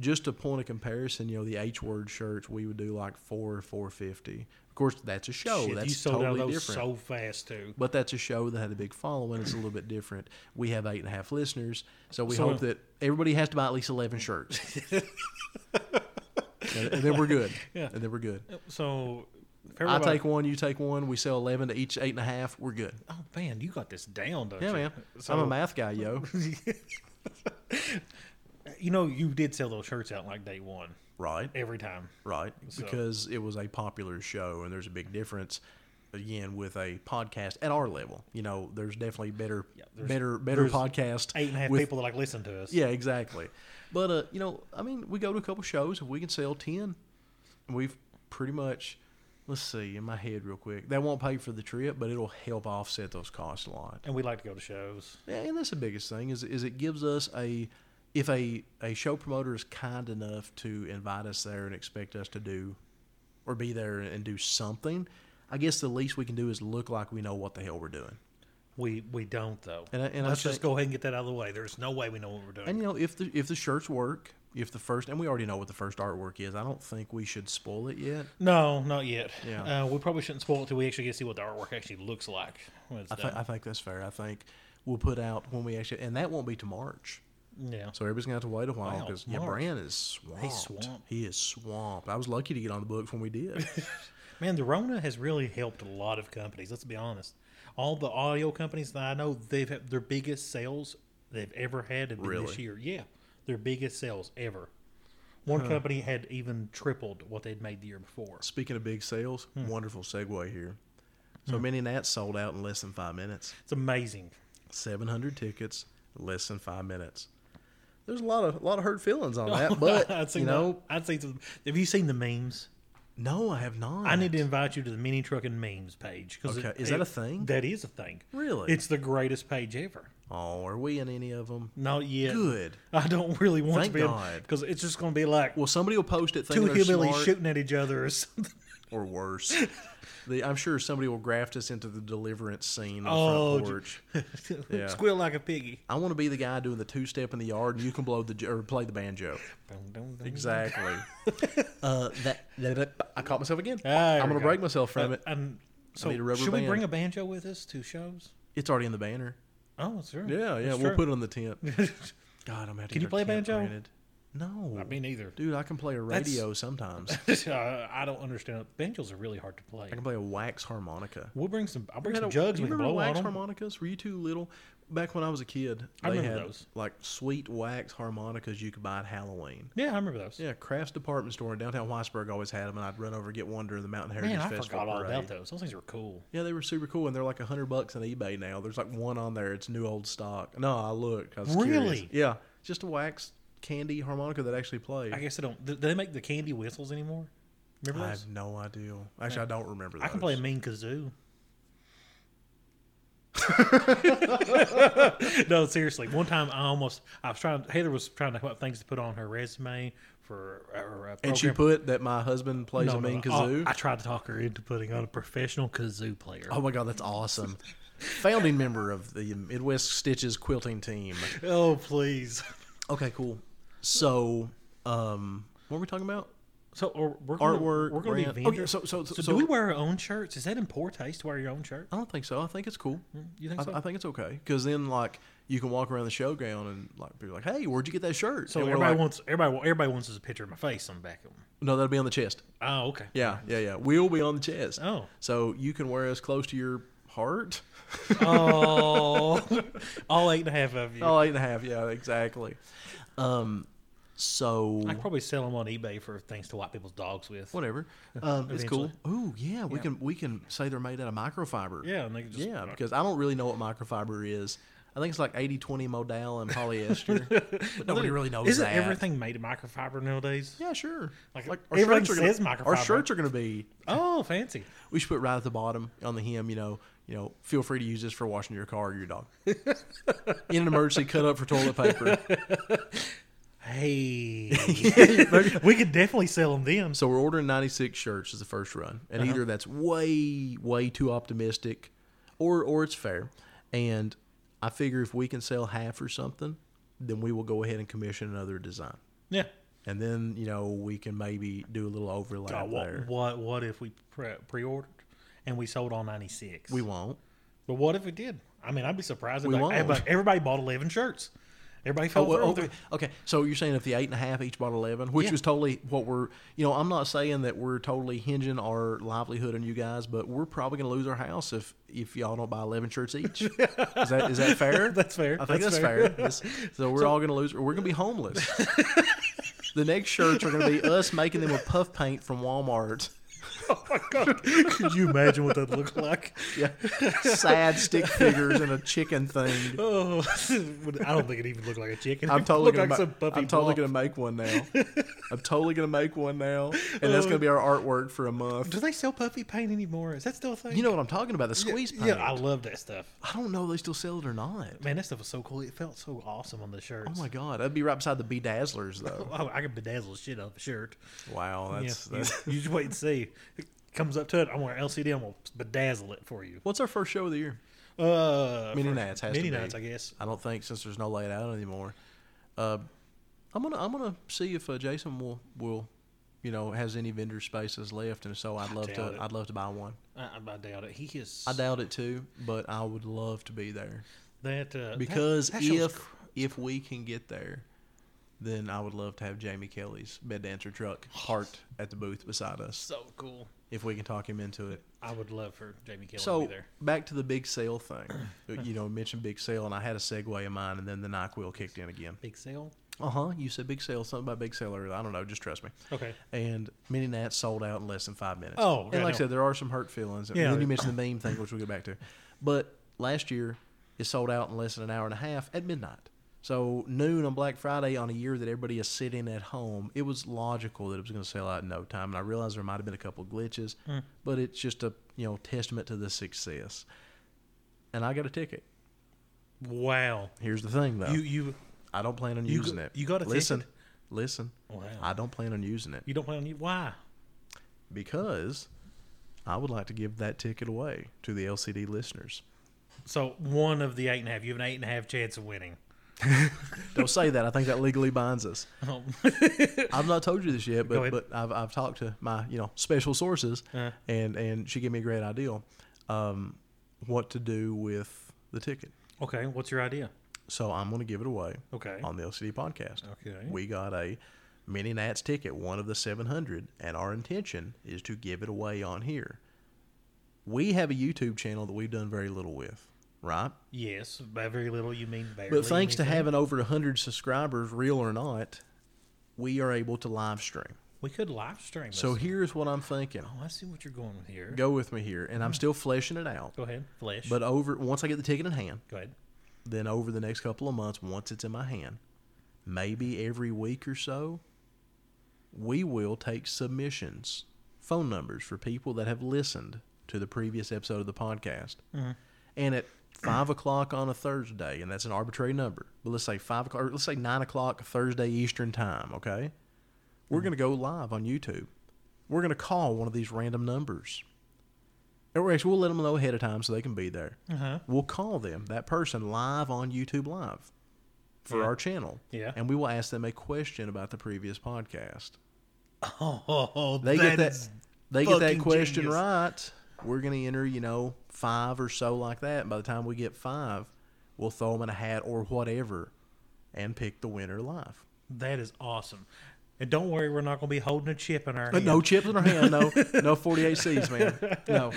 [SPEAKER 2] Just to point of comparison, you know, the H word shirts we would do like four or 450. Of course, that's a show.
[SPEAKER 3] Shit,
[SPEAKER 2] Oh, that's
[SPEAKER 3] you sold out
[SPEAKER 2] totally
[SPEAKER 3] of those
[SPEAKER 2] different.
[SPEAKER 3] so fast too.
[SPEAKER 2] But that's a show that had a big following. It's a little bit different. We have eight and a half listeners, so we
[SPEAKER 3] So-
[SPEAKER 2] hope that everybody has to buy at least eleven shirts, and and then we're good.
[SPEAKER 3] Yeah.
[SPEAKER 2] and then we're good.
[SPEAKER 3] So if
[SPEAKER 2] I
[SPEAKER 3] everybody-
[SPEAKER 2] take one, you take one. We sell eleven to each eight and a half. We're good.
[SPEAKER 3] Oh man, you got this down, don't
[SPEAKER 2] Yeah,
[SPEAKER 3] you?
[SPEAKER 2] man.
[SPEAKER 3] So,
[SPEAKER 2] I'm a math guy, yo.
[SPEAKER 3] You know, you did sell those shirts out like day one
[SPEAKER 2] right,
[SPEAKER 3] every time.
[SPEAKER 2] right. Because it was a popular show, and there's a big difference. Again, with a podcast at our level, you know, there's definitely better,
[SPEAKER 3] there's-
[SPEAKER 2] better, better
[SPEAKER 3] there's
[SPEAKER 2] podcast.
[SPEAKER 3] Eight and a half
[SPEAKER 2] with
[SPEAKER 3] people that like listen to us.
[SPEAKER 2] Yeah, exactly. But uh, you know, I mean, we go to a couple shows. If we can sell ten, we've pretty much. Let's see in my head real quick. That won't pay for the trip, but it'll help offset those costs a lot.
[SPEAKER 3] and we like to go to shows.
[SPEAKER 2] Yeah, And that's the biggest thing is is it gives us a if a a show promoter is kind enough to invite us there and expect us to do or be there and do something. I guess the least we can do is look like we know what the hell we're doing.
[SPEAKER 3] We we don't though.
[SPEAKER 2] And I- and I
[SPEAKER 3] let's
[SPEAKER 2] think-
[SPEAKER 3] just go ahead and get that out of the way. There's no way we know what we're doing.
[SPEAKER 2] And you know, if the if the shirts work, if the first and we already know what the first artwork is, I don't think we should spoil it yet.
[SPEAKER 3] no, not yet.
[SPEAKER 2] Yeah.
[SPEAKER 3] Uh, we probably shouldn't spoil it till we actually get to see what the artwork actually looks like when it's
[SPEAKER 2] I, th-
[SPEAKER 3] done.
[SPEAKER 2] I think that's fair. I think we'll put out when we actually, and that won't be to March.
[SPEAKER 3] yeah.
[SPEAKER 2] So everybody's gonna have to wait a while
[SPEAKER 3] Wow,
[SPEAKER 2] because yeah,
[SPEAKER 3] March.
[SPEAKER 2] Bran is swamped.
[SPEAKER 3] swamped.
[SPEAKER 2] He is swamped. I was lucky to get on the books when we did.
[SPEAKER 3] Man, the Rona has really helped a lot of companies. Let's be honest. All the audio companies that I know, they've had their biggest sales they've ever had have been this
[SPEAKER 2] Really?
[SPEAKER 3] year. Yeah, their biggest sales ever. One company had even tripled what they'd made the year before.
[SPEAKER 2] Speaking of big sales,
[SPEAKER 3] Hmm.
[SPEAKER 2] wonderful segue here. So many Nats sold out in less than five minutes.
[SPEAKER 3] It's amazing.
[SPEAKER 2] Seven hundred tickets, less than five minutes. There's a lot of a lot of hurt feelings on that, but
[SPEAKER 3] I'd seen
[SPEAKER 2] you know,
[SPEAKER 3] that. I'd seen some. Have you seen the memes?
[SPEAKER 2] No, I have not.
[SPEAKER 3] I need to invite you to the Mini Trucking Memes page. 'cause
[SPEAKER 2] Okay, is that a thing?
[SPEAKER 3] That is a thing.
[SPEAKER 2] Really?
[SPEAKER 3] It's the greatest page ever.
[SPEAKER 2] Oh, are we in any of them?
[SPEAKER 3] Not yet.
[SPEAKER 2] Good.
[SPEAKER 3] I don't really want
[SPEAKER 2] Thank
[SPEAKER 3] to be
[SPEAKER 2] God.
[SPEAKER 3] because it's just going to be like
[SPEAKER 2] Well, somebody will post it
[SPEAKER 3] two
[SPEAKER 2] thinking they're
[SPEAKER 3] hillbillies
[SPEAKER 2] smart,
[SPEAKER 3] shooting at each other or something.
[SPEAKER 2] or worse. The, I'm sure somebody will graft us into the deliverance scene on the
[SPEAKER 3] Oh, j-
[SPEAKER 2] front porch. Yeah.
[SPEAKER 3] Squeal like a piggy.
[SPEAKER 2] I want to be the guy doing the two step in the yard, and you can blow the j- or play the banjo. Exactly. uh, that, that, that- I caught myself again.
[SPEAKER 3] Ah, there
[SPEAKER 2] I'm
[SPEAKER 3] we
[SPEAKER 2] going to
[SPEAKER 3] go.
[SPEAKER 2] break myself from it.
[SPEAKER 3] And um, so,
[SPEAKER 2] need a rubber
[SPEAKER 3] should we
[SPEAKER 2] band.
[SPEAKER 3] bring a banjo with us to shows?
[SPEAKER 2] It's already in the banner.
[SPEAKER 3] Oh, sure.
[SPEAKER 2] Yeah, yeah.
[SPEAKER 3] That's
[SPEAKER 2] we'll
[SPEAKER 3] true.
[SPEAKER 2] put it on the tent. God, I'm out.
[SPEAKER 3] Can you play banjo?
[SPEAKER 2] No.
[SPEAKER 3] I mean, either.
[SPEAKER 2] dude, I can play a
[SPEAKER 3] That's-
[SPEAKER 2] radio sometimes.
[SPEAKER 3] Uh, I don't understand. Banjos are really hard to play.
[SPEAKER 2] I can play a wax harmonica.
[SPEAKER 3] We'll bring some. I'll bring
[SPEAKER 2] Had
[SPEAKER 3] some
[SPEAKER 2] a-
[SPEAKER 3] jugs.
[SPEAKER 2] do
[SPEAKER 3] We
[SPEAKER 2] you
[SPEAKER 3] can
[SPEAKER 2] remember
[SPEAKER 3] blow on
[SPEAKER 2] wax
[SPEAKER 3] them.
[SPEAKER 2] harmonicas? Were you too little? Back when I was a kid,
[SPEAKER 3] I
[SPEAKER 2] they
[SPEAKER 3] remember
[SPEAKER 2] had
[SPEAKER 3] those.
[SPEAKER 2] like sweet wax harmonicas you could buy at Halloween.
[SPEAKER 3] Yeah, I remember those.
[SPEAKER 2] Yeah, Crafts Department Store in downtown Whitesburg always had them, and I'd run over and get one during the Mountain Heritage
[SPEAKER 3] Man, I
[SPEAKER 2] Festival
[SPEAKER 3] forgot all
[SPEAKER 2] parade.
[SPEAKER 3] about those. Those things were cool.
[SPEAKER 2] Yeah, they were super cool, and they're like a hundred bucks on eBay now. There's like one on there; it's new old stock. No, I looked. I was curious.
[SPEAKER 3] Really?
[SPEAKER 2] Yeah, just a wax candy harmonica that actually played.
[SPEAKER 3] I
[SPEAKER 2] I,
[SPEAKER 3] guess they don't. Do they make the candy whistles anymore? Remember those?
[SPEAKER 2] have no idea. Actually, I don't remember. Those.
[SPEAKER 3] I can play a mean kazoo. no, seriously. One time, I almost I was trying. Heather was trying to come up with things to put on her resume for her uh,
[SPEAKER 2] And she
[SPEAKER 3] program.
[SPEAKER 2] put that my husband plays a mean kazoo.
[SPEAKER 3] Oh, I, I tried to talk her into putting on a professional kazoo player.
[SPEAKER 2] Oh my god, that's awesome! Founding member of the Midwest Stitches quilting team.
[SPEAKER 3] Oh, please.
[SPEAKER 2] Okay, cool. So, um, what were we talking about?
[SPEAKER 3] So or we're gonna,
[SPEAKER 2] Artwork,
[SPEAKER 3] We're going to
[SPEAKER 2] brand-
[SPEAKER 3] be
[SPEAKER 2] okay,
[SPEAKER 3] vendors.
[SPEAKER 2] so- so- so-
[SPEAKER 3] do we wear our own shirts? Is that in poor taste to wear your own shirt?
[SPEAKER 2] I don't think so. I think it's cool.
[SPEAKER 3] You think
[SPEAKER 2] I,
[SPEAKER 3] so?
[SPEAKER 2] I think it's okay because then like you can walk around the showground and like people are like, "Hey, where'd you get that shirt?"
[SPEAKER 3] so
[SPEAKER 2] And we're
[SPEAKER 3] everybody
[SPEAKER 2] like,
[SPEAKER 3] wants everybody everybody wants is a picture of my face on the back of them.
[SPEAKER 2] No, that'll be on the chest.
[SPEAKER 3] Oh, okay.
[SPEAKER 2] Yeah, yeah, yeah. We'll be on the chest.
[SPEAKER 3] Oh.
[SPEAKER 2] so you can wear us close to your heart.
[SPEAKER 3] Oh, all eight and a half of you.
[SPEAKER 2] Oh, eight and a half. Yeah, exactly. Um, so
[SPEAKER 3] I could probably sell them on eBay for things to wipe people's dogs with.
[SPEAKER 2] whatever. Um, it's cool.
[SPEAKER 3] Eventually.
[SPEAKER 2] Ooh, yeah, we can we can say they're made out of microfiber.
[SPEAKER 3] Yeah, and they can just
[SPEAKER 2] yeah, because I don't really know what microfiber is. I think it's like 80-20 modal and polyester, but nobody really knows
[SPEAKER 3] Isn't
[SPEAKER 2] that.
[SPEAKER 3] everything made of microfiber nowadays?
[SPEAKER 2] Yeah, sure.
[SPEAKER 3] Like, everything says
[SPEAKER 2] gonna, Our
[SPEAKER 3] microfiber.
[SPEAKER 2] shirts are going to be.
[SPEAKER 3] Oh, fancy.
[SPEAKER 2] We should put right at the bottom on the hem. You know, you know. Feel free to use this for washing your car or your dog. In an emergency, cut up for toilet paper.
[SPEAKER 3] Hey, we could definitely sell them then.
[SPEAKER 2] So we're ordering 96 shirts as the first run, and
[SPEAKER 3] Uh-huh.
[SPEAKER 2] either that's way way too optimistic, or or it's fair. And I figure if we can sell half or something, then we will go ahead and commission another design,
[SPEAKER 3] Yeah.
[SPEAKER 2] and then you know we can maybe do a little overlap
[SPEAKER 3] God, what,
[SPEAKER 2] there.
[SPEAKER 3] what what if we pre- pre-ordered and we sold all 96?
[SPEAKER 2] We won't.
[SPEAKER 3] But what if we did? I mean, I'd be surprised. If
[SPEAKER 2] We
[SPEAKER 3] like,
[SPEAKER 2] won't.
[SPEAKER 3] everybody, everybody bought 11 shirts. Everybody
[SPEAKER 2] Oh,
[SPEAKER 3] fell
[SPEAKER 2] well,
[SPEAKER 3] through.
[SPEAKER 2] okay. okay, so you're saying if the eight and a half each bought eleven, which
[SPEAKER 3] Yeah.
[SPEAKER 2] was totally what we're, you know, I'm not saying that we're totally hinging our livelihood on you guys, but we're probably going to lose our house if if y'all don't buy eleven shirts each. is that is that fair?
[SPEAKER 3] That's fair.
[SPEAKER 2] I think that's,
[SPEAKER 3] That's
[SPEAKER 2] fair. That's- so we're all going to lose. Or we're going to be homeless. the next shirts are going to be us making them with puff paint from Walmart.
[SPEAKER 3] Oh my god! Could you imagine what that looked like?
[SPEAKER 2] Yeah, sad stick figures and a chicken thing.
[SPEAKER 3] Oh, I don't think it even looked like a chicken.
[SPEAKER 2] I'm
[SPEAKER 3] It
[SPEAKER 2] totally
[SPEAKER 3] looked
[SPEAKER 2] gonna
[SPEAKER 3] like
[SPEAKER 2] ma-
[SPEAKER 3] some puppy
[SPEAKER 2] I'm totally
[SPEAKER 3] blob.
[SPEAKER 2] gonna make one now. I'm totally gonna make one now, and
[SPEAKER 3] Oh.
[SPEAKER 2] that's gonna be our artwork for a month.
[SPEAKER 3] Do they sell puppy paint anymore? Is that still a thing?
[SPEAKER 2] You know what I'm talking about? The squeeze paint.
[SPEAKER 3] yeah, I love that stuff.
[SPEAKER 2] I don't know if they still sell it or not.
[SPEAKER 3] Man, that stuff was so cool. It felt so awesome on the shirts.
[SPEAKER 2] Oh my god, that'd be right beside the bedazzlers though.
[SPEAKER 3] Oh, I could bedazzle the shit out of a shirt.
[SPEAKER 2] Wow,
[SPEAKER 3] Yeah,
[SPEAKER 2] that's,
[SPEAKER 3] you,
[SPEAKER 2] that's
[SPEAKER 3] you just wait and see. It comes up to it. I'm wearing LCD. I'm gonna bedazzle it for you.
[SPEAKER 2] what's our first show of the year?
[SPEAKER 3] Uh,
[SPEAKER 2] Mini
[SPEAKER 3] for-
[SPEAKER 2] nights has
[SPEAKER 3] mini
[SPEAKER 2] to be.
[SPEAKER 3] nights, I guess.
[SPEAKER 2] I don't think since there's no laid out anymore. Uh, I'm gonna I'm gonna see if uh, Jason will will you know has any vendor spaces left, and so I'd love to
[SPEAKER 3] doubt it.
[SPEAKER 2] I'd love to buy one.
[SPEAKER 3] I, I doubt it. He is
[SPEAKER 2] I doubt it too, but I would love to be there.
[SPEAKER 3] that uh,
[SPEAKER 2] Because
[SPEAKER 3] that, that show's
[SPEAKER 2] if if we can get there, then I would love to have Jamie Kelly's bed dancer truck parked at the booth beside us
[SPEAKER 3] so cool.
[SPEAKER 2] if we can talk him into it.
[SPEAKER 3] I would love for Jamie Kelly to
[SPEAKER 2] So
[SPEAKER 3] be there.
[SPEAKER 2] back to the big sale thing. you know, mentioned big sale, and I had a segue in mind, and then the NyQuil kicked in again.
[SPEAKER 3] Big sale.
[SPEAKER 2] Uh huh. You said big sale, something about big sale earlier. I don't know. Just trust me.
[SPEAKER 3] Okay.
[SPEAKER 2] And mini nats sold out in less than five minutes.
[SPEAKER 3] Oh,
[SPEAKER 2] and
[SPEAKER 3] yeah,
[SPEAKER 2] like I
[SPEAKER 3] no.
[SPEAKER 2] said, there are some hurt feelings. And
[SPEAKER 3] Yeah.
[SPEAKER 2] then you mentioned the meme thing, which we'll get back to. But last year, it sold out in less than an hour and a half at midnight. So noon on Black Friday on a year that everybody is sitting at home, it was logical that it was going to sell out in no time. And I realized there might have been a couple glitches,
[SPEAKER 3] Hmm.
[SPEAKER 2] but it's just a you know testament to the success. And I got a ticket.
[SPEAKER 3] Wow.
[SPEAKER 2] Here's the thing though,
[SPEAKER 3] You you
[SPEAKER 2] I don't plan on
[SPEAKER 3] you
[SPEAKER 2] using
[SPEAKER 3] go-
[SPEAKER 2] it.
[SPEAKER 3] you got a
[SPEAKER 2] listen,
[SPEAKER 3] ticket?
[SPEAKER 2] listen.
[SPEAKER 3] Wow.
[SPEAKER 2] I don't plan on using it
[SPEAKER 3] you don't plan on you why?
[SPEAKER 2] because I would like to give that ticket away to the LCD listeners.
[SPEAKER 3] So one of the eight and a half. You have an eight and a half chance of winning.
[SPEAKER 2] Don't say that. I think that legally binds us.
[SPEAKER 3] Oh.
[SPEAKER 2] I've not told you this yet, but
[SPEAKER 3] Go ahead. Uh-huh.
[SPEAKER 2] but I've, I've talked to my you know special sources, and and she gave me a great idea, um, what to do with the ticket.
[SPEAKER 3] okay, what's your idea? Uh,
[SPEAKER 2] So I'm going to give it away.
[SPEAKER 3] Okay.
[SPEAKER 2] On the LCD podcast.
[SPEAKER 3] Okay.
[SPEAKER 2] We got a mini Nats ticket, one of the 700, and our intention is to give it away on here. We have a YouTube channel that we've done very little with, right?
[SPEAKER 3] Yes, by very little you mean barely.
[SPEAKER 2] But thanks to
[SPEAKER 3] anything.
[SPEAKER 2] having over 100 subscribers, real or not, we are able to live stream.
[SPEAKER 3] we could live stream. This.
[SPEAKER 2] So here's what I'm thinking.
[SPEAKER 3] oh, I see what you're going with here.
[SPEAKER 2] Go
[SPEAKER 3] Go,
[SPEAKER 2] with me here, and
[SPEAKER 3] Hmm.
[SPEAKER 2] I'm still fleshing it out.
[SPEAKER 3] ahead, flesh.
[SPEAKER 2] But over once I get the ticket in hand,
[SPEAKER 3] go ahead.
[SPEAKER 2] then over the next couple of months, once it's in my hand, maybe every week or so, we will take submissions, phone numbers for people that have listened to the previous episode of the podcast.
[SPEAKER 3] Mm-hmm.
[SPEAKER 2] And at five o'clock on a Thursday, and that's an arbitrary number, but let's say five o'clock, or let's say nine o'clock Thursday Eastern time, okay? We're
[SPEAKER 3] Mm-hmm.
[SPEAKER 2] going to go live on YouTube. We're going to call one of these random numbers. And we're actually, we'll let them know ahead of time so they can be there.
[SPEAKER 3] Uh-huh.
[SPEAKER 2] We'll call them, that person, live on YouTube Live for
[SPEAKER 3] Yeah.
[SPEAKER 2] our channel.
[SPEAKER 3] Yeah.
[SPEAKER 2] And we will ask them a question about the previous podcast.
[SPEAKER 3] Oh,
[SPEAKER 2] They get
[SPEAKER 3] that
[SPEAKER 2] that
[SPEAKER 3] is
[SPEAKER 2] they get that
[SPEAKER 3] fucking
[SPEAKER 2] question
[SPEAKER 3] genius.
[SPEAKER 2] right. We're going to enter, you know, five or so like that. And by the time we get five, we'll throw them in a hat or whatever and pick the winner live.
[SPEAKER 3] that is awesome. And don't worry, we're not going to be holding a chip in our
[SPEAKER 2] But
[SPEAKER 3] hand.
[SPEAKER 2] no chips in our hand. No, no 48 C's, man. No.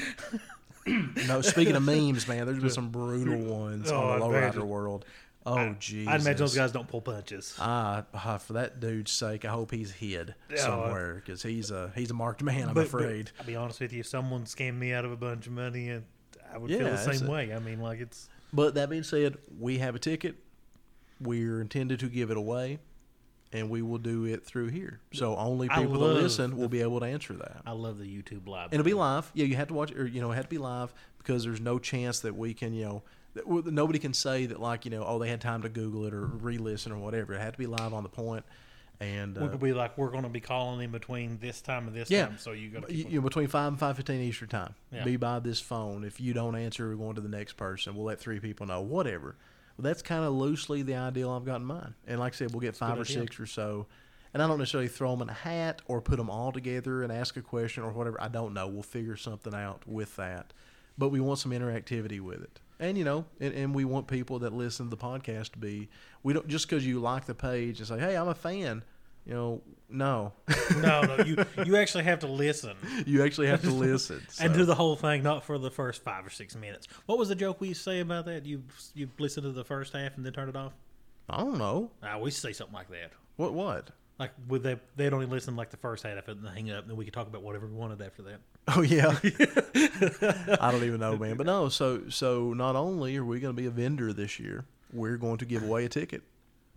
[SPEAKER 2] No, speaking of memes, man, there's been some brutal ones on the
[SPEAKER 3] Oh, I
[SPEAKER 2] lowrider
[SPEAKER 3] imagine.
[SPEAKER 2] world. Oh, Jesus.
[SPEAKER 3] I imagine those guys don't pull punches.
[SPEAKER 2] Ah, ah, for that dude's sake, I hope he's hid
[SPEAKER 3] Yeah,
[SPEAKER 2] somewhere because he's a he's a marked man. I'm
[SPEAKER 3] But- but
[SPEAKER 2] afraid.
[SPEAKER 3] I'll be honest with you. If someone scammed me out of a bunch of money, and I would feel
[SPEAKER 2] Yeah,
[SPEAKER 3] the
[SPEAKER 2] that's
[SPEAKER 3] same
[SPEAKER 2] it.
[SPEAKER 3] way. I mean, like it's
[SPEAKER 2] But that being said, we have a ticket. We're intended to give it away, and we will do it through here. So only
[SPEAKER 3] I
[SPEAKER 2] people that
[SPEAKER 3] love
[SPEAKER 2] listen will be able to answer that.
[SPEAKER 3] I love the YouTube live.
[SPEAKER 2] And it'll be live. Yeah, you have to watch, or you know, it had to be live because there's no chance that we can, you know, that well, nobody can say that like you know, oh, they had time to Google it or re-listen or whatever. It had to be live on the point, and
[SPEAKER 3] we
[SPEAKER 2] uh,
[SPEAKER 3] could be like, we're going to be calling in between this time and this
[SPEAKER 2] Yeah.
[SPEAKER 3] time. So you got to
[SPEAKER 2] you
[SPEAKER 3] keep.
[SPEAKER 2] you know, between five and five fifteen Eastern time.
[SPEAKER 3] Yeah.
[SPEAKER 2] Be by this phone. If you don't answer, we're going to the next person. We'll let three people know. Whatever. Well, that's kind of loosely the ideal I've got in mind. And like I said, we'll get five or
[SPEAKER 3] idea.
[SPEAKER 2] six or so. And I don't necessarily throw them in a hat or put them all together and ask a question or whatever. I don't know. We'll figure something out with that. But we want some interactivity with it. And you know, and, and we want people that listen to the podcast to be. We don't just because you like the page and say, "Hey, I'm a fan." You know, no,
[SPEAKER 3] no, no, you you actually have to listen
[SPEAKER 2] you actually have to listen.
[SPEAKER 3] and
[SPEAKER 2] so.
[SPEAKER 3] do the whole thing, not for the first five or six minutes. What was the joke we used to say about that? You you listen to the first half and then turn it off.
[SPEAKER 2] I don't know.
[SPEAKER 3] Ah, we used to say something like that.
[SPEAKER 2] What what?
[SPEAKER 3] Like would they they'd only listen like the first half of it and then hang up, and then we could talk about whatever we wanted after that.
[SPEAKER 2] Oh yeah. I don't even know, man. But no, so so not only are we going to be a vendor this year, we're going to give away a ticket.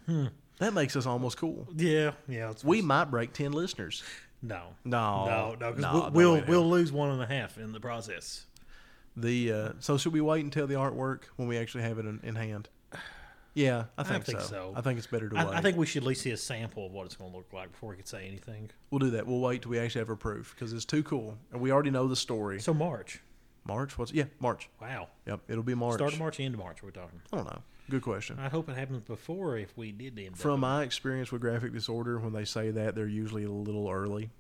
[SPEAKER 2] That makes us almost cool.
[SPEAKER 3] Yeah, yeah. It's,
[SPEAKER 2] We might break ten listeners.
[SPEAKER 3] no,
[SPEAKER 2] No,
[SPEAKER 3] no, no, because
[SPEAKER 2] no, no
[SPEAKER 3] we'll
[SPEAKER 2] way
[SPEAKER 3] we'll,
[SPEAKER 2] in
[SPEAKER 3] we'll
[SPEAKER 2] hell.
[SPEAKER 3] lose one and a half in the process.
[SPEAKER 2] The uh, so should we wait until the artwork when we actually have it in, in hand? Yeah, I think,
[SPEAKER 3] think
[SPEAKER 2] so.
[SPEAKER 3] so.
[SPEAKER 2] I think it's better to wait.
[SPEAKER 3] I, I think we should at least see a sample of what it's going to look like before we could say anything.
[SPEAKER 2] we'll do that. We'll wait till we actually have our proof because it's too cool, and we already know the story.
[SPEAKER 3] So March,
[SPEAKER 2] March? What's yeah? March.
[SPEAKER 3] wow,
[SPEAKER 2] Yep, it'll be March.
[SPEAKER 3] start of March, end of March. We're talking.
[SPEAKER 2] I don't know. Good question.
[SPEAKER 3] I hope it happens before if we did end up-
[SPEAKER 2] From my experience with graphic disorder, when they say that, they're usually a little early.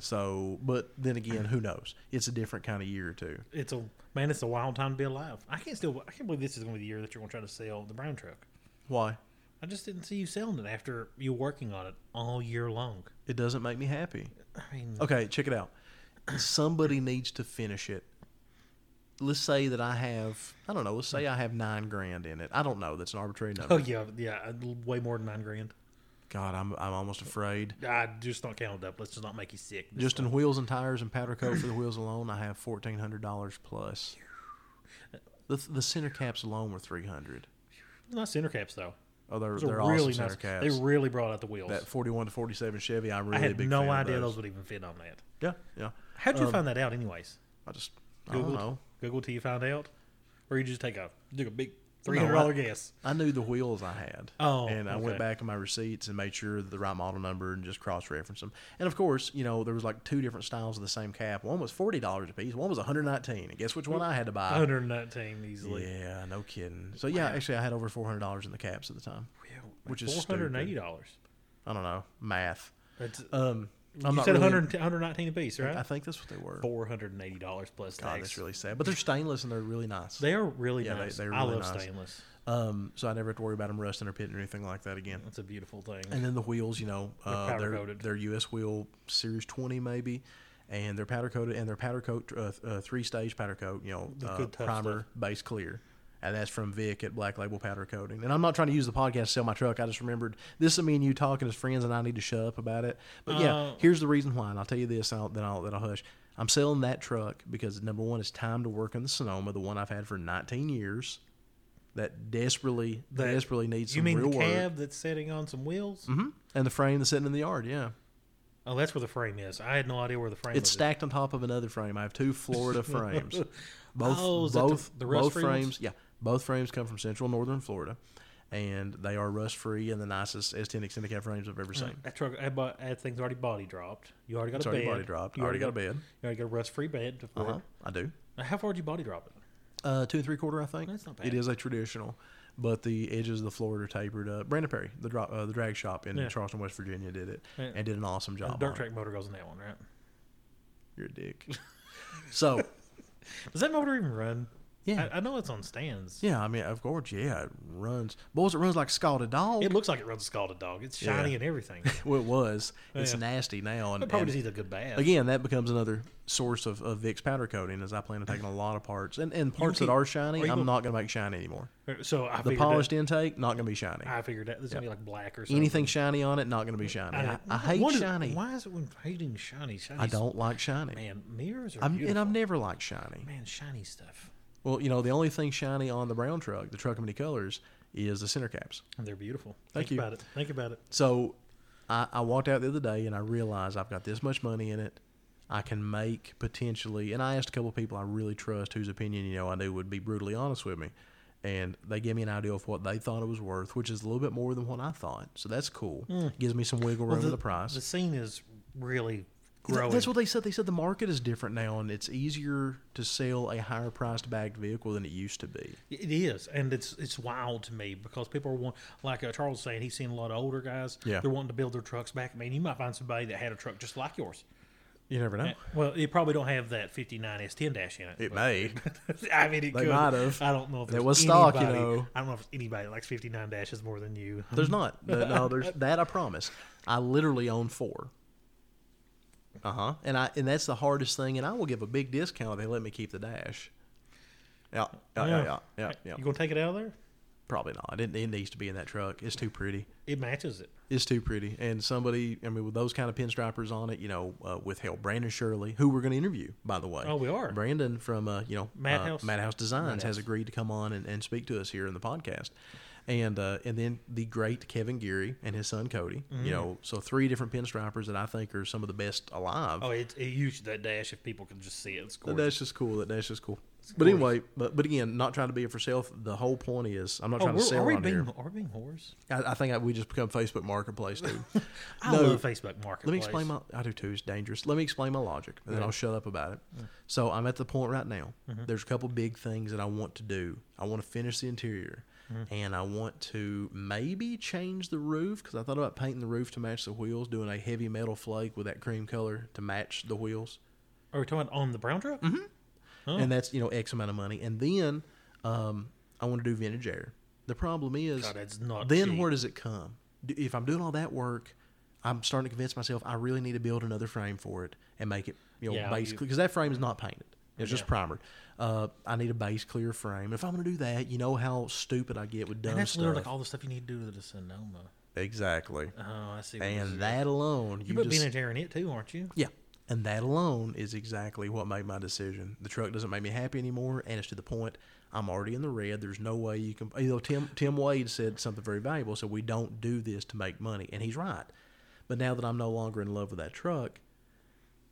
[SPEAKER 2] So, but then again, who knows? It's a different kind of year or two.
[SPEAKER 3] It's a man. It's a wild time to be alive. I can't still. I can't believe this is going to be the year that you're going to try to sell the brown truck.
[SPEAKER 2] Why?
[SPEAKER 3] I just didn't see you selling it after you working on it all year long.
[SPEAKER 2] It doesn't make me happy.
[SPEAKER 3] I mean,
[SPEAKER 2] Okay, check it out. Somebody needs to finish it. Let's say that I have, I don't know, let's say I have nine grand in it. I don't know. That's an arbitrary number.
[SPEAKER 3] oh yeah, yeah, a little- way more than nine grand.
[SPEAKER 2] God, I'm, I'm almost afraid.
[SPEAKER 3] I just not count it up. Let's just not make you sick. This
[SPEAKER 2] Just
[SPEAKER 3] one.
[SPEAKER 2] in wheels and tires and powder coat for the wheels alone, I have $1,400 plus. The, the center caps alone were 300
[SPEAKER 3] not center caps though.
[SPEAKER 2] Oh, they're
[SPEAKER 3] Those are
[SPEAKER 2] they're
[SPEAKER 3] really
[SPEAKER 2] awesome
[SPEAKER 3] nice.
[SPEAKER 2] center cabs.
[SPEAKER 3] They really brought out the wheels.
[SPEAKER 2] that 41 to 47 Chevy, I'm really
[SPEAKER 3] I
[SPEAKER 2] a
[SPEAKER 3] had
[SPEAKER 2] big
[SPEAKER 3] no
[SPEAKER 2] fan of
[SPEAKER 3] idea
[SPEAKER 2] those.
[SPEAKER 3] those would even fit on that.
[SPEAKER 2] Yeah, yeah.
[SPEAKER 3] How'd you find that out, anyways?
[SPEAKER 2] I just I
[SPEAKER 3] Google,
[SPEAKER 2] don't know.
[SPEAKER 3] Google till you find out, or you just take a do a big three hundred dollar guess.
[SPEAKER 2] I knew the wheels I had.
[SPEAKER 3] Oh,
[SPEAKER 2] and I
[SPEAKER 3] okay.
[SPEAKER 2] went back in my receipts and made sure that the right model number and just cross reference them. And of course, you know there was like two different styles of the same cap. One was forty dollars a piece. One was one hundred nineteen. And guess which one I had to
[SPEAKER 3] One
[SPEAKER 2] buy?
[SPEAKER 3] hundred nineteen easily.
[SPEAKER 2] Yeah, no kidding. So yeah, actually I had over four hundred dollars in the caps at the time, which is
[SPEAKER 3] four hundred eighty
[SPEAKER 2] stupid.
[SPEAKER 3] dollars.
[SPEAKER 2] I don't know math.
[SPEAKER 3] That's
[SPEAKER 2] Um, I'm
[SPEAKER 3] you
[SPEAKER 2] not
[SPEAKER 3] said
[SPEAKER 2] really-
[SPEAKER 3] 100 119 a piece,
[SPEAKER 2] I
[SPEAKER 3] right?
[SPEAKER 2] think that's what they were.
[SPEAKER 3] Four hundred and eighty dollars plus
[SPEAKER 2] God,
[SPEAKER 3] tax.
[SPEAKER 2] that's really sad. But they're stainless and they're really nice.
[SPEAKER 3] they are really
[SPEAKER 2] Yeah, they-
[SPEAKER 3] nice.
[SPEAKER 2] they're
[SPEAKER 3] I
[SPEAKER 2] really
[SPEAKER 3] love
[SPEAKER 2] nice.
[SPEAKER 3] stainless.
[SPEAKER 2] Um, so I never have to worry about them rusting or pitting or anything like that again.
[SPEAKER 3] That's a beautiful thing.
[SPEAKER 2] And then the wheels, you know, uh,
[SPEAKER 3] powder
[SPEAKER 2] they're
[SPEAKER 3] coated.
[SPEAKER 2] they're US wheel series twenty maybe, and they're powder coated and they're powder coat uh, th- uh, three stage powder coat, you know, uh,
[SPEAKER 3] good tough
[SPEAKER 2] primer base clear, and that's from Vic at Black Label Powder Coating. And I'm not trying to use the podcast to sell my truck. I just remembered this is me and you talking as friends, and I need to shut up about it. But yeah,
[SPEAKER 3] Oh.
[SPEAKER 2] here's the reason why, and I'll tell you this, and I'll, then I'll then I'll hush. I'm selling that truck because number one, it's time to work on the Sonoma, the one I've had for 19 years, that desperately
[SPEAKER 3] That-
[SPEAKER 2] desperately needs
[SPEAKER 3] you
[SPEAKER 2] some
[SPEAKER 3] mean
[SPEAKER 2] real
[SPEAKER 3] the
[SPEAKER 2] work.
[SPEAKER 3] cab that's sitting on some wheels?
[SPEAKER 2] hmm And the frame that's sitting in the yard, yeah.
[SPEAKER 3] Oh, that's where the frame is. I had no idea where the frame.
[SPEAKER 2] It's
[SPEAKER 3] of it-
[SPEAKER 2] stacked on top of another frame. I have two Florida frames. Both
[SPEAKER 3] Oh, is that the-
[SPEAKER 2] both
[SPEAKER 3] the rust
[SPEAKER 2] both
[SPEAKER 3] free
[SPEAKER 2] frames,
[SPEAKER 3] ones?
[SPEAKER 2] yeah. Both frames come from central northern Florida and they are rust free and the nicest S10 extended cab frames I've ever seen.
[SPEAKER 3] That truck, that, bu- that thing's already body dropped. You already got
[SPEAKER 2] It's
[SPEAKER 3] a
[SPEAKER 2] already
[SPEAKER 3] bed.
[SPEAKER 2] body dropped.
[SPEAKER 3] You
[SPEAKER 2] Already got a bed.
[SPEAKER 3] You already got a rust free bed. To
[SPEAKER 2] Uh-huh.
[SPEAKER 3] work.
[SPEAKER 2] I do.
[SPEAKER 3] Now, How far did you body drop it?
[SPEAKER 2] Uh, two and three quarter, I think.
[SPEAKER 3] That's not bad.
[SPEAKER 2] It is a traditional, but the edges of the floor are tapered up. Brandon Perry, the drop, uh, the drag shop in
[SPEAKER 3] Yeah.
[SPEAKER 2] Charleston, West Virginia, did it
[SPEAKER 3] Yeah.
[SPEAKER 2] and did an awesome
[SPEAKER 3] The
[SPEAKER 2] job.
[SPEAKER 3] dirt
[SPEAKER 2] on it.
[SPEAKER 3] track motor goes in that one, right?
[SPEAKER 2] You're a dick. so
[SPEAKER 3] Does that motor even run?
[SPEAKER 2] Yeah.
[SPEAKER 3] I, I know it's on stands.
[SPEAKER 2] Yeah, I mean, of course, yeah, it runs. Boys, it runs like scalded dog.
[SPEAKER 3] It looks like it runs a scalded dog. It's shiny
[SPEAKER 2] Yeah.
[SPEAKER 3] and everything.
[SPEAKER 2] well, it was. It's
[SPEAKER 3] Yeah.
[SPEAKER 2] nasty now, and,
[SPEAKER 3] It probably
[SPEAKER 2] and
[SPEAKER 3] just needs a good bath.
[SPEAKER 2] again, that becomes another source of, of Vic's powder coating. As I plan on taking a lot of parts, and, and parts
[SPEAKER 3] keep-
[SPEAKER 2] that are
[SPEAKER 3] are
[SPEAKER 2] shiny,
[SPEAKER 3] you
[SPEAKER 2] I'm
[SPEAKER 3] gonna-
[SPEAKER 2] not going to make shiny anymore.
[SPEAKER 3] So I
[SPEAKER 2] The
[SPEAKER 3] figured
[SPEAKER 2] polished
[SPEAKER 3] that,
[SPEAKER 2] intake not going to be shiny.
[SPEAKER 3] I figured that it's gonna be like black or something.
[SPEAKER 2] Anything shiny on it not going to be shiny. I, I hate
[SPEAKER 3] what is-
[SPEAKER 2] shiny.
[SPEAKER 3] Why is it when hating shiny? Shiny.
[SPEAKER 2] I don't like shiny.
[SPEAKER 3] Man, mirrors are
[SPEAKER 2] I'm,
[SPEAKER 3] beautiful.
[SPEAKER 2] and I've never liked shiny.
[SPEAKER 3] man, shiny stuff.
[SPEAKER 2] Well, you know, the only thing shiny on the brown truck, the truck of many colors, is the center caps.
[SPEAKER 3] And they're beautiful.
[SPEAKER 2] Thank
[SPEAKER 3] Think
[SPEAKER 2] you.
[SPEAKER 3] about it. Think about it.
[SPEAKER 2] So I, I walked out the other day and I realized I've got this much money in it. I can make potentially, and I asked a couple of people I really trust whose opinion, you know, I knew would be brutally honest with me. And they gave me an idea of what they thought it was worth, which is a little bit more than what I thought. So that's cool. Gives me some wiggle room in the price.
[SPEAKER 3] Hmm. The scene is really
[SPEAKER 2] Th-
[SPEAKER 3] growing.
[SPEAKER 2] That's what they said. They said the market is different now, and it's easier to sell a higher priced bagged vehicle than it used to be.
[SPEAKER 3] It is, and it's it's wild to me because people are want, like uh, Charles was saying he's seen a lot of older guys.
[SPEAKER 2] Yeah.
[SPEAKER 3] they're wanting to build their trucks back. I mean, you might find somebody that had a truck just like yours.
[SPEAKER 2] You never know.
[SPEAKER 3] Well, it probably don't have that fifty nine S ten dash in it.
[SPEAKER 2] It
[SPEAKER 3] but-
[SPEAKER 2] may.
[SPEAKER 3] I mean, it
[SPEAKER 2] They
[SPEAKER 3] could.
[SPEAKER 2] might have.
[SPEAKER 3] I don't know if
[SPEAKER 2] It
[SPEAKER 3] there's
[SPEAKER 2] was stock, you
[SPEAKER 3] anybody-
[SPEAKER 2] know.
[SPEAKER 3] I don't know if anybody that likes fifty nine dashes more than you.
[SPEAKER 2] There's not. No, no, there's that. I promise. I literally own four. Uh huh. And I and that's the hardest thing. And I will give a big discount if they let me keep the dash. Yeah, yeah, yeah, yeah, yeah. yeah.
[SPEAKER 3] You gonna take it out of there?
[SPEAKER 2] Probably not. It, it needs to be in that truck. It's too pretty.
[SPEAKER 3] It matches it.
[SPEAKER 2] It's too pretty. And somebody, I mean, with those kind of pinstripers on it, you know, uh, with hell, Brandon Shirley, who we're going to interview, by the way.
[SPEAKER 3] Oh, we are.
[SPEAKER 2] Brandon from, uh, you know,
[SPEAKER 3] Madhouse?
[SPEAKER 2] uh, Madhouse Designs has agreed to come on and, and speak to us here in the podcast. And uh, and then the great Kevin Geary and his son Cody,
[SPEAKER 3] Mm-hmm.
[SPEAKER 2] you know, so three different pinstripers that I think are some of the best alive.
[SPEAKER 3] Oh, it's it huge that dash if people can just see it. It's gorgeous.
[SPEAKER 2] That's just cool. That that's just cool. But anyway, but but again, not trying to be a for sale. The whole point is, I'm not
[SPEAKER 3] Oh,
[SPEAKER 2] trying to
[SPEAKER 3] we're,
[SPEAKER 2] sell
[SPEAKER 3] are we
[SPEAKER 2] on
[SPEAKER 3] being
[SPEAKER 2] here.
[SPEAKER 3] are we being whores?
[SPEAKER 2] I, I think I, we just become Facebook Marketplace, dude.
[SPEAKER 3] I
[SPEAKER 2] No.
[SPEAKER 3] love Facebook Marketplace.
[SPEAKER 2] Let me explain my. I do too. It's dangerous. Let me explain my logic, and then I'll shut up about it. So I'm at the point right now. There's a couple big things that I want to do. I want to finish the interior, and I want to maybe change the roof because I thought about painting the roof to match the wheels, doing a heavy metal flake with that cream color to match the wheels,
[SPEAKER 3] Are we talking about on the brown truck?
[SPEAKER 2] Mm-hmm. and that's you know X amount of money. And then um, I want to do vintage air. The problem is
[SPEAKER 3] God, that's not
[SPEAKER 2] then
[SPEAKER 3] cheap.
[SPEAKER 2] where does it come? D- If I'm doing all that work, I'm starting to convince myself I really need to build another frame for it and make it, you know,
[SPEAKER 3] Yeah,
[SPEAKER 2] basically
[SPEAKER 3] you-
[SPEAKER 2] because that frame is not painted. It's just
[SPEAKER 3] Yeah.
[SPEAKER 2] primered. Uh, I need a base clear frame. If I'm going to do that, you know how stupid I get with dumb
[SPEAKER 3] And that's
[SPEAKER 2] stuff.
[SPEAKER 3] literally like all the stuff you need to do to the Sonoma.
[SPEAKER 2] exactly.
[SPEAKER 3] Oh, I see. what this
[SPEAKER 2] And
[SPEAKER 3] is.
[SPEAKER 2] that alone, you,
[SPEAKER 3] you put
[SPEAKER 2] just
[SPEAKER 3] being a in it too, aren't you?
[SPEAKER 2] yeah. And that alone is exactly what made my decision. The truck doesn't make me happy anymore, and it's to the point I'm already in the red. There's no way you can. You know, Tim Tim Wade said something very valuable. So we don't do this to make money, and he's right. But now that I'm no longer in love with that truck,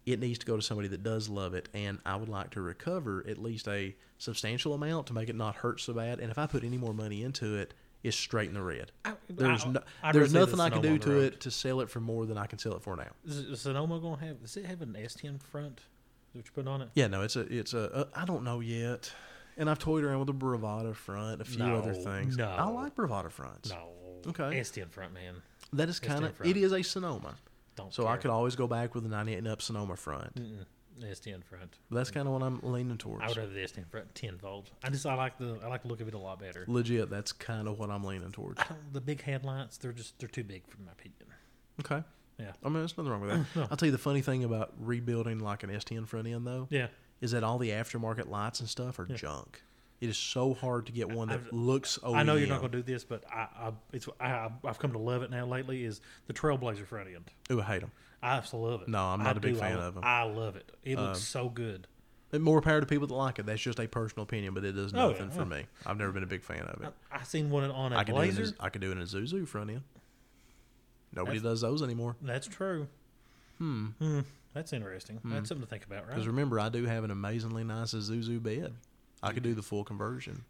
[SPEAKER 2] it needs to go to somebody that does love it, and I would like to recover at least a substantial amount to make it not hurt so bad. And if I put any more money into it, it's straight in the red.
[SPEAKER 3] I-
[SPEAKER 2] There's
[SPEAKER 3] I-
[SPEAKER 2] no,
[SPEAKER 3] I'd
[SPEAKER 2] there's
[SPEAKER 3] rather
[SPEAKER 2] nothing
[SPEAKER 3] see
[SPEAKER 2] I can
[SPEAKER 3] the
[SPEAKER 2] do
[SPEAKER 3] Sonoma on the
[SPEAKER 2] to
[SPEAKER 3] road.
[SPEAKER 2] it to sell it for more than I can sell it for now.
[SPEAKER 3] Is, is Sonoma gonna have? Does it have an S10 front? Is what you put on it?
[SPEAKER 2] Yeah, no, it's a it's a uh, I don't know yet. And I've toyed around with a Bravada front, a few other
[SPEAKER 3] No,
[SPEAKER 2] things.
[SPEAKER 3] no.
[SPEAKER 2] I like Bravada fronts.
[SPEAKER 3] No.
[SPEAKER 2] Okay.
[SPEAKER 3] S10 front, man.
[SPEAKER 2] That is
[SPEAKER 3] It's
[SPEAKER 2] kind of
[SPEAKER 3] different.
[SPEAKER 2] it is a Sonoma.
[SPEAKER 3] Don't.
[SPEAKER 2] So I could always go back with a 98 and up Sonoma front.
[SPEAKER 3] S10 front.
[SPEAKER 2] But that's kind of what I'm leaning towards.
[SPEAKER 3] I would uh, have the S10 front 10 volt. I just I like the I like the look of it a lot better.
[SPEAKER 2] Legit, that's kind of what I'm leaning towards.
[SPEAKER 3] The big headlights, they're just they're too big for my opinion.
[SPEAKER 2] Okay.
[SPEAKER 3] Yeah.
[SPEAKER 2] I mean, there's nothing wrong with that. I'll tell you the funny thing about rebuilding like an S10 front end though,
[SPEAKER 3] Yeah.
[SPEAKER 2] is that all the aftermarket lights and stuff are junk. It is so hard to get one that looks E OEM.
[SPEAKER 3] I know you're not going to do this, but I, I it's I, I've come to love it now lately. Is the Trailblazer front end?
[SPEAKER 2] Ooh, I hate them.
[SPEAKER 3] I absolutely love it.
[SPEAKER 2] No, I'm not
[SPEAKER 3] I
[SPEAKER 2] a big
[SPEAKER 3] do. I
[SPEAKER 2] fan
[SPEAKER 3] lo-
[SPEAKER 2] of 'em.
[SPEAKER 3] I love it. It looks so good.
[SPEAKER 2] And more power to people that like it. That's just a personal opinion, but it does
[SPEAKER 3] Oh,
[SPEAKER 2] nothing
[SPEAKER 3] yeah,
[SPEAKER 2] for
[SPEAKER 3] yeah.
[SPEAKER 2] me. I've never been a big fan of it.
[SPEAKER 3] I seen one on a
[SPEAKER 2] I could do it in
[SPEAKER 3] Blazer.
[SPEAKER 2] a, I could do it in a Zuzu front end. Nobody does those anymore.
[SPEAKER 3] That's Oh. true. Hmm. That's interesting. That's something to think about, right?
[SPEAKER 2] Because remember, I do have an amazingly nice Zuzu bed. I could do the full conversion.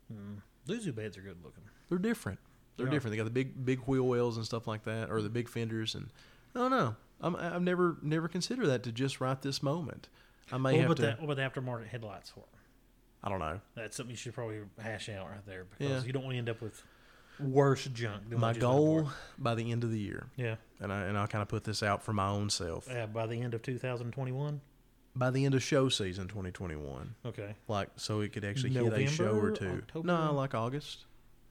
[SPEAKER 3] Zuzu beds are good looking.
[SPEAKER 2] They're different. They're different. They got the big big wheel wells and stuff like that, or the big fenders, and I don't know. I'm, I've never never considered that to just right this moment. I may
[SPEAKER 3] What
[SPEAKER 2] have
[SPEAKER 3] about
[SPEAKER 2] to.
[SPEAKER 3] that? What about the aftermarket headlights for? 'em?
[SPEAKER 2] I don't know.
[SPEAKER 3] That's something you should probably hash out right there because
[SPEAKER 2] Yeah.
[SPEAKER 3] you don't want to end up with worse junk. Than
[SPEAKER 2] My
[SPEAKER 3] what you just went for.
[SPEAKER 2] goal by the end of the year,
[SPEAKER 3] Yeah.
[SPEAKER 2] and I and I kind of put this out for my own self.
[SPEAKER 3] Uh, by the end of 2021.
[SPEAKER 2] By the end of show season 2021,
[SPEAKER 3] Okay.
[SPEAKER 2] like so it could actually hit
[SPEAKER 3] November,
[SPEAKER 2] a show or two.
[SPEAKER 3] October?
[SPEAKER 2] No, like August.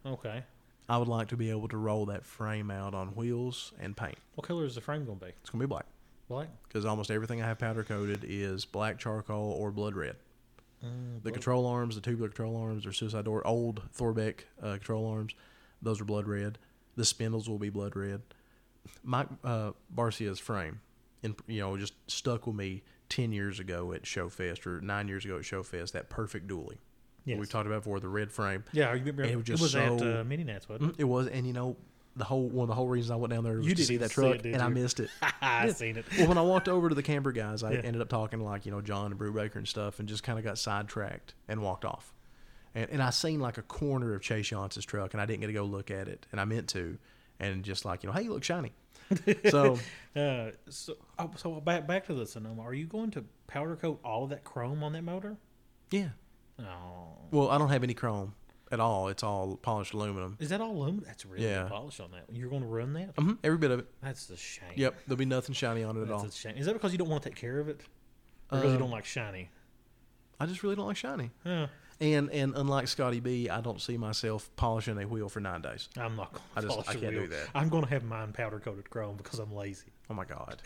[SPEAKER 3] Okay.
[SPEAKER 2] I would like to be able to roll that frame out on wheels and paint.
[SPEAKER 3] What color is the frame going to be?
[SPEAKER 2] It's gonna be black
[SPEAKER 3] Black.
[SPEAKER 2] because almost everything I have powder coated is black charcoal or blood red.
[SPEAKER 3] Mm,
[SPEAKER 2] the control arms, the tubular control arms, or suicide door, old Thorbeck uh, control arms, those are blood red. The spindles will be blood red. Mike uh, Barcia's frame, and you know, just stuck with me ten years ago at Showfest or nine years ago at Showfest. That perfect dually.
[SPEAKER 3] Yes.
[SPEAKER 2] We've talked about before the red frame.
[SPEAKER 3] Yeah. You remember,
[SPEAKER 2] And
[SPEAKER 3] it
[SPEAKER 2] it
[SPEAKER 3] was,
[SPEAKER 2] was just
[SPEAKER 3] at
[SPEAKER 2] so-
[SPEAKER 3] uh, Mini Nats, wasn't it?
[SPEAKER 2] It was, and you know, the whole one of the whole reasons I went down there was
[SPEAKER 3] You
[SPEAKER 2] to see
[SPEAKER 3] didn't
[SPEAKER 2] that
[SPEAKER 3] see it,
[SPEAKER 2] truck,
[SPEAKER 3] did
[SPEAKER 2] and I
[SPEAKER 3] you?
[SPEAKER 2] missed it.
[SPEAKER 3] I seen it.
[SPEAKER 2] well, when I walked over to the camper guys, I
[SPEAKER 3] Yeah.
[SPEAKER 2] ended up talking to like you know John and Brubaker and stuff, and just kind of got sidetracked and walked off. And, and I seen like a corner of Chase Yancey's truck, and I didn't get to go look at it, and I meant to, and just like you know, hey, you look shiny. so
[SPEAKER 3] Uh, so, oh, so back back to the Sonoma. Are you going to powder coat all of that chrome on that motor?
[SPEAKER 2] yeah,
[SPEAKER 3] Oh,
[SPEAKER 2] well, I don't have any chrome at all. It's all polished aluminum.
[SPEAKER 3] is that all aluminum? That's really
[SPEAKER 2] Yeah.
[SPEAKER 3] good polish on that. You're going to run that?
[SPEAKER 2] hmm every bit of it.
[SPEAKER 3] That's a shame.
[SPEAKER 2] Yep, there'll be nothing shiny on it at
[SPEAKER 3] That's
[SPEAKER 2] all.
[SPEAKER 3] a shame. Is that because you don't want to take care of it, or
[SPEAKER 2] Uh,
[SPEAKER 3] because you don't like shiny?
[SPEAKER 2] I just really don't like shiny.
[SPEAKER 3] Huh.
[SPEAKER 2] And and unlike Scotty B, I don't see myself polishing a wheel for nine days.
[SPEAKER 3] I'm not going
[SPEAKER 2] I
[SPEAKER 3] to
[SPEAKER 2] just-
[SPEAKER 3] polish
[SPEAKER 2] I
[SPEAKER 3] a
[SPEAKER 2] can't do
[SPEAKER 3] wheel.
[SPEAKER 2] that.
[SPEAKER 3] I'm going to have mine powder coated chrome because I'm lazy.
[SPEAKER 2] Oh my god!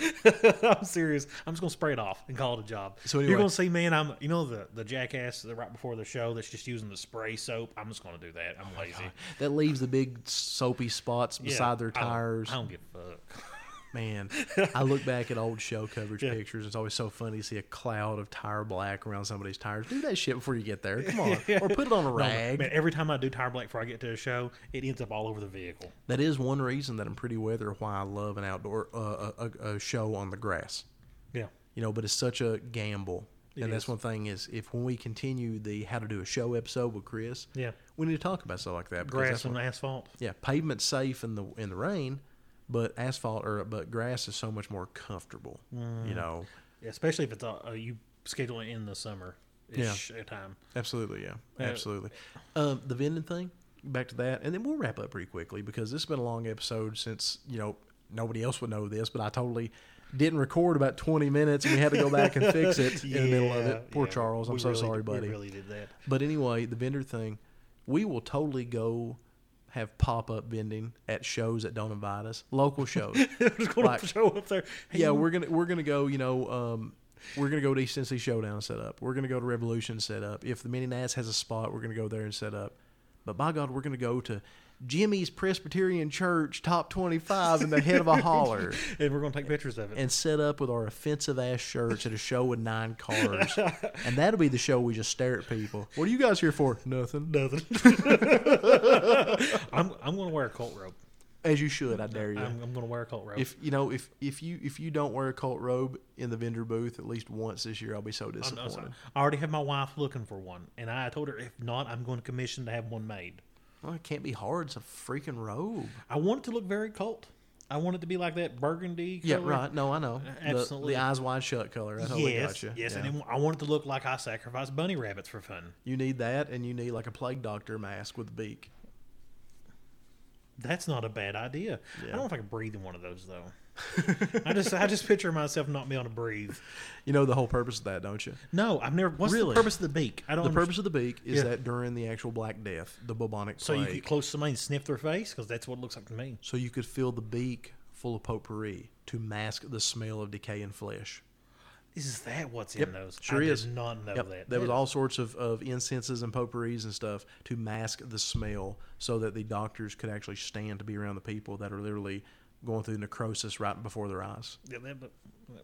[SPEAKER 3] I'm serious. I'm just gonna spray it off and call it a job.
[SPEAKER 2] So
[SPEAKER 3] you're
[SPEAKER 2] anyway-
[SPEAKER 3] gonna see, man. I'm, you know, the the jackass that right before the show that's just using the spray soap. I'm just gonna do that.
[SPEAKER 2] Oh
[SPEAKER 3] I'm lazy.
[SPEAKER 2] that leaves the big soapy spots
[SPEAKER 3] Yeah,
[SPEAKER 2] beside their
[SPEAKER 3] I don't-
[SPEAKER 2] tires.
[SPEAKER 3] I don't, give a fuck.
[SPEAKER 2] Man, I look back at old show coverage pictures. It's always so funny to see a cloud of tire black around somebody's tires. Do that shit before you get there. Come on, or put it on a rag.
[SPEAKER 3] Man, every time I do tire black before I get to a show, it ends up all over the vehicle.
[SPEAKER 2] that is one reason that I'm pretty weather why I love an outdoor uh, a, a, a show on the grass.
[SPEAKER 3] Yeah.
[SPEAKER 2] you know but it's such a gamble and that's one thing is if when we continue the how to do a show episode with chris
[SPEAKER 3] Yeah.
[SPEAKER 2] we need to talk about stuff like that because
[SPEAKER 3] Grass
[SPEAKER 2] that's
[SPEAKER 3] and
[SPEAKER 2] what-
[SPEAKER 3] asphalt.
[SPEAKER 2] yeah pavement's safe in the in the rain but asphalt or but grass is so much more comfortable
[SPEAKER 3] Mm.
[SPEAKER 2] you know
[SPEAKER 3] Especially if it's uh, uh, you schedule it in the summer.
[SPEAKER 2] Yeah.
[SPEAKER 3] It's yeah. time.
[SPEAKER 2] absolutely yeah absolutely um, the vending thing back to that and then we'll wrap up pretty quickly because this has been a long episode since you know nobody else would know this but i totally didn't record about 20 minutes and we had to go back and fix it in the middle of it poor
[SPEAKER 3] yeah,
[SPEAKER 2] charles i'm
[SPEAKER 3] we
[SPEAKER 2] so
[SPEAKER 3] really-
[SPEAKER 2] sorry
[SPEAKER 3] we
[SPEAKER 2] buddy
[SPEAKER 3] really did that.
[SPEAKER 2] But anyway, the vendor thing, we will totally go have pop up vending at shows that don't invite us, local shows.
[SPEAKER 3] just gonna
[SPEAKER 2] Like-
[SPEAKER 3] show up there. Hey,
[SPEAKER 2] yeah, we're gonna we're gonna go. You know, um, we're gonna go to East Tennessee Showdown and set up. We're gonna go to Revolution and set up. If the Mini Nats has a spot, we're gonna go there and set up. But by God, we're gonna go to Jimmy's Presbyterian Church top 25 in the head of a holler
[SPEAKER 3] and we're gonna take pictures of it.
[SPEAKER 2] and set up with our offensive ass shirts at a show with nine cars. and that'll be the show we just stare at people. What are you guys here for? Nothing.
[SPEAKER 3] Nothing. I'm I'm gonna wear a cult robe.
[SPEAKER 2] As you should, I dare you.
[SPEAKER 3] I'm, I'm gonna wear a cult robe.
[SPEAKER 2] if you know if if you if you don't wear a cult robe in the vendor booth at least once this year, I'll be so
[SPEAKER 3] No, it's
[SPEAKER 2] disappointed.
[SPEAKER 3] not. I already have my wife looking for one, and I told her if not, I'm going to commission to have one made.
[SPEAKER 2] Well, it can't be hard. It's a freaking robe.
[SPEAKER 3] I want it to look very cult. I want it to be like that burgundy.
[SPEAKER 2] Yeah,
[SPEAKER 3] color.
[SPEAKER 2] right. No, I know. The,
[SPEAKER 3] absolutely.
[SPEAKER 2] the eyes wide shut color. I totally
[SPEAKER 3] Yes,
[SPEAKER 2] got you.
[SPEAKER 3] yes,
[SPEAKER 2] Yeah.
[SPEAKER 3] and then I want it to look like I sacrificed bunny rabbits for fun.
[SPEAKER 2] you need that, and you need like a plague doctor mask with a beak.
[SPEAKER 3] That's not a bad idea. I
[SPEAKER 2] Yeah.
[SPEAKER 3] don't know if I can breathe in one of those though. I just I just picture myself not being able to breathe.
[SPEAKER 2] You know the whole purpose of that, don't you?
[SPEAKER 3] No, I've never. What's
[SPEAKER 2] Really?
[SPEAKER 3] the purpose of the beak? I don't.
[SPEAKER 2] The
[SPEAKER 3] understand.
[SPEAKER 2] purpose of the beak is
[SPEAKER 3] Yeah.
[SPEAKER 2] that during the actual Black Death, the bubonic
[SPEAKER 3] So you
[SPEAKER 2] plague,
[SPEAKER 3] could close somebody and sniff their face because that's what it looks like to me.
[SPEAKER 2] so you could fill the beak full of potpourri to mask the smell of decaying flesh.
[SPEAKER 3] Is that what's in those?
[SPEAKER 2] sure
[SPEAKER 3] I
[SPEAKER 2] is.
[SPEAKER 3] Did not know
[SPEAKER 2] Yep.
[SPEAKER 3] that.
[SPEAKER 2] There was all sorts of, of incenses and potpourris and stuff to mask the smell so that the doctors could actually stand to be around the people that are literally going through necrosis right before their eyes.
[SPEAKER 3] Yeah, that- but-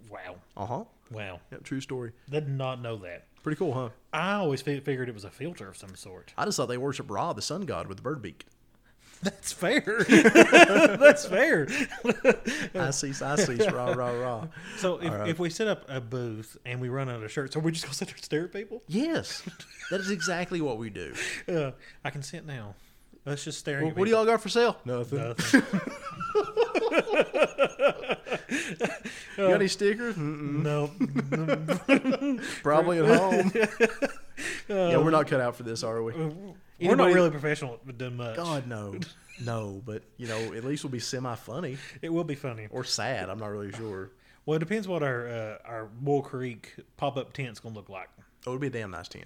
[SPEAKER 3] Wow,
[SPEAKER 2] Uh huh.
[SPEAKER 3] wow.
[SPEAKER 2] Yep, true story.
[SPEAKER 3] Did not know that.
[SPEAKER 2] Pretty cool, huh?
[SPEAKER 3] I always fi- figured it was a filter of some sort.
[SPEAKER 2] I just thought they worship Ra, the sun god, with the bird beak.
[SPEAKER 3] That's fair. That's fair.
[SPEAKER 2] I cease, I cease, Ra, Ra, Ra.
[SPEAKER 3] So if, if we set up a booth and we run out of shirts, are we just gonna sit there and stare at people?
[SPEAKER 2] Yes, that is exactly what we do.
[SPEAKER 3] Uh, I can sit now. Let's just stare.
[SPEAKER 2] Well,
[SPEAKER 3] at
[SPEAKER 2] what do
[SPEAKER 3] people.
[SPEAKER 2] y'all got for sale? Nothing.
[SPEAKER 3] Nothing.
[SPEAKER 2] You got any stickers? Mm-mm.
[SPEAKER 3] no,
[SPEAKER 2] Probably at home. yeah,
[SPEAKER 3] Um,
[SPEAKER 2] we're not cut out for this, are we?
[SPEAKER 3] we're not
[SPEAKER 2] Anybody-
[SPEAKER 3] really professional at doing much.
[SPEAKER 2] God no, no. But you know, at least we'll be semi funny
[SPEAKER 3] It will be funny.
[SPEAKER 2] or sad. I'm not really sure.
[SPEAKER 3] Well, it depends what our uh, our Bull Creek pop up tent's gonna look like.
[SPEAKER 2] Oh, it'd be a damn nice tent.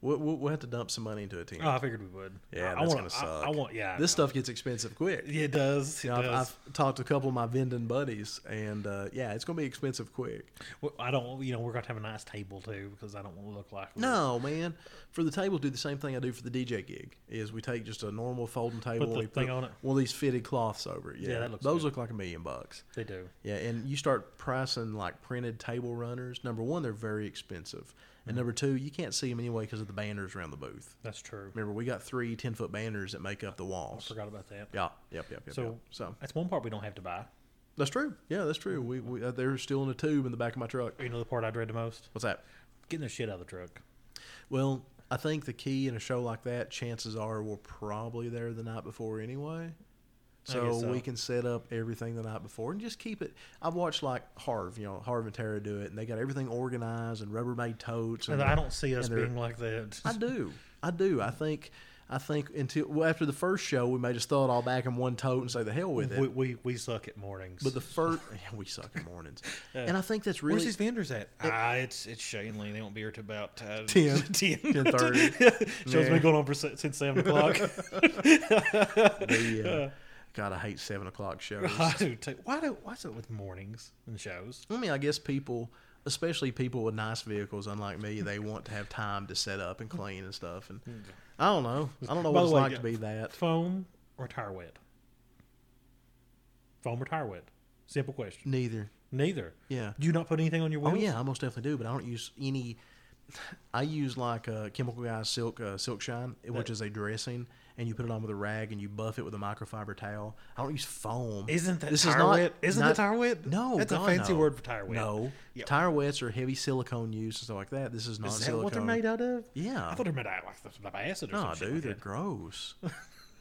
[SPEAKER 2] We'll, we'll, we'll have to dump some money into a tent.
[SPEAKER 3] Oh, I figured we would.
[SPEAKER 2] yeah,
[SPEAKER 3] I,
[SPEAKER 2] that's
[SPEAKER 3] I
[SPEAKER 2] gonna
[SPEAKER 3] want.
[SPEAKER 2] suck.
[SPEAKER 3] I, I want. Yeah, I
[SPEAKER 2] this
[SPEAKER 3] know.
[SPEAKER 2] stuff gets expensive quick.
[SPEAKER 3] Yeah, it does. It
[SPEAKER 2] You know, I've,
[SPEAKER 3] does.
[SPEAKER 2] I've talked to a couple of my vending buddies, and uh, yeah, it's gonna be expensive quick.
[SPEAKER 3] Well, I don't. You know, we're gonna have a nice table too because I don't want to look like we're-
[SPEAKER 2] No, man. For the table, do the same thing I do for the DJ gig. Is we take just a normal folding table,
[SPEAKER 3] the
[SPEAKER 2] and we
[SPEAKER 3] thing on it.
[SPEAKER 2] one of these fitted cloths over it. Yeah,
[SPEAKER 3] that looks
[SPEAKER 2] those
[SPEAKER 3] good.
[SPEAKER 2] look like a million bucks.
[SPEAKER 3] They do.
[SPEAKER 2] Yeah, and you start pricing like printed table runners. Number one, they're very expensive,
[SPEAKER 3] Mm-hmm.
[SPEAKER 2] and number two, you can't see them anyway because of the banners around the booth.
[SPEAKER 3] That's true.
[SPEAKER 2] Remember, we got three 10 foot banners that make up the walls.
[SPEAKER 3] Forgot about that.
[SPEAKER 2] Yeah, yep, yep, yep.
[SPEAKER 3] So-
[SPEAKER 2] yep. so
[SPEAKER 3] That's one part we don't have to buy.
[SPEAKER 2] that's true. Yeah, that's true. We, we uh, they're still in a tube in the back of my truck.
[SPEAKER 3] You know the part I dread the most?
[SPEAKER 2] What's that?
[SPEAKER 3] Getting the shit out of the truck.
[SPEAKER 2] Mm-hmm. Well, I think the key in a show like that, chances are we're probably there the night before anyway. So,
[SPEAKER 3] guess so.
[SPEAKER 2] we can set up everything the night before and just keep it. I've watched like Harv, you know, Harv and Tara do it, and they got everything organized and Rubbermaid totes.
[SPEAKER 3] And I don't see us
[SPEAKER 2] and they're-
[SPEAKER 3] being like that.
[SPEAKER 2] I do, I do. I think, I think until well, after the first show, we may just throw it all back in one tote and say the hell with it.
[SPEAKER 3] We, we, we suck at mornings.
[SPEAKER 2] but the first, yeah, we suck at mornings, and I think that's
[SPEAKER 3] Where's
[SPEAKER 2] really
[SPEAKER 3] these vendors at? Ah, it's it's Shane Lee. They won't be here till about uh,
[SPEAKER 2] 10.
[SPEAKER 3] 10.
[SPEAKER 2] 10:30.
[SPEAKER 3] Show's
[SPEAKER 2] Yeah.
[SPEAKER 3] been going on for, se- since 7 o'clock.
[SPEAKER 2] the. Uh, God, I hate seven o'clock shows.
[SPEAKER 3] I do too. Why do, why's it with mornings and shows?
[SPEAKER 2] I mean, I guess people, especially people with nice vehicles, unlike me, they want to have time to set up and clean and stuff. And I don't know. I don't know what
[SPEAKER 3] By the
[SPEAKER 2] it's
[SPEAKER 3] way,
[SPEAKER 2] like
[SPEAKER 3] yeah.
[SPEAKER 2] to be that.
[SPEAKER 3] Foam or tire wet? Foam or tire wet? Simple question.
[SPEAKER 2] Neither.
[SPEAKER 3] Neither.
[SPEAKER 2] Yeah.
[SPEAKER 3] Do you not put anything on your
[SPEAKER 2] Oh
[SPEAKER 3] wheels?
[SPEAKER 2] yeah, I most definitely do, but I don't use any. I use like a chemical guy silk uh, silk shine, which is a dressing, and you put it on with a rag and you buff it with a microfiber towel. I don't use foam.
[SPEAKER 3] Isn't that
[SPEAKER 2] This
[SPEAKER 3] tire
[SPEAKER 2] is not,
[SPEAKER 3] wet? Isn't
[SPEAKER 2] not,
[SPEAKER 3] that tire wet?
[SPEAKER 2] No,
[SPEAKER 3] That's a
[SPEAKER 2] God,
[SPEAKER 3] fancy
[SPEAKER 2] no.
[SPEAKER 3] word for tire wet.
[SPEAKER 2] No,
[SPEAKER 3] Yeah.
[SPEAKER 2] tire wets are heavy silicone use and stuff like that. This is not
[SPEAKER 3] Is that
[SPEAKER 2] silicone.
[SPEAKER 3] what they're made out of?
[SPEAKER 2] Yeah,
[SPEAKER 3] I thought they're made out of like some type of acid or
[SPEAKER 2] No,
[SPEAKER 3] something.
[SPEAKER 2] dude, they're gross.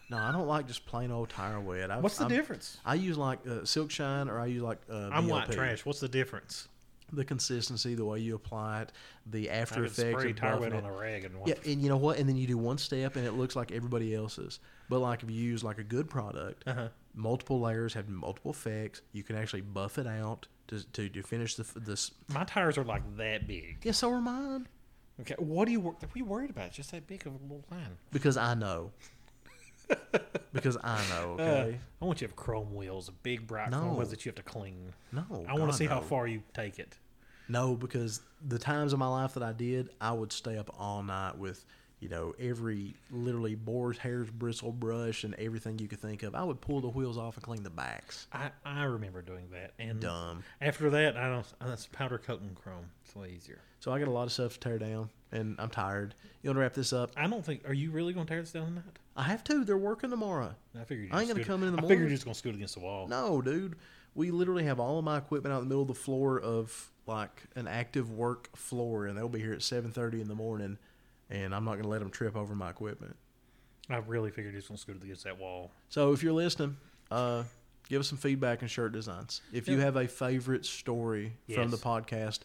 [SPEAKER 2] no, I don't like just plain old tire wet. I,
[SPEAKER 3] What's the
[SPEAKER 2] I'm-
[SPEAKER 3] difference?
[SPEAKER 2] I use like uh, Silk Shine or I use like uh,
[SPEAKER 3] I'm
[SPEAKER 2] VLP.
[SPEAKER 3] white trash. What's the difference?
[SPEAKER 2] The consistency, the way you apply it, the
[SPEAKER 3] I
[SPEAKER 2] after
[SPEAKER 3] could
[SPEAKER 2] effects.
[SPEAKER 3] spray
[SPEAKER 2] of
[SPEAKER 3] tire
[SPEAKER 2] buffing
[SPEAKER 3] wet
[SPEAKER 2] it.
[SPEAKER 3] on a rag and one.
[SPEAKER 2] Yeah, and you know what? And then you do one step, and it looks like everybody else's. But like if you use like a good product,
[SPEAKER 3] Uh-huh.
[SPEAKER 2] multiple layers have multiple effects. You can actually buff it out to to, to finish the f- this.
[SPEAKER 3] My tires are like that big.
[SPEAKER 2] Yeah, so are mine
[SPEAKER 3] Okay, what do you wor- what are you worried about? It's just that big of a little line.
[SPEAKER 2] because I know. because I know.
[SPEAKER 3] Uh,
[SPEAKER 2] Okay.
[SPEAKER 3] I want you to have chrome wheels, big bright
[SPEAKER 2] No.
[SPEAKER 3] chrome wheels that you have to clean.
[SPEAKER 2] no.
[SPEAKER 3] I want
[SPEAKER 2] God,
[SPEAKER 3] to see how
[SPEAKER 2] no.
[SPEAKER 3] far you take it.
[SPEAKER 2] No, because the times in my life that I did, I would stay up all night with you know, every literally boar's hair's bristle brush and everything you could think of. I would pull the wheels off and clean the backs.
[SPEAKER 3] I, I remember doing that, and
[SPEAKER 2] Dumb.
[SPEAKER 3] after that, I don't. That's powder coat and chrome. It's a lot easier.
[SPEAKER 2] So I got a lot of stuff to tear down, and I'm tired. You want to wrap this up?
[SPEAKER 3] I don't think. Are you really going to tear this down tonight?
[SPEAKER 2] I have to. They're working tomorrow.
[SPEAKER 3] I figured. You
[SPEAKER 2] I ain't
[SPEAKER 3] just
[SPEAKER 2] gonna
[SPEAKER 3] scoot-
[SPEAKER 2] come in in the
[SPEAKER 3] I figured
[SPEAKER 2] morning.
[SPEAKER 3] you're just going to scoot against the wall.
[SPEAKER 2] No, dude. We literally have all of my equipment out in the middle of the floor of like an active work floor, and they'll be here at seven thirty in the morning, and I'm not gonna let them trip over my equipment.
[SPEAKER 3] I really figured you're just going to scoot against that wall.
[SPEAKER 2] So if you're listening, uh, give us some feedback on shirt designs. If you
[SPEAKER 3] Yeah.
[SPEAKER 2] have a favorite story from
[SPEAKER 3] Yes.
[SPEAKER 2] the podcast,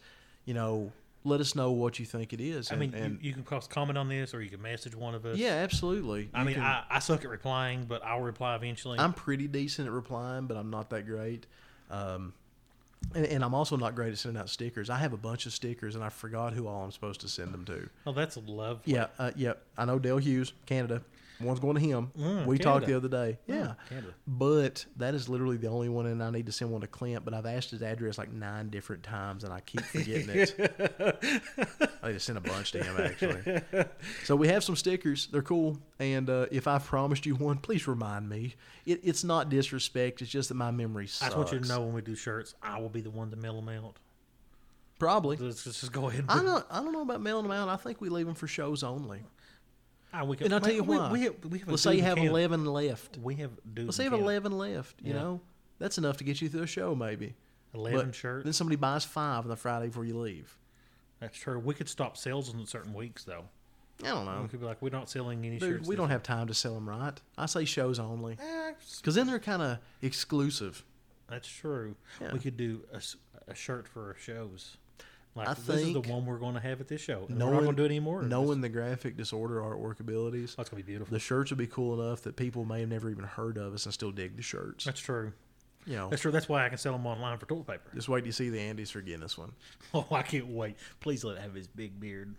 [SPEAKER 2] you know, let us know what you think it is.
[SPEAKER 3] I
[SPEAKER 2] and-
[SPEAKER 3] mean,
[SPEAKER 2] and-
[SPEAKER 3] you, you can cross comment on this, or you can message one of us.
[SPEAKER 2] yeah, absolutely.
[SPEAKER 3] I
[SPEAKER 2] You
[SPEAKER 3] mean,
[SPEAKER 2] can-
[SPEAKER 3] I, I suck at replying, but I'll reply eventually.
[SPEAKER 2] I'm pretty decent at replying, but I'm not that great. Um, and, and I'm also not great at sending out stickers. I have a bunch of stickers, and I forgot who all I'm supposed to send them to.
[SPEAKER 3] oh, that's lovely.
[SPEAKER 2] Yeah, uh, yeah. I know Dale Hughes, Canada. One's going to him.
[SPEAKER 3] Mm,
[SPEAKER 2] we talked the
[SPEAKER 3] Canada. Mm,
[SPEAKER 2] other day. Yeah.
[SPEAKER 3] Canada.
[SPEAKER 2] But that is literally the only one, and I need to send one to Clint. But I've asked his address like nine different times, and I keep forgetting it. I need to send a bunch to him, actually. So we have some stickers. They're cool. And uh, if I promised you one, please remind me. It, it's not disrespect. It's just that my memory
[SPEAKER 3] I
[SPEAKER 2] sucks.
[SPEAKER 3] just want you to know when we do shirts, I will be the one to mail them out.
[SPEAKER 2] Probably.
[SPEAKER 3] Let's just, just go ahead. And
[SPEAKER 2] I don't, I don't know about mailing them out. I think we leave them for shows only.
[SPEAKER 3] Ah, we can,
[SPEAKER 2] And I'll tell you
[SPEAKER 3] we,
[SPEAKER 2] why.
[SPEAKER 3] We have, we have a
[SPEAKER 2] Let's say
[SPEAKER 3] dude
[SPEAKER 2] you
[SPEAKER 3] in
[SPEAKER 2] have
[SPEAKER 3] Canada.
[SPEAKER 2] 11 left.
[SPEAKER 3] We have dude.
[SPEAKER 2] Let's
[SPEAKER 3] in
[SPEAKER 2] say you have
[SPEAKER 3] Canada.
[SPEAKER 2] eleven left. You
[SPEAKER 3] Yeah.
[SPEAKER 2] know, that's enough to get you through a show, maybe.
[SPEAKER 3] 11
[SPEAKER 2] But
[SPEAKER 3] shirts.
[SPEAKER 2] Then somebody buys five on the Friday before you leave.
[SPEAKER 3] That's true. We could stop sales on certain weeks, though.
[SPEAKER 2] I don't know,
[SPEAKER 3] We could be like, we're not selling any
[SPEAKER 2] dude.
[SPEAKER 3] shirts.
[SPEAKER 2] We don't have time to sell them, right? I say shows only,
[SPEAKER 3] have.
[SPEAKER 2] because then they're kind of exclusive.
[SPEAKER 3] That's true.
[SPEAKER 2] Yeah.
[SPEAKER 3] We could do a, s- a shirt for our shows. Like
[SPEAKER 2] I
[SPEAKER 3] this is the
[SPEAKER 2] think
[SPEAKER 3] one we're going to have at this show. And we're not going to do it anymore.
[SPEAKER 2] Knowing the graphic disorder artwork abilities,
[SPEAKER 3] that's going to be beautiful.
[SPEAKER 2] the shirts would be cool enough that people may have never even heard of us and still dig the shirts.
[SPEAKER 3] That's true.
[SPEAKER 2] You know,
[SPEAKER 3] That's true. That's why I can sell them online for toilet paper.
[SPEAKER 2] just wait till you see the Andes for Guinness one.
[SPEAKER 3] Oh, I can't wait. Please let it have his big beard.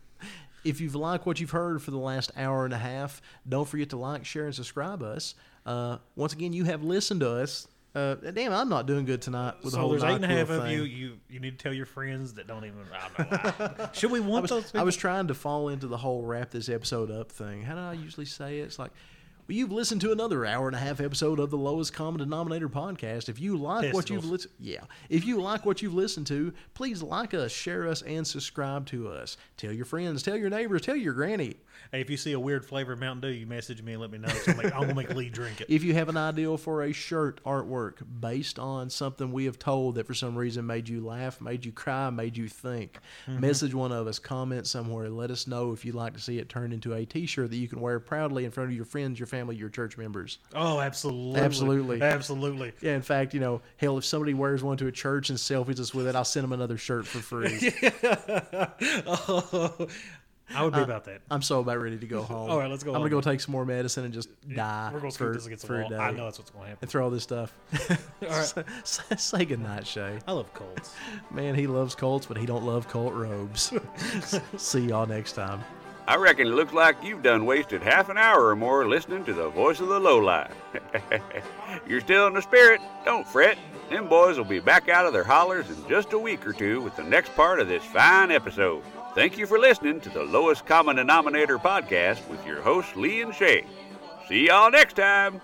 [SPEAKER 2] If you've liked what you've heard for the last hour and a half, don't forget to like, share, and subscribe us. Uh, once again, you have listened to us. Uh, damn, I'm not doing good tonight with the
[SPEAKER 3] So
[SPEAKER 2] whole
[SPEAKER 3] there's eight and a
[SPEAKER 2] NyQuil
[SPEAKER 3] half of
[SPEAKER 2] thing.
[SPEAKER 3] you. You you need to tell your friends that don't even. I don't know. Should we
[SPEAKER 2] I
[SPEAKER 3] want those?
[SPEAKER 2] was, I was trying to fall into the whole wrap this episode up thing. How do I usually say it? It's like, well, you've listened to another hour and a half episode of the Lowest Common Denominator podcast. If you like what you've
[SPEAKER 3] Testicles.
[SPEAKER 2] listened, yeah, if you like what you've listened to, please like us, share us, and subscribe to us. Tell your friends, tell your neighbors, tell your granny.
[SPEAKER 3] Hey, if you see a weird flavor of Mountain Dew, you message me and let me know. So I'm, like, I'm gonna make Lee drink it.
[SPEAKER 2] If you have an idea for a shirt artwork based on something we have told that for some reason made you laugh, made you cry, made you think,
[SPEAKER 3] Mm-hmm.
[SPEAKER 2] message one of us, comment somewhere, let us know if you'd like to see it turned into a t shirt that you can wear proudly in front of your friends, your family, your church members.
[SPEAKER 3] Oh, absolutely,
[SPEAKER 2] Absolutely.
[SPEAKER 3] absolutely.
[SPEAKER 2] Yeah, in fact, you know, hell, if somebody wears one to a church and selfies us with it, I'll send them another shirt for free.
[SPEAKER 3] Oh, I
[SPEAKER 2] Uh,
[SPEAKER 3] would be about that.
[SPEAKER 2] I'm so about ready to go home.
[SPEAKER 3] All right, let's go
[SPEAKER 2] I'm going
[SPEAKER 3] home.
[SPEAKER 2] to go take some more medicine and just die
[SPEAKER 3] We're gonna scoot
[SPEAKER 2] uh, for,
[SPEAKER 3] this against
[SPEAKER 2] for
[SPEAKER 3] the
[SPEAKER 2] a
[SPEAKER 3] wall.
[SPEAKER 2] day
[SPEAKER 3] I know that's what's gonna happen.
[SPEAKER 2] and throw all this stuff.
[SPEAKER 3] All right.
[SPEAKER 2] Say goodnight, Shay.
[SPEAKER 3] I love Colts.
[SPEAKER 2] Man, he loves Colts, but he don't love Colt robes. See y'all next time.
[SPEAKER 1] I reckon it looks like you've done wasted half an hour or more listening to the voice of the lowlife. You're still in the spirit, don't fret. Them boys will be back out of their hollers in just a week or two with the next part of this fine episode. Thank you for listening to the Lowest Common Denominator podcast with your hosts, Lee and Shay. See y'all next time.